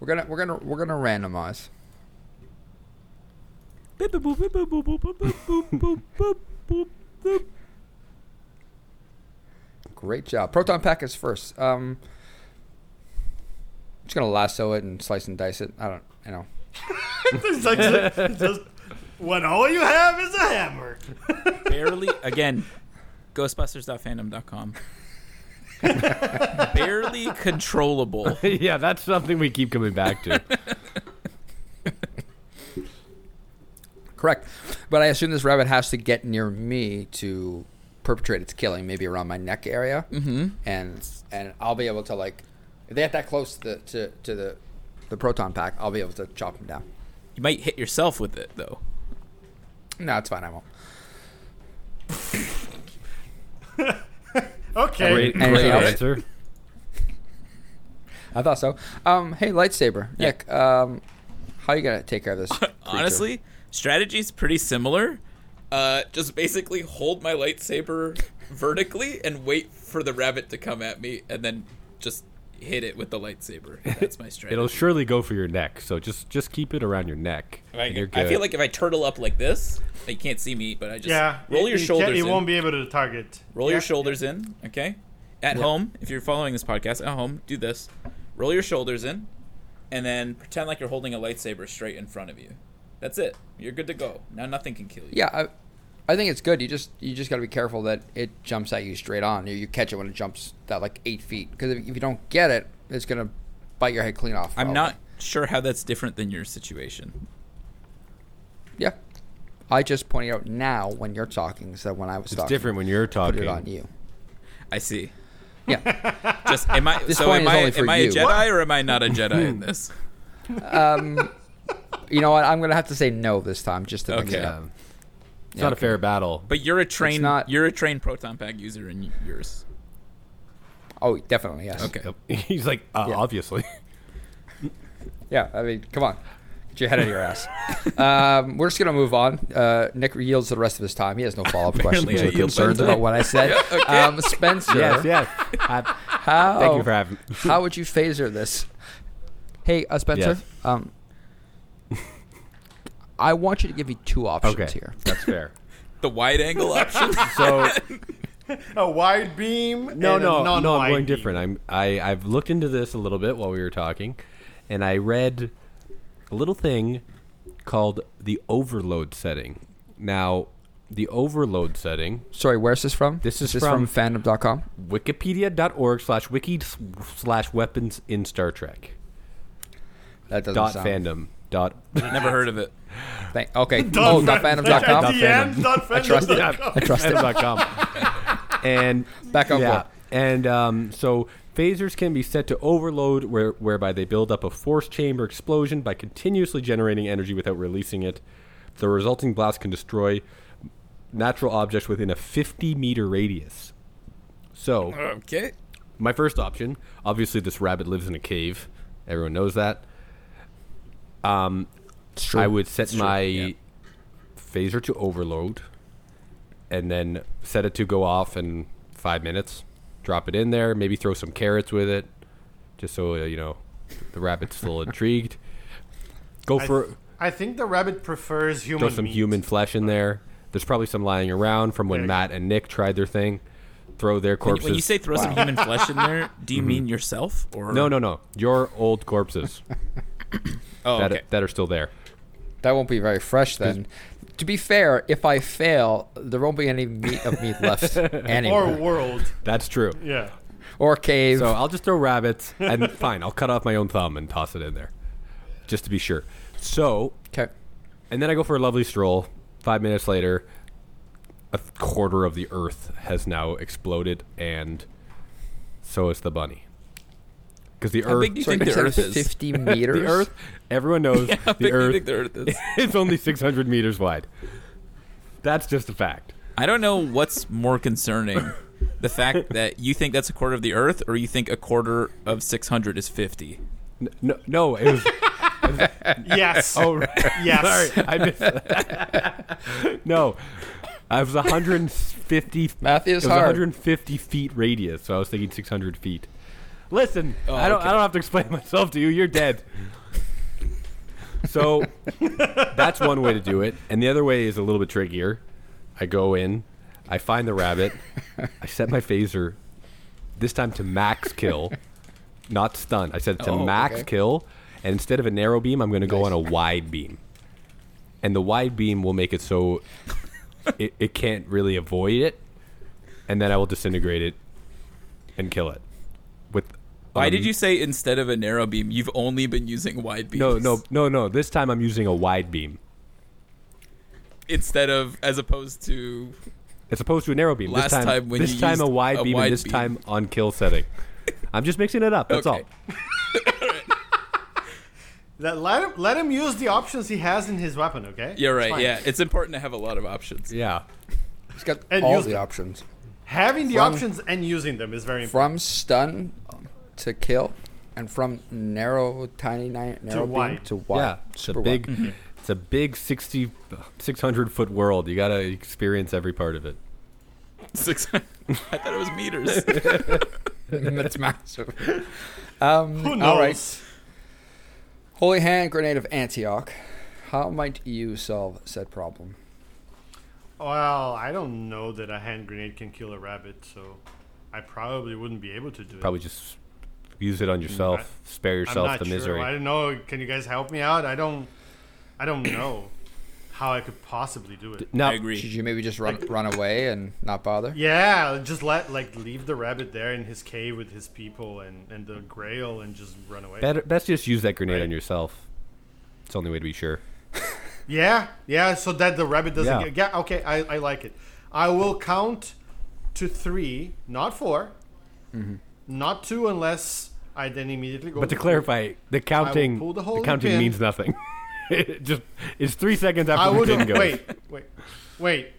Speaker 5: We're gonna we're gonna we're gonna randomize. Great job. Proton pack is first. Um, just gonna lasso it and slice and dice it. I don't, you know.
Speaker 6: It's like just, just when all you have is a hammer.
Speaker 7: barely again ghostbusters.fandom.com barely controllable
Speaker 4: yeah, that's something we keep coming back to.
Speaker 5: Correct. But I assume this rabbit has to get near me to perpetrate its killing, maybe around my neck area, mm-hmm. and and I'll be able to like, if they get that close to the to, to the the proton pack, I'll be able to chop them down.
Speaker 7: you might hit yourself with it though
Speaker 5: No, it's fine. I won't.
Speaker 6: Okay.
Speaker 4: Great,
Speaker 5: Anything
Speaker 4: great
Speaker 5: else?
Speaker 4: answer.
Speaker 5: I thought so. Um, hey, lightsaber, Nick. Um, how you gonna take care of this? creature?
Speaker 7: honestly strategy's pretty similar uh, just basically hold my lightsaber vertically and wait for the rabbit to come at me and then just hit it with the lightsaber that's my strategy
Speaker 4: It'll surely go for your neck, so just just keep it around your neck.
Speaker 7: I,
Speaker 4: and you're
Speaker 7: I
Speaker 4: good.
Speaker 7: feel like if I turtle up like this, like, you can't see me, but I just
Speaker 6: Yeah.
Speaker 7: roll
Speaker 6: it-
Speaker 7: your
Speaker 6: it can't-
Speaker 7: shoulders
Speaker 6: It
Speaker 7: in.
Speaker 6: won't be able to target.
Speaker 7: roll
Speaker 6: Yeah.
Speaker 7: your shoulders in, okay? At home, if you're following this podcast at home, do this. Roll your shoulders in and then pretend like you're holding a lightsaber straight in front of you. That's it. You're good to go. Now nothing can kill you.
Speaker 5: yeah, I, I think it's good. You just you just got to be careful that it jumps at you straight on. You, you catch it when it jumps that like eight feet because if, if you don't get it, it's gonna bite your head clean off.
Speaker 7: I'm
Speaker 5: probably.
Speaker 7: not sure how that's different than your situation.
Speaker 5: Yeah, I just pointed out now when you're talking, so when I was
Speaker 4: it's
Speaker 5: talking,
Speaker 4: different when you're
Speaker 5: Put
Speaker 4: talking.
Speaker 5: it on you.
Speaker 7: I see.
Speaker 5: Yeah,
Speaker 7: Just am I
Speaker 5: This
Speaker 7: so
Speaker 5: point
Speaker 7: am
Speaker 5: is
Speaker 7: I
Speaker 5: only for
Speaker 7: am I a
Speaker 5: you.
Speaker 7: Jedi or am I not a Jedi in this?
Speaker 5: you know what? I'm gonna have to say no this time just to mix
Speaker 7: Okay.
Speaker 5: it up.
Speaker 4: It's not a fair battle.
Speaker 7: But you're a trained
Speaker 5: not-
Speaker 7: you're a trained proton pack user in yours.
Speaker 5: Oh, definitely yes.
Speaker 7: Okay.
Speaker 4: He's like, uh,
Speaker 5: Yeah.
Speaker 4: obviously.
Speaker 5: Yeah, I mean, come on. Get your head out of your ass. um, we're just going to move on. Uh, Nick yields the rest of his time. He has no follow up questions
Speaker 7: I
Speaker 5: or
Speaker 7: yield my
Speaker 5: concerns
Speaker 7: time.
Speaker 5: about what I said. um, Spencer,
Speaker 4: yes, yes. Have-
Speaker 5: How,
Speaker 4: Thank you for having.
Speaker 5: how would you phaser this? Hey, uh, Spencer,
Speaker 4: Yes.
Speaker 5: um, I want you to give me two options
Speaker 4: Okay,
Speaker 5: here.
Speaker 4: that's fair.
Speaker 7: The wide angle option.
Speaker 4: So
Speaker 6: A wide beam.
Speaker 4: no,
Speaker 6: and a
Speaker 4: no, no. I'm
Speaker 6: non-wide
Speaker 4: going
Speaker 6: beam.
Speaker 4: different. I'm I I've looked into this a little bit while we were talking, and I read a little thing called the overload setting. Now, the overload setting,
Speaker 5: Sorry, where's this from?
Speaker 4: This is
Speaker 5: from fandom.com.
Speaker 4: Wikipedia.org slash wiki slash weapons in Star Trek
Speaker 5: That doesn't
Speaker 4: dot
Speaker 5: sound.
Speaker 4: fandom dot
Speaker 7: Never heard of it.
Speaker 5: Thank, okay. oh, dot fandom.com.
Speaker 6: At the end, dot
Speaker 5: I trust
Speaker 6: fandom.
Speaker 5: it. I trust it.
Speaker 4: fandom.com. and
Speaker 5: Back on board.
Speaker 4: And um, so phasers can be set to overload, where, whereby they build up a force chamber explosion by continuously generating energy without releasing it. The resulting blast can destroy natural objects within a 50 meter radius. So,
Speaker 7: Okay.
Speaker 4: my first option obviously, this rabbit lives in a cave. Everyone knows that. I would set my phaser to overload and then set it to go off in five minutes. Drop it in there, maybe throw some carrots with it, just so uh, you know the rabbit's still intrigued. Go
Speaker 6: I,
Speaker 4: for
Speaker 6: th- I think the rabbit prefers human.
Speaker 4: throw some
Speaker 6: meat.
Speaker 4: human flesh in there. There's probably some lying around from when
Speaker 6: There you
Speaker 4: Matt and Nick tried their thing. Throw their corpses.
Speaker 7: When you say throw some human flesh in there,
Speaker 5: Mm-hmm.
Speaker 7: do you mean yourself or
Speaker 4: no, no, no, your old corpses
Speaker 7: Oh,
Speaker 4: that,
Speaker 7: okay.
Speaker 4: that are still there.
Speaker 5: That won't be very fresh then. To be fair, if I fail, there won't be any meat of meat left
Speaker 6: Or
Speaker 5: anywhere.
Speaker 6: world.
Speaker 4: That's true.
Speaker 6: Yeah.
Speaker 5: Or, cave.
Speaker 4: So I'll just throw rabbits, and fine, I'll cut off my own thumb and toss it in there, just to be sure. So,
Speaker 5: okay.
Speaker 4: and then I go for a lovely stroll. Five minutes later, a quarter of the Earth has now exploded, and so is the bunny. Because the
Speaker 7: How
Speaker 4: Earth,
Speaker 7: big do you
Speaker 5: Sorry,
Speaker 7: think the
Speaker 5: you
Speaker 7: Earth
Speaker 5: said
Speaker 7: is?
Speaker 5: 50 meters?
Speaker 4: the Earth, everyone knows
Speaker 7: How
Speaker 4: the
Speaker 7: big do you
Speaker 4: Earth
Speaker 7: think the Earth is?
Speaker 4: is only 600 meters wide. That's just a fact.
Speaker 7: I don't know what's more concerning. The fact that you think that's a quarter of the Earth, or you think a quarter of 600 is 50.
Speaker 4: N- No, no, it was.
Speaker 6: Yes.
Speaker 4: Oh,
Speaker 6: yes.
Speaker 4: sorry, I missed. no, I was 150.
Speaker 5: Math is
Speaker 4: it was
Speaker 5: hard.
Speaker 4: 150 feet radius, so I was thinking 600 feet. Listen,
Speaker 5: Oh,
Speaker 4: I don't.
Speaker 7: okay.
Speaker 4: I don't have to explain myself to you. You're dead. So that's one way to do it, and the other way is a little bit trickier. I go in, I find the rabbit, I set my phaser this time to max kill, not stun. I said to
Speaker 5: Oh,
Speaker 4: max
Speaker 5: okay.
Speaker 4: kill, and instead of a narrow beam, I'm going to go on a wide beam. And the wide beam will make it so it, it can't really avoid it, and then I will disintegrate it and kill it. With
Speaker 7: Why
Speaker 4: um,
Speaker 7: did you say instead of a narrow beam, you've only been using wide beams?
Speaker 4: No, no, no, no. This time I'm using a wide beam
Speaker 7: Instead of as opposed to
Speaker 4: as opposed to a narrow beam.
Speaker 7: Last
Speaker 4: this time,
Speaker 7: time when
Speaker 4: this
Speaker 7: you
Speaker 4: time
Speaker 7: used
Speaker 4: a wide
Speaker 7: a
Speaker 4: beam,
Speaker 7: wide
Speaker 4: and this
Speaker 7: beam.
Speaker 4: time on kill setting. I'm just mixing it up. That's
Speaker 7: Okay.
Speaker 4: all.
Speaker 6: Let, let, him, let him use the options he has in his weapon, okay?
Speaker 7: You're right.
Speaker 6: fine.
Speaker 7: yeah, it's important to have a lot of options.
Speaker 4: Yeah.
Speaker 5: He's got
Speaker 6: And
Speaker 5: all
Speaker 6: use
Speaker 5: the
Speaker 6: them.
Speaker 5: options.
Speaker 6: Having the
Speaker 5: From-
Speaker 6: options and using them is very important.
Speaker 5: From stun to kill, and from narrow, tiny, ni- narrow beam
Speaker 6: wide.
Speaker 5: to wide.
Speaker 4: Yeah, it's a
Speaker 5: Super
Speaker 4: big,
Speaker 6: Mm-hmm.
Speaker 5: wide.
Speaker 4: it's a big 60, 600 foot world. You gotta experience every part of it.
Speaker 7: Six. I thought it was meters.
Speaker 5: That's massive. Um,
Speaker 6: Who
Speaker 5: All right.
Speaker 6: knows?
Speaker 5: Holy Hand Grenade of Antioch. How might you solve said problem?
Speaker 6: Well, I don't know that a hand grenade can kill a rabbit, so I probably wouldn't be able to do
Speaker 4: Probably
Speaker 6: it.
Speaker 4: just use it on yourself. Spare
Speaker 6: Mm, I'm
Speaker 4: yourself
Speaker 6: not
Speaker 4: the
Speaker 6: sure.
Speaker 4: misery.
Speaker 6: I don't know. Can you guys help me out? I don't. I don't know how I could possibly do it.
Speaker 4: No,
Speaker 7: I agree.
Speaker 5: Should you maybe just run run away and not bother?
Speaker 6: Yeah, just let like leave the rabbit there in his cave with his people and and the grail and just run away.
Speaker 4: Better, best just use that grenade
Speaker 6: Right.
Speaker 4: on yourself. It's the only way to be sure.
Speaker 6: Yeah, yeah. So that the rabbit doesn't.
Speaker 4: Yeah.
Speaker 6: Get, yeah. Okay, I I like it. I will count to three, not 4 not two, unless I then immediately go.
Speaker 4: Mm-hmm. But to
Speaker 6: three.
Speaker 4: clarify, the counting,
Speaker 6: pull the
Speaker 4: the,
Speaker 6: holy
Speaker 4: counting
Speaker 6: pin.
Speaker 4: means nothing. it just it's three seconds after
Speaker 6: I
Speaker 4: the
Speaker 6: would
Speaker 4: pin goes.
Speaker 6: wait, wait, wait.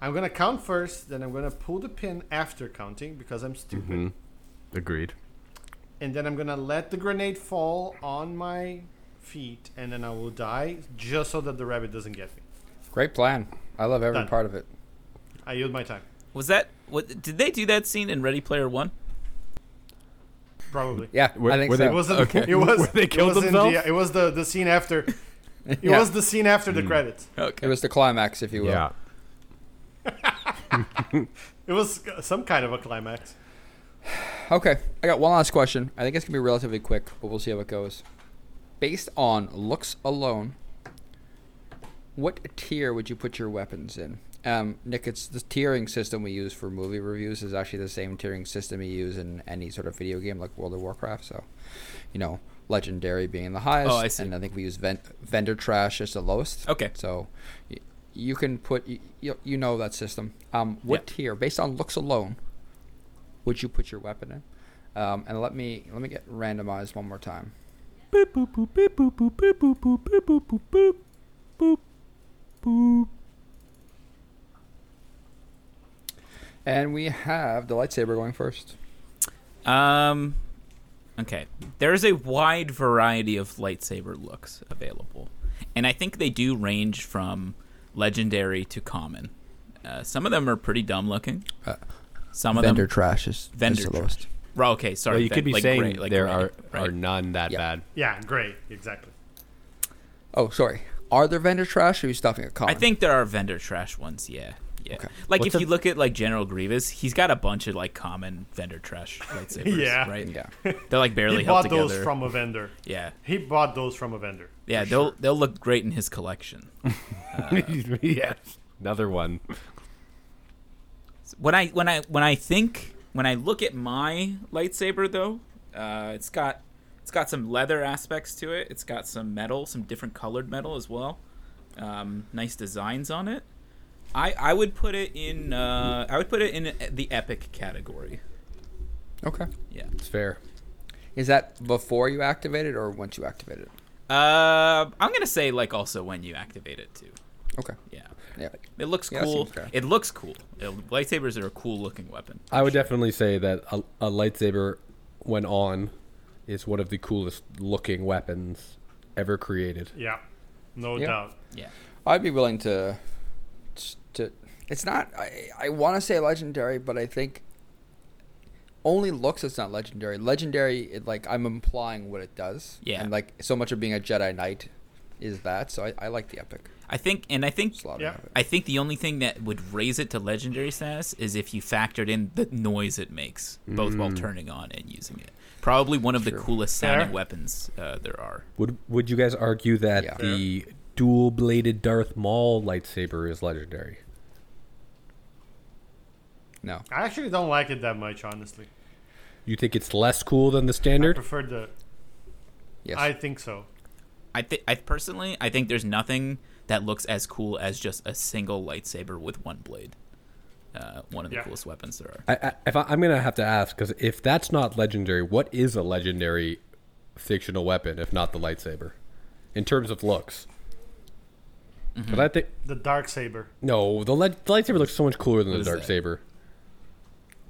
Speaker 6: I'm gonna count first, then I'm gonna pull the pin after counting because I'm stupid,
Speaker 4: Agreed.
Speaker 6: and then I'm gonna let the grenade fall on my feet, and then I will die just so that the rabbit doesn't get me.
Speaker 5: Great plan. I love every
Speaker 6: Done.
Speaker 5: part of it.
Speaker 6: I yield my time,
Speaker 7: Was that what? Did they do that scene in Ready Player One?
Speaker 6: probably.
Speaker 5: Yeah, I think
Speaker 4: were they-
Speaker 5: so.
Speaker 6: It wasn't.
Speaker 4: Okay.
Speaker 6: It was.
Speaker 4: Where they
Speaker 6: it
Speaker 4: killed
Speaker 6: was in
Speaker 4: themselves?
Speaker 6: The, it was the the scene after. It
Speaker 5: Yeah.
Speaker 6: was the scene after the credits.
Speaker 5: It
Speaker 7: Okay.
Speaker 5: was the climax, if you will.
Speaker 4: Yeah.
Speaker 6: It was some kind of a climax.
Speaker 5: Okay, I got one last question. I think it's gonna be relatively quick, but we'll see how it goes. Based on looks alone, what tier would you put your weapons in? Um, Nick, it's the tiering system we use for movie reviews is actually the same tiering system you use in any sort of video game like World of Warcraft. So, you know, legendary being the highest,
Speaker 7: Oh, I see.
Speaker 5: and I think we use ven- vendor trash as the lowest.
Speaker 7: Okay.
Speaker 5: So, y- you can put you, you, you know that system. Um, what tier, based on looks alone, would you put your weapon in? Um, and let me let me get randomized one more time. And we have the lightsaber going first.
Speaker 7: Um. Okay. There is a wide variety of lightsaber looks available, and I think they do range from legendary to common. Uh, some of them are pretty dumb looking.
Speaker 5: Uh,
Speaker 7: some of
Speaker 5: vendor
Speaker 7: them.
Speaker 5: trash is is
Speaker 7: vendor
Speaker 5: the
Speaker 7: trash.
Speaker 5: lowest.
Speaker 7: Well, okay, sorry.
Speaker 4: Well, you
Speaker 7: ven-
Speaker 4: could be
Speaker 7: like
Speaker 4: saying
Speaker 7: gray- like
Speaker 4: there
Speaker 7: gray,
Speaker 4: are
Speaker 7: right.
Speaker 4: are none that
Speaker 5: Yeah.
Speaker 4: bad.
Speaker 6: Yeah, great, exactly.
Speaker 5: Oh, sorry. Are there vendor trash? Or are you stopping at common?
Speaker 7: I think there are vendor trash ones. Yeah, yeah.
Speaker 5: Okay.
Speaker 7: Like
Speaker 4: What's
Speaker 7: if
Speaker 4: a-
Speaker 7: you look at like General Grievous, he's got a bunch of like common vendor trash lightsabers.
Speaker 6: Yeah.
Speaker 7: right.
Speaker 5: Yeah.
Speaker 7: They're like barely
Speaker 6: He
Speaker 7: held
Speaker 6: bought
Speaker 7: together.
Speaker 6: those from a vendor.
Speaker 7: yeah,
Speaker 6: He bought those from a vendor.
Speaker 7: yeah. They'll they'll look great in his collection.
Speaker 4: yes. Another one.
Speaker 7: When I when I when I think when I look at my lightsaber though, uh, it's got it's got some leather aspects to it. It's got some metal, some different colored metal as well. Um, nice designs on it. I I would put it in uh, I would put it in the epic category.
Speaker 5: Okay.
Speaker 7: Yeah.
Speaker 4: It's fair.
Speaker 5: Is that before you activate it or once you activate it?
Speaker 7: Uh, I'm gonna say like also when you activate it too.
Speaker 5: Okay.
Speaker 7: Yeah,
Speaker 5: Yeah.
Speaker 7: it looks
Speaker 5: Yeah, that
Speaker 7: cool.
Speaker 5: seems fair.
Speaker 7: It looks cool. Uh, lightsabers are a cool looking weapon.
Speaker 4: I would definitely say that a, a lightsaber, when on, is one of the coolest looking weapons ever created.
Speaker 6: Yeah, no
Speaker 5: Yeah.
Speaker 6: doubt.
Speaker 7: Yeah,
Speaker 5: I'd be willing to. To it's not. I I want to say legendary, but I think only looks it's not legendary. Legendary, it, like I'm implying what it does.
Speaker 7: Yeah.
Speaker 5: And like so much of being a Jedi Knight is that. So I, I like the epic
Speaker 7: I think, and I think,
Speaker 5: slaughter
Speaker 6: Yeah.
Speaker 5: of it.
Speaker 7: I think the only thing that would raise it to legendary status is if you factored in the noise it makes, both
Speaker 5: Mm.
Speaker 7: while turning on and using it. Probably one of the coolest sounding
Speaker 6: Fair.
Speaker 7: weapons uh, there are.
Speaker 4: Would Would you guys argue that
Speaker 5: Yeah.
Speaker 4: the dual bladed Darth Maul lightsaber is legendary?
Speaker 5: No,
Speaker 6: I actually don't like it that much, honestly.
Speaker 4: You think it's less cool than the
Speaker 6: I
Speaker 4: standard?
Speaker 6: prefer the.
Speaker 5: yes,
Speaker 6: I think so.
Speaker 7: I think, I personally, I think there's nothing that looks as cool as just a single lightsaber with one blade. Uh, one of the
Speaker 6: Yeah.
Speaker 7: coolest weapons there are.
Speaker 4: I, I, if I, I'm gonna have to ask because if that's not legendary, what is a legendary fictional weapon if not the lightsaber, in terms of looks?
Speaker 7: Mm-hmm.
Speaker 4: But I think
Speaker 6: The dark saber.
Speaker 4: no, the, le- the lightsaber looks so much cooler than the
Speaker 7: is
Speaker 4: dark
Speaker 7: that?
Speaker 4: saber.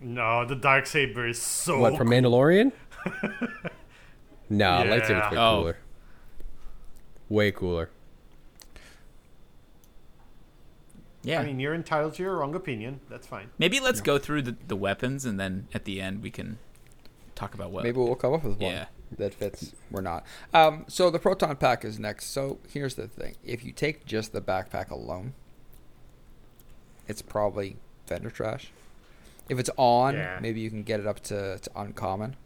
Speaker 6: No, the dark saber is so.
Speaker 4: What from Mandalorian? nah,
Speaker 6: Yeah.
Speaker 4: lightsaber's way
Speaker 7: Oh.
Speaker 4: cooler. Way cooler.
Speaker 7: Yeah.
Speaker 6: I mean, you're entitled to your wrong opinion. That's fine.
Speaker 7: Maybe let's go through the, the weapons and then at the end we can talk about what.
Speaker 5: maybe we'll come up with one
Speaker 7: Yeah.
Speaker 5: that fits. We're not. Um, so the proton pack is next. So here's the thing: if you take just the backpack alone, it's probably vendor trash. If it's on,
Speaker 6: Yeah.
Speaker 5: maybe you can get it up to, to uncommon.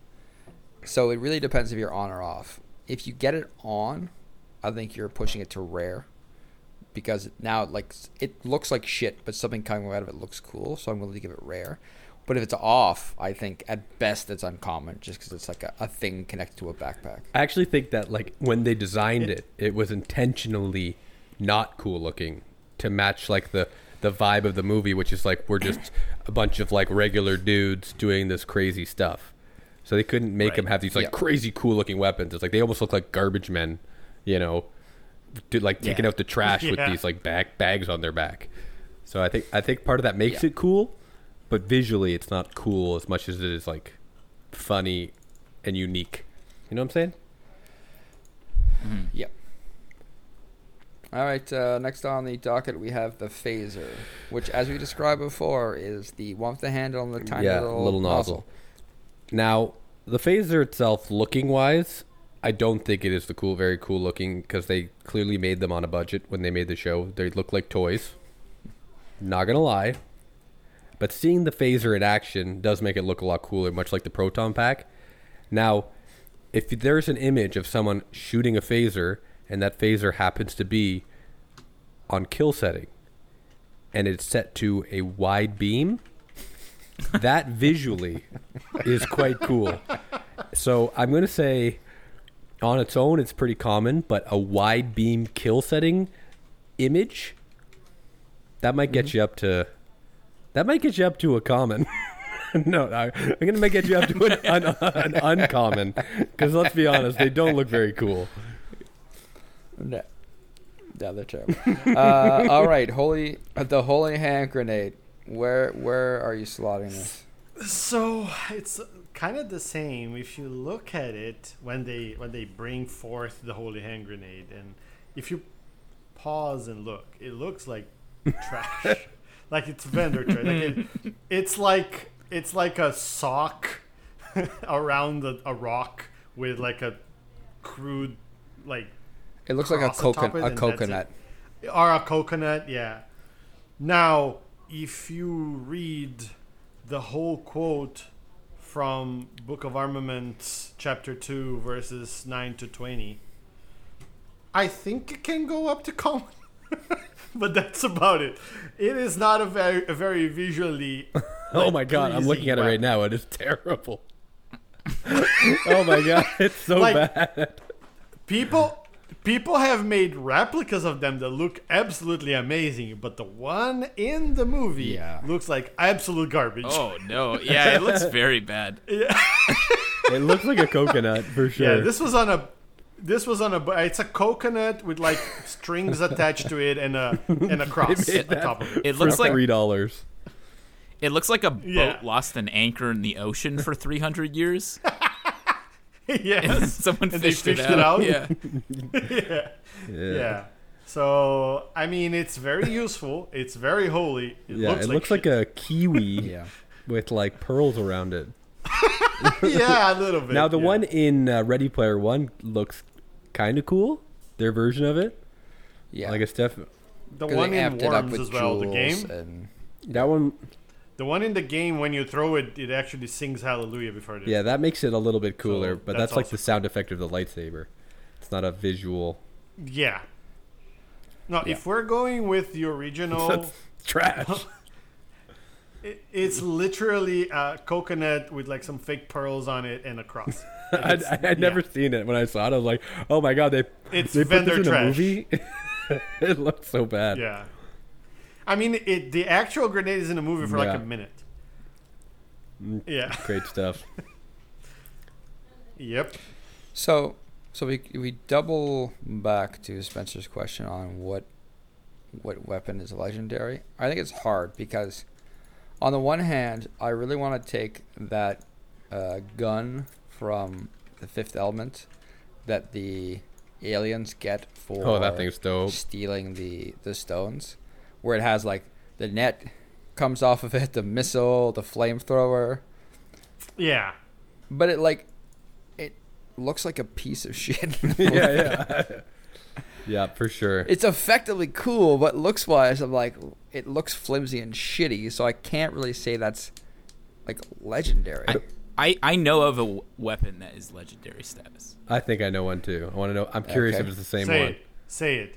Speaker 5: So it really depends if you're on or off. If you get it on, I think you're pushing it to rare because now it like it looks like shit, but something coming out of it looks cool. So I'm willing to give it rare. But if it's off, I think at best it's uncommon, just because it's like a, a thing connected to a backpack.
Speaker 4: I actually think that like when they designed it, it was intentionally not cool looking to match like the the vibe of the movie, which is like we're just a bunch of like regular dudes doing this crazy stuff. So they couldn't make them
Speaker 7: Right.
Speaker 4: have these like
Speaker 5: Yeah.
Speaker 4: crazy cool looking weapons. It's like they almost look like garbage men, you know, do, like taking
Speaker 7: Yeah.
Speaker 4: out the trash with
Speaker 6: Yeah.
Speaker 4: these like bag, bags on their back. So I think I think part of that makes
Speaker 5: Yeah.
Speaker 4: it cool, but visually it's not cool as much as it is like funny and unique. You know what I'm saying?
Speaker 5: Yep. All right. Uh, next on the docket, we have the phaser, which, as we described before, is the one with the handle and the tiny
Speaker 4: yeah,
Speaker 5: little,
Speaker 4: little nozzle. Now, the phaser itself, looking wise, I don't think it is the cool, very cool looking because they clearly made them on a budget when they made the show. They look like toys. Not gonna lie, but seeing the phaser in action does make it look a lot cooler, much like the proton pack. Now, if there's an image of someone shooting a phaser and that phaser happens to be on kill setting and it's set to a wide beam, that visually is quite cool. So I'm going to say on its own, it's pretty common, but a wide beam kill setting image that might get
Speaker 6: Mm-hmm.
Speaker 4: you up to that might get you up to a common. no, no, I'm going to make it you up to an, un, an uncommon because let's be honest, they don't look very cool.
Speaker 5: No. No, they're terrible. uh, all right, holy uh, the holy hand grenade. Where where are you slotting this?
Speaker 6: So it's kind of the same if you look at it when they when they bring forth the holy hand grenade, and if you pause and look, it looks like trash, like it's vendor trash. Like it, it's like it's like a sock around a, a rock with like a crude like
Speaker 5: It looks like a
Speaker 6: Cross the top of it
Speaker 5: coconut. A
Speaker 6: and that's it.
Speaker 5: coconut.
Speaker 6: or a coconut, yeah. Now, if you read the whole quote from Book of Armaments, chapter 2, verses 9 to 20, I think it can go up to common. but that's about it. It is not a very, a very visually.
Speaker 4: oh my god, I'm looking
Speaker 6: pleasing
Speaker 4: at it right
Speaker 6: weapon.
Speaker 4: now. It is terrible. oh my god, it's so
Speaker 6: Like-
Speaker 4: bad.
Speaker 6: People. People have made replicas of them that look absolutely amazing, but the one in the movie
Speaker 5: Yeah.
Speaker 6: looks like absolute garbage.
Speaker 7: Oh no! Yeah, it looks very bad.
Speaker 4: It looks like a coconut for sure.
Speaker 6: Yeah, this was on a. This was on a. bu- It's a coconut with like strings attached to it and a and a cross
Speaker 4: made
Speaker 6: at the top of it.
Speaker 7: It
Speaker 4: for
Speaker 7: looks like
Speaker 4: three dollars.
Speaker 7: It looks like a
Speaker 6: Yeah.
Speaker 7: boat lost an anchor in the ocean for 300 years.
Speaker 6: yes.
Speaker 7: Someone
Speaker 6: And they
Speaker 7: fished,
Speaker 6: fished it out?
Speaker 7: Yeah.
Speaker 6: Yeah. So I mean, it's very useful. It's very holy. It
Speaker 4: Yeah,
Speaker 6: looks
Speaker 4: it
Speaker 6: like
Speaker 4: looks like a kiwi
Speaker 5: Yeah.
Speaker 4: with like pearls around it.
Speaker 6: shit. yeah, a little bit.
Speaker 4: Now the
Speaker 6: yeah.
Speaker 4: one in uh, Ready Player One looks kind of cool, their version of it.
Speaker 5: Yeah.
Speaker 4: Like a Steph,
Speaker 6: The
Speaker 5: 'Cause they
Speaker 6: one in
Speaker 5: amped it up
Speaker 6: Worms
Speaker 5: with
Speaker 6: as well. The
Speaker 5: jewels
Speaker 6: game,
Speaker 5: and-
Speaker 4: that one,
Speaker 6: the one in the game when you throw it, it actually sings Hallelujah before it.
Speaker 4: yeah, that makes it a little bit cooler. but that's,
Speaker 6: that's
Speaker 4: like
Speaker 6: also
Speaker 4: the sound effect of the lightsaber. It's not a visual
Speaker 6: Yeah. No, if we're going with the original,
Speaker 4: trash.
Speaker 6: it, it's literally a coconut with like some fake pearls on it and a cross.
Speaker 4: I, I had never seen it when I saw it. I was like, oh my god, they
Speaker 6: It's
Speaker 4: they put
Speaker 6: vendor
Speaker 4: this in a
Speaker 6: trash.
Speaker 4: movie. it looked so bad.
Speaker 6: Yeah. I mean, it the actual grenade is in the movie for like
Speaker 4: Yeah. Mm.
Speaker 6: a minute. Yeah.
Speaker 4: Great stuff.
Speaker 6: Yep.
Speaker 5: So, so we we double back to Spencer's question on what what weapon is legendary. I think it's hard because, on the one hand, I really want to take that uh, gun from the Fifth Element that the aliens get for
Speaker 4: Oh, that thing's dope.
Speaker 5: stealing the the stones, where it has like the net comes off of it, the missile, the flamethrower
Speaker 6: Yeah.
Speaker 5: but it like it looks like a piece of shit.
Speaker 4: yeah, yeah, yeah, for sure.
Speaker 5: It's effectively cool, but looks wise, I'm like it looks flimsy and shitty, so I can't really say that's like legendary.
Speaker 7: I, I, I know of a w- weapon that is legendary status.
Speaker 4: I think I know one too. I want to know. I'm curious
Speaker 5: Okay.
Speaker 4: if it's the same
Speaker 6: Say
Speaker 4: one.
Speaker 6: it. Say it.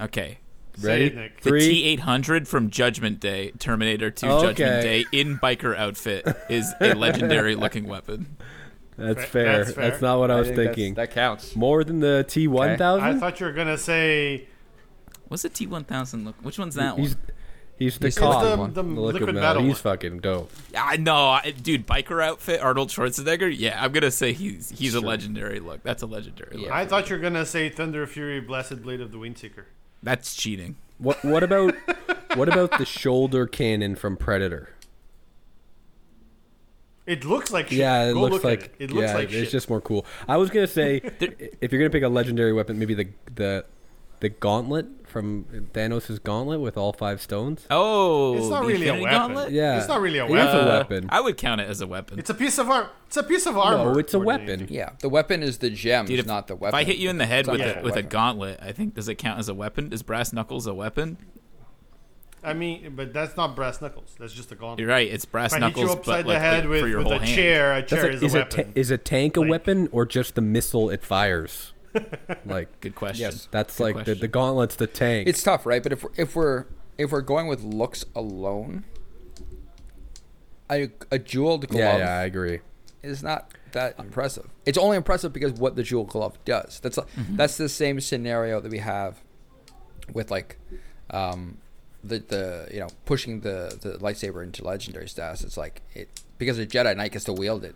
Speaker 7: Okay.
Speaker 6: Say
Speaker 4: Ready?
Speaker 6: it, Nick.
Speaker 7: The
Speaker 4: Three.
Speaker 7: T E eight hundred from Judgment Day, Terminator Two Judgment
Speaker 4: Okay.
Speaker 7: Day in biker outfit is a legendary looking weapon.
Speaker 4: That's
Speaker 6: Fa-
Speaker 4: fair.
Speaker 6: that's
Speaker 4: That's,
Speaker 6: fair.
Speaker 4: not what I, was
Speaker 5: think that's-
Speaker 4: thinking.
Speaker 5: that counts.
Speaker 4: More than the
Speaker 6: I
Speaker 4: T1000.
Speaker 6: thought you were gonna say
Speaker 7: What's the T one thousand look? Which one's that
Speaker 4: He's
Speaker 7: one?
Speaker 4: he's the
Speaker 5: He's
Speaker 4: cop.
Speaker 5: the-
Speaker 4: one.
Speaker 6: the
Speaker 4: liquid,
Speaker 6: liquid
Speaker 4: metal.
Speaker 6: metal
Speaker 4: He's
Speaker 6: one.
Speaker 4: fucking dope.
Speaker 7: I know, I- dude. Biker outfit, Arnold Schwarzenegger. Yeah, I'm gonna say he's he's a legendary look. That's a legendary look.
Speaker 5: Yeah.
Speaker 6: I thought you were gonna say Thunder Fury Blessed Blade of the Windseeker.
Speaker 7: That's cheating.
Speaker 4: What what about what about the shoulder cannon from Predator?
Speaker 6: It looks like shit.
Speaker 4: Yeah, it
Speaker 6: Go
Speaker 4: looks
Speaker 6: look
Speaker 4: like
Speaker 6: at it. it looks
Speaker 4: yeah,
Speaker 6: like
Speaker 4: it's
Speaker 6: shit.
Speaker 4: just more cool. I was gonna say if you're gonna pick a legendary weapon, maybe the the the gauntlet from Thanos' gauntlet with all five stones.
Speaker 7: Oh,
Speaker 6: It's not
Speaker 7: the
Speaker 6: really a
Speaker 7: Infinity
Speaker 6: weapon.
Speaker 7: Gauntlet?
Speaker 4: Yeah,
Speaker 6: It's not really a
Speaker 4: It is
Speaker 6: weapon.
Speaker 4: a
Speaker 6: Uh,
Speaker 4: weapon.
Speaker 7: I would count it as a weapon.
Speaker 6: it's a piece of armor. It's a piece of armor.
Speaker 4: no, Oh, it's a
Speaker 6: more than
Speaker 4: weapon.
Speaker 6: anything.
Speaker 5: Yeah, the weapon is the gem,
Speaker 7: Dude,
Speaker 5: it's not the weapon.
Speaker 7: If I hit you in the head
Speaker 5: not
Speaker 7: with
Speaker 5: the
Speaker 7: a,
Speaker 5: full
Speaker 7: with a
Speaker 5: weapon.
Speaker 7: gauntlet, I think does it count as a weapon? Is brass knuckles a weapon?
Speaker 6: I mean, but that's not brass knuckles. That's just a
Speaker 7: You're
Speaker 6: gauntlet.
Speaker 7: right. It's
Speaker 6: If
Speaker 7: brass
Speaker 6: I hit
Speaker 7: knuckles,
Speaker 6: you
Speaker 7: but
Speaker 6: upside
Speaker 7: like
Speaker 6: the head
Speaker 7: for
Speaker 6: with,
Speaker 7: your
Speaker 6: with
Speaker 7: whole
Speaker 6: a
Speaker 7: hand.
Speaker 6: chair, a
Speaker 4: That's
Speaker 6: chair
Speaker 4: like-
Speaker 6: is,
Speaker 4: is
Speaker 6: a
Speaker 4: a ta-
Speaker 6: weapon.
Speaker 4: is a tank a
Speaker 6: Like-
Speaker 4: weapon or just the missile it fires? Like
Speaker 7: Good question.
Speaker 5: Yes.
Speaker 4: that's
Speaker 7: Good
Speaker 4: like the,
Speaker 7: question.
Speaker 4: the gauntlet's the tank.
Speaker 5: It's tough, right? But if we're, if we're if we're going with looks alone, a, a jeweled glove
Speaker 4: yeah, yeah, I agree.
Speaker 5: is not that impressive. It's only impressive because what the jewel glove does. That's like,
Speaker 4: Mm-hmm.
Speaker 5: that's the same scenario that we have with like um, the the you know pushing the the lightsaber into legendary status. It's like it because a Jedi Knight gets to wield it.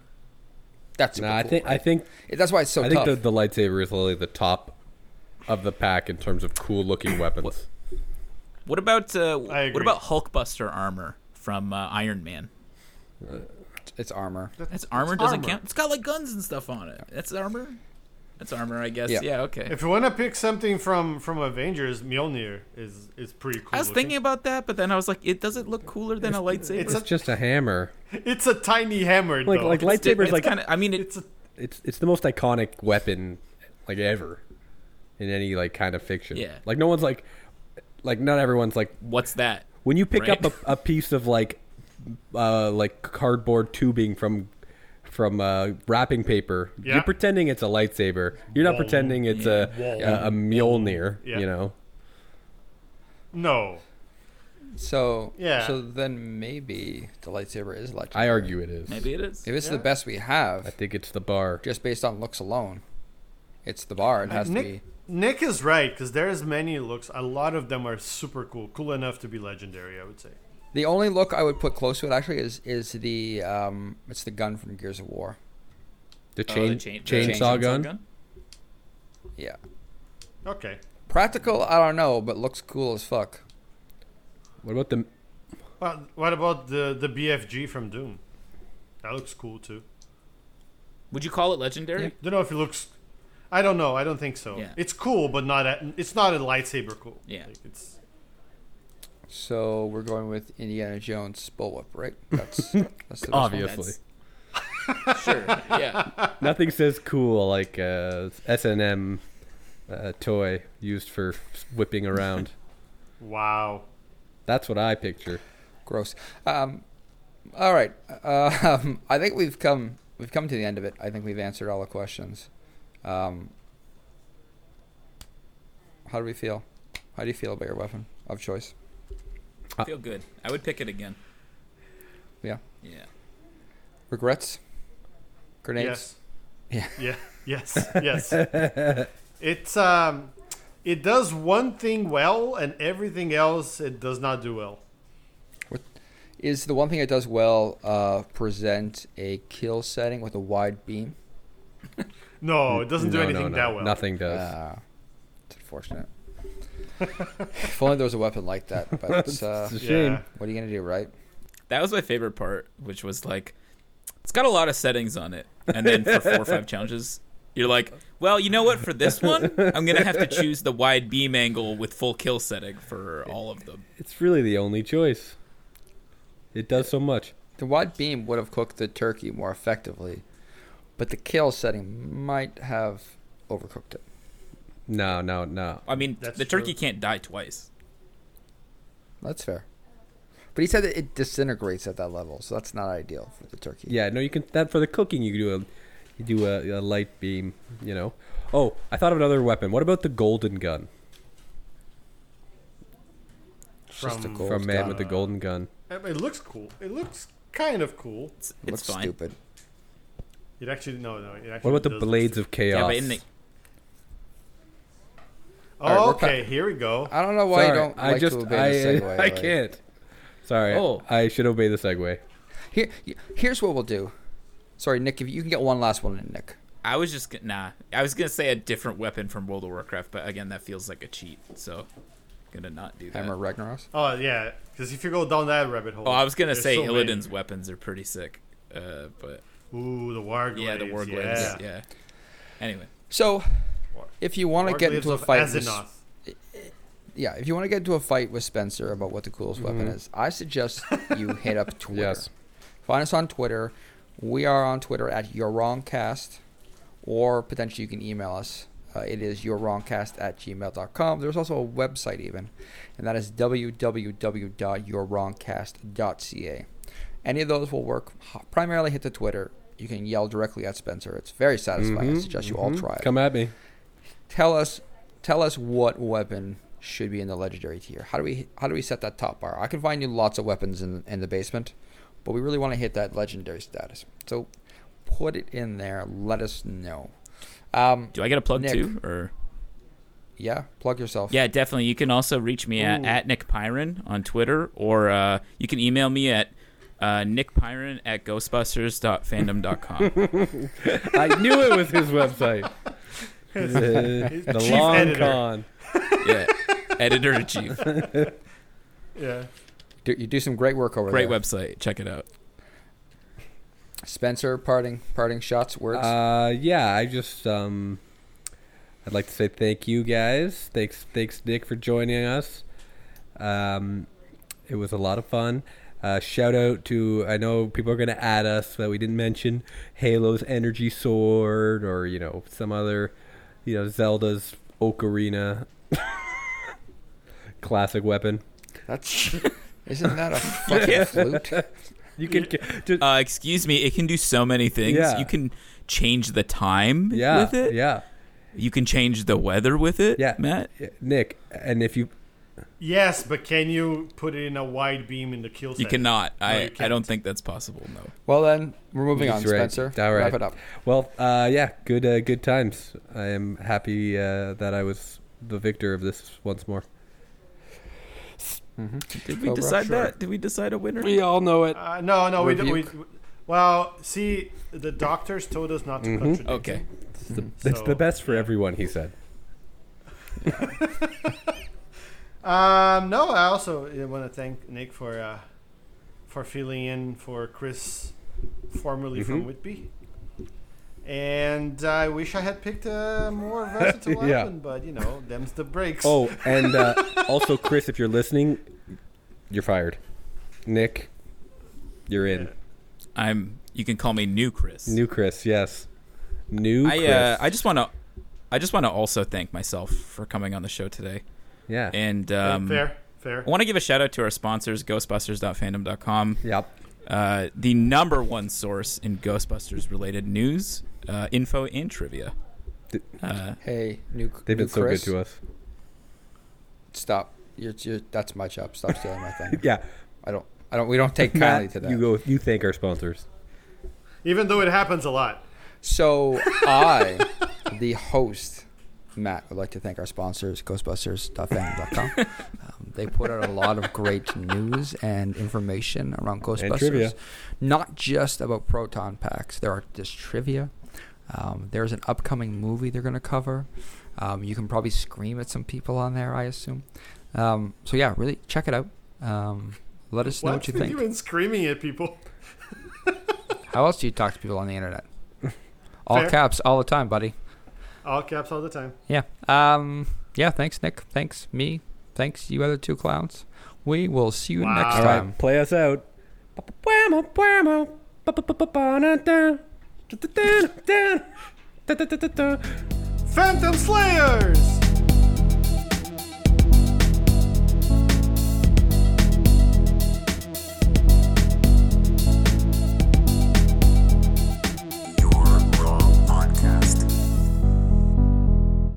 Speaker 5: That's super
Speaker 4: No, I
Speaker 5: cool,
Speaker 4: think I
Speaker 5: right?
Speaker 4: think
Speaker 5: that's why it's so
Speaker 4: I
Speaker 5: tough.
Speaker 4: think the, the lightsaber is literally the top of the pack in terms of cool looking weapons.
Speaker 7: What about uh,
Speaker 6: I agree.
Speaker 7: what about Hulkbuster armor from uh, Iron Man?
Speaker 5: it's armor.
Speaker 7: That's armor doesn't
Speaker 6: armor.
Speaker 7: count. It's got like guns and stuff on it. That's armor. That's armor, I guess.
Speaker 5: Yeah.
Speaker 7: Yeah. okay.
Speaker 6: If you want to pick something from from Avengers, Mjolnir is is pretty cool.
Speaker 7: I was thinking about that, but then I was like, it doesn't look cooler than a lightsaber.
Speaker 6: it's
Speaker 4: It's just a hammer.
Speaker 6: it's a tiny hammer.
Speaker 4: Like
Speaker 6: though.
Speaker 4: like lightsabers
Speaker 7: it's
Speaker 4: like
Speaker 7: kind of. I mean,
Speaker 6: It's
Speaker 7: it's
Speaker 6: a,
Speaker 4: it's it's the most iconic weapon like ever in any like kind of fiction.
Speaker 7: Yeah.
Speaker 4: Like no one's like like not everyone's like
Speaker 7: what's that?
Speaker 4: when you pick
Speaker 7: Right.
Speaker 4: up a, a piece of like uh like cardboard tubing from from uh, wrapping paper,
Speaker 6: Yeah.
Speaker 4: you're pretending it's a lightsaber. You're not pretending it's
Speaker 6: Yeah.
Speaker 4: a, a a Mjolnir.
Speaker 6: Yeah.
Speaker 4: You know.
Speaker 6: no.
Speaker 5: So
Speaker 6: Yeah.
Speaker 5: So then maybe the lightsaber is legendary.
Speaker 4: I argue it is.
Speaker 7: Maybe it is.
Speaker 5: if it's the best we
Speaker 4: I
Speaker 5: have,
Speaker 4: think it's the bar.
Speaker 5: just based on looks alone, it's the bar. It has to be.
Speaker 6: Nick Nick is right because there's many looks. A lot of them are super cool, cool enough to be legendary. I would say.
Speaker 5: The only look I would put close to it actually is is the um it's the gun from Gears of War.
Speaker 4: The
Speaker 7: Oh,
Speaker 4: chain,
Speaker 7: the chain- the
Speaker 4: chainsaw, gun.
Speaker 5: Yeah.
Speaker 6: Okay.
Speaker 5: Practical, I don't know, but looks cool as fuck.
Speaker 4: What about the?
Speaker 6: Well, what about the the BFG from Doom? That looks cool too.
Speaker 7: Would you call it legendary?
Speaker 6: Don't know if it looks. I don't know. I don't think so.
Speaker 7: Yeah.
Speaker 6: It's cool, but not. A, it's not a lightsaber cool.
Speaker 7: Yeah.
Speaker 6: Like, it's
Speaker 5: So we're going with Indiana Jones bullwhip, right? That's that's the best
Speaker 4: Obvious.
Speaker 7: That's- sure. Yeah.
Speaker 4: Nothing says cool like uh, S and M uh, toy used for whipping around.
Speaker 6: Wow.
Speaker 4: That's what I picture.
Speaker 5: Gross. Um, all right. Uh, um, I think we've come we've come to the end of it. I think we've answered all the questions. Um, how do we feel? How do you feel about your weapon of choice?
Speaker 7: I
Speaker 5: Uh,
Speaker 7: feel good. I would pick it again.
Speaker 5: Yeah.
Speaker 7: Yeah.
Speaker 5: Regrets? Grenades?
Speaker 6: Yes.
Speaker 5: Yeah.
Speaker 6: Yeah. Yes. Yes. it's um, it does one thing well, and everything else it does not do well.
Speaker 5: Is the one thing it does well uh, present a kill setting with a wide beam?
Speaker 6: No, it doesn't do
Speaker 4: Mm. No, no,
Speaker 6: anything
Speaker 4: no.
Speaker 6: that well.
Speaker 4: Nothing does.
Speaker 5: Uh, it's unfortunate. if only there was a weapon like that. But uh,
Speaker 4: it's a shame.
Speaker 6: Yeah.
Speaker 5: what are you going to do, right?
Speaker 7: That was my favorite part, which was like, it's got a lot of settings on it, and then for four or five challenges, you're like, well, you know what? For this one, I'm gonna have to choose the wide beam angle with full kill setting for all of them.
Speaker 4: It's really the only choice. It does so much.
Speaker 5: The wide beam would have cooked the turkey more effectively, but the kill setting might have overcooked it.
Speaker 4: No, no, no.
Speaker 7: I mean,
Speaker 6: That's
Speaker 7: the turkey
Speaker 6: true.
Speaker 7: can't die twice.
Speaker 5: That's fair. But he said that it disintegrates at that level, so that's not ideal for the turkey.
Speaker 4: Yeah, no. You can that for the cooking. You do a, you do a, a light beam. You know. Oh, I thought of another weapon. What about the golden gun
Speaker 5: It's just a
Speaker 6: From-
Speaker 5: gold
Speaker 4: from Man
Speaker 5: gun.
Speaker 4: with the Golden Gun?
Speaker 6: I mean, it looks cool. It looks kind of cool.
Speaker 7: It's,
Speaker 5: It
Speaker 7: it's
Speaker 5: looks
Speaker 7: fine.
Speaker 5: stupid.
Speaker 6: It actually no no. It
Speaker 4: What
Speaker 6: actually
Speaker 4: about the
Speaker 6: does look
Speaker 4: blades of chaos?
Speaker 7: Yeah, but in the
Speaker 6: Oh,
Speaker 5: All right, we're
Speaker 6: okay, here we go.
Speaker 5: I don't know why
Speaker 4: Sorry,
Speaker 5: you don't
Speaker 4: I
Speaker 5: like
Speaker 4: just
Speaker 5: to obey
Speaker 4: I,
Speaker 5: the segue.
Speaker 4: I
Speaker 5: like-
Speaker 4: can't. Sorry.
Speaker 7: Oh.
Speaker 4: I should obey the segue.
Speaker 5: Here, here's what we'll do. Sorry, Nick, if you can get one last one in, Nick.
Speaker 7: I was just gonna, nah. I was gonna say a different weapon from World of Warcraft, but again, that feels like a cheat, so gonna not do that.
Speaker 5: Hammer Ragnaros.
Speaker 6: Oh yeah, because if you go down that rabbit hole.
Speaker 7: Oh, I was gonna
Speaker 6: there's
Speaker 7: say
Speaker 6: so many.
Speaker 7: Illidan's weapons are pretty sick, uh, but
Speaker 6: Ooh, the war glaives.
Speaker 7: yeah, the war glaives. Yeah. Anyway,
Speaker 5: So,
Speaker 6: War-
Speaker 5: if you want to
Speaker 6: War
Speaker 5: get
Speaker 6: glaives
Speaker 5: into a
Speaker 6: of
Speaker 5: fight, with,
Speaker 6: Azanoth.
Speaker 5: yeah, if you want to get into a fight with Spencer about what the coolest weapon is, I suggest you hit up Twitter.
Speaker 4: Yes.
Speaker 5: Find us on Twitter. We are on Twitter at Your YourWrongCast, or potentially you can email us. Uh, it is YourWrongCast at gmail.com. There's also a website even, and that is www.yourwrongcast.ca. Any of those will work. H- Primarily hit the Twitter. You can yell directly at Spencer. It's very satisfying. I suggest you all Hmm? try it
Speaker 4: Come at me.
Speaker 5: tell us tell us what weapon should be in the legendary tier. How do we how do we set that top bar? I can find you lots of weapons in in the basement, but we really want to hit that legendary status. So put it in there. Let us know. Um,
Speaker 7: do I get a plug
Speaker 5: Nick.
Speaker 7: too, or?
Speaker 5: yeah, plug yourself.
Speaker 7: Yeah, definitely. You can also reach me at, at Nick Pyron on Twitter, or uh, you can email me at uh, nickpyron at ghostbusters.fandom.com.
Speaker 4: I knew it was his website. the the
Speaker 6: Chief
Speaker 4: long
Speaker 6: editor.
Speaker 4: con.
Speaker 7: yeah. Editor in chief.
Speaker 6: Yeah.
Speaker 5: Do, you do some great work over
Speaker 7: Great
Speaker 5: there.
Speaker 7: website. Check it out.
Speaker 5: Spencer, parting parting shots, words.
Speaker 4: Uh, yeah, I just um, I'd like to say thank you guys. Thanks, thanks Nick for joining us. Um, it was a lot of fun. Uh, shout out to I know people are gonna add us that we didn't mention Halo's Energy Sword or you know some other you know Zelda's Ocarina classic weapon.
Speaker 5: That's isn't that a fucking flute?
Speaker 4: You can just,
Speaker 7: Uh, excuse me. It can do so many things.
Speaker 4: Yeah.
Speaker 7: You can change the time
Speaker 4: yeah
Speaker 7: with it.
Speaker 4: yeah
Speaker 7: You can change the weather with it.
Speaker 4: yeah
Speaker 7: Matt.
Speaker 4: Nick and if you
Speaker 6: Yes, but can you put it in a wide beam in the kill?
Speaker 7: You
Speaker 6: setting?
Speaker 7: cannot.
Speaker 6: No,
Speaker 7: I,
Speaker 6: you
Speaker 7: I
Speaker 6: can't.
Speaker 7: don't think that's possible. No.
Speaker 5: Well then, we're moving on,
Speaker 4: He's right.
Speaker 5: Spencer.
Speaker 4: All right.
Speaker 5: Wrap it up.
Speaker 4: Well, uh, yeah, good uh, good times. I am happy uh, that I was the victor of this once more.
Speaker 7: Did we
Speaker 5: Cobra,
Speaker 7: decide
Speaker 5: sure.
Speaker 7: that? Did we decide a winner?
Speaker 4: all know it.
Speaker 6: Uh, no, no, we, don't- we.
Speaker 5: Rebuke.
Speaker 6: Well, see, the doctors told us not to
Speaker 5: Mm-hmm.
Speaker 6: contradict.
Speaker 7: Okay.
Speaker 4: That's
Speaker 6: so-
Speaker 4: the best for everyone, he said.
Speaker 6: Um, no, I also want to thank Nick for uh, for filling in for Chris, formerly
Speaker 5: Mm-hmm.
Speaker 6: from Whitby. And I wish I had picked a more versatile
Speaker 4: Yeah.
Speaker 6: weapon, but you know, them's the breaks.
Speaker 4: Oh, and uh, also, Chris, if you're listening, you're fired. Nick, you're in.
Speaker 7: I'm. You can call me New Chris.
Speaker 4: New Chris, yes. New
Speaker 7: I
Speaker 4: Chris.
Speaker 7: uh, I just want to I just want to also thank myself for coming on the show today.
Speaker 4: Yeah.
Speaker 7: And um,
Speaker 6: fair, fair.
Speaker 7: I want to give a shout out to our sponsors, Ghostbusters.fandom.com.
Speaker 4: Yep.
Speaker 7: Uh, the number one source in Ghostbusters related news, uh, info, and trivia.
Speaker 4: Th-
Speaker 7: Uh,
Speaker 5: Hey, new
Speaker 4: They've
Speaker 5: new
Speaker 4: been so good
Speaker 5: Chris,
Speaker 4: to us.
Speaker 5: Stop. You're, you're, that's my job. Stop stealing my thing.
Speaker 4: Yeah.
Speaker 5: I don't. I don't. We don't take kindly
Speaker 4: Matt,
Speaker 5: to that.
Speaker 4: You go. You thank our sponsors.
Speaker 6: Even though it happens a lot.
Speaker 5: So I, the host, Matt, would like to thank our sponsors, Ghostbusters.fandom.com. um, they put out a lot of great news and information around Ghostbusters.
Speaker 4: trivia.
Speaker 5: Not just about proton packs. There are just trivia. Um, there's an upcoming movie they're going to cover. Um, you can probably scream at some people on there, I assume. Um, so yeah, really check it out. Um, let us know what
Speaker 6: What's
Speaker 5: you
Speaker 6: with
Speaker 5: think.
Speaker 6: you and screaming at people?
Speaker 5: How else do you talk to people on the internet? All
Speaker 6: Fair.
Speaker 5: caps, all the time, buddy.
Speaker 6: All caps all the time.
Speaker 5: Yeah. Um. Yeah. Thanks, Nick. Thanks, me. Thanks, you other two clowns. We will see you next
Speaker 6: Wow.
Speaker 4: All
Speaker 5: time.
Speaker 4: right, play us out.
Speaker 6: Phantom Slayers!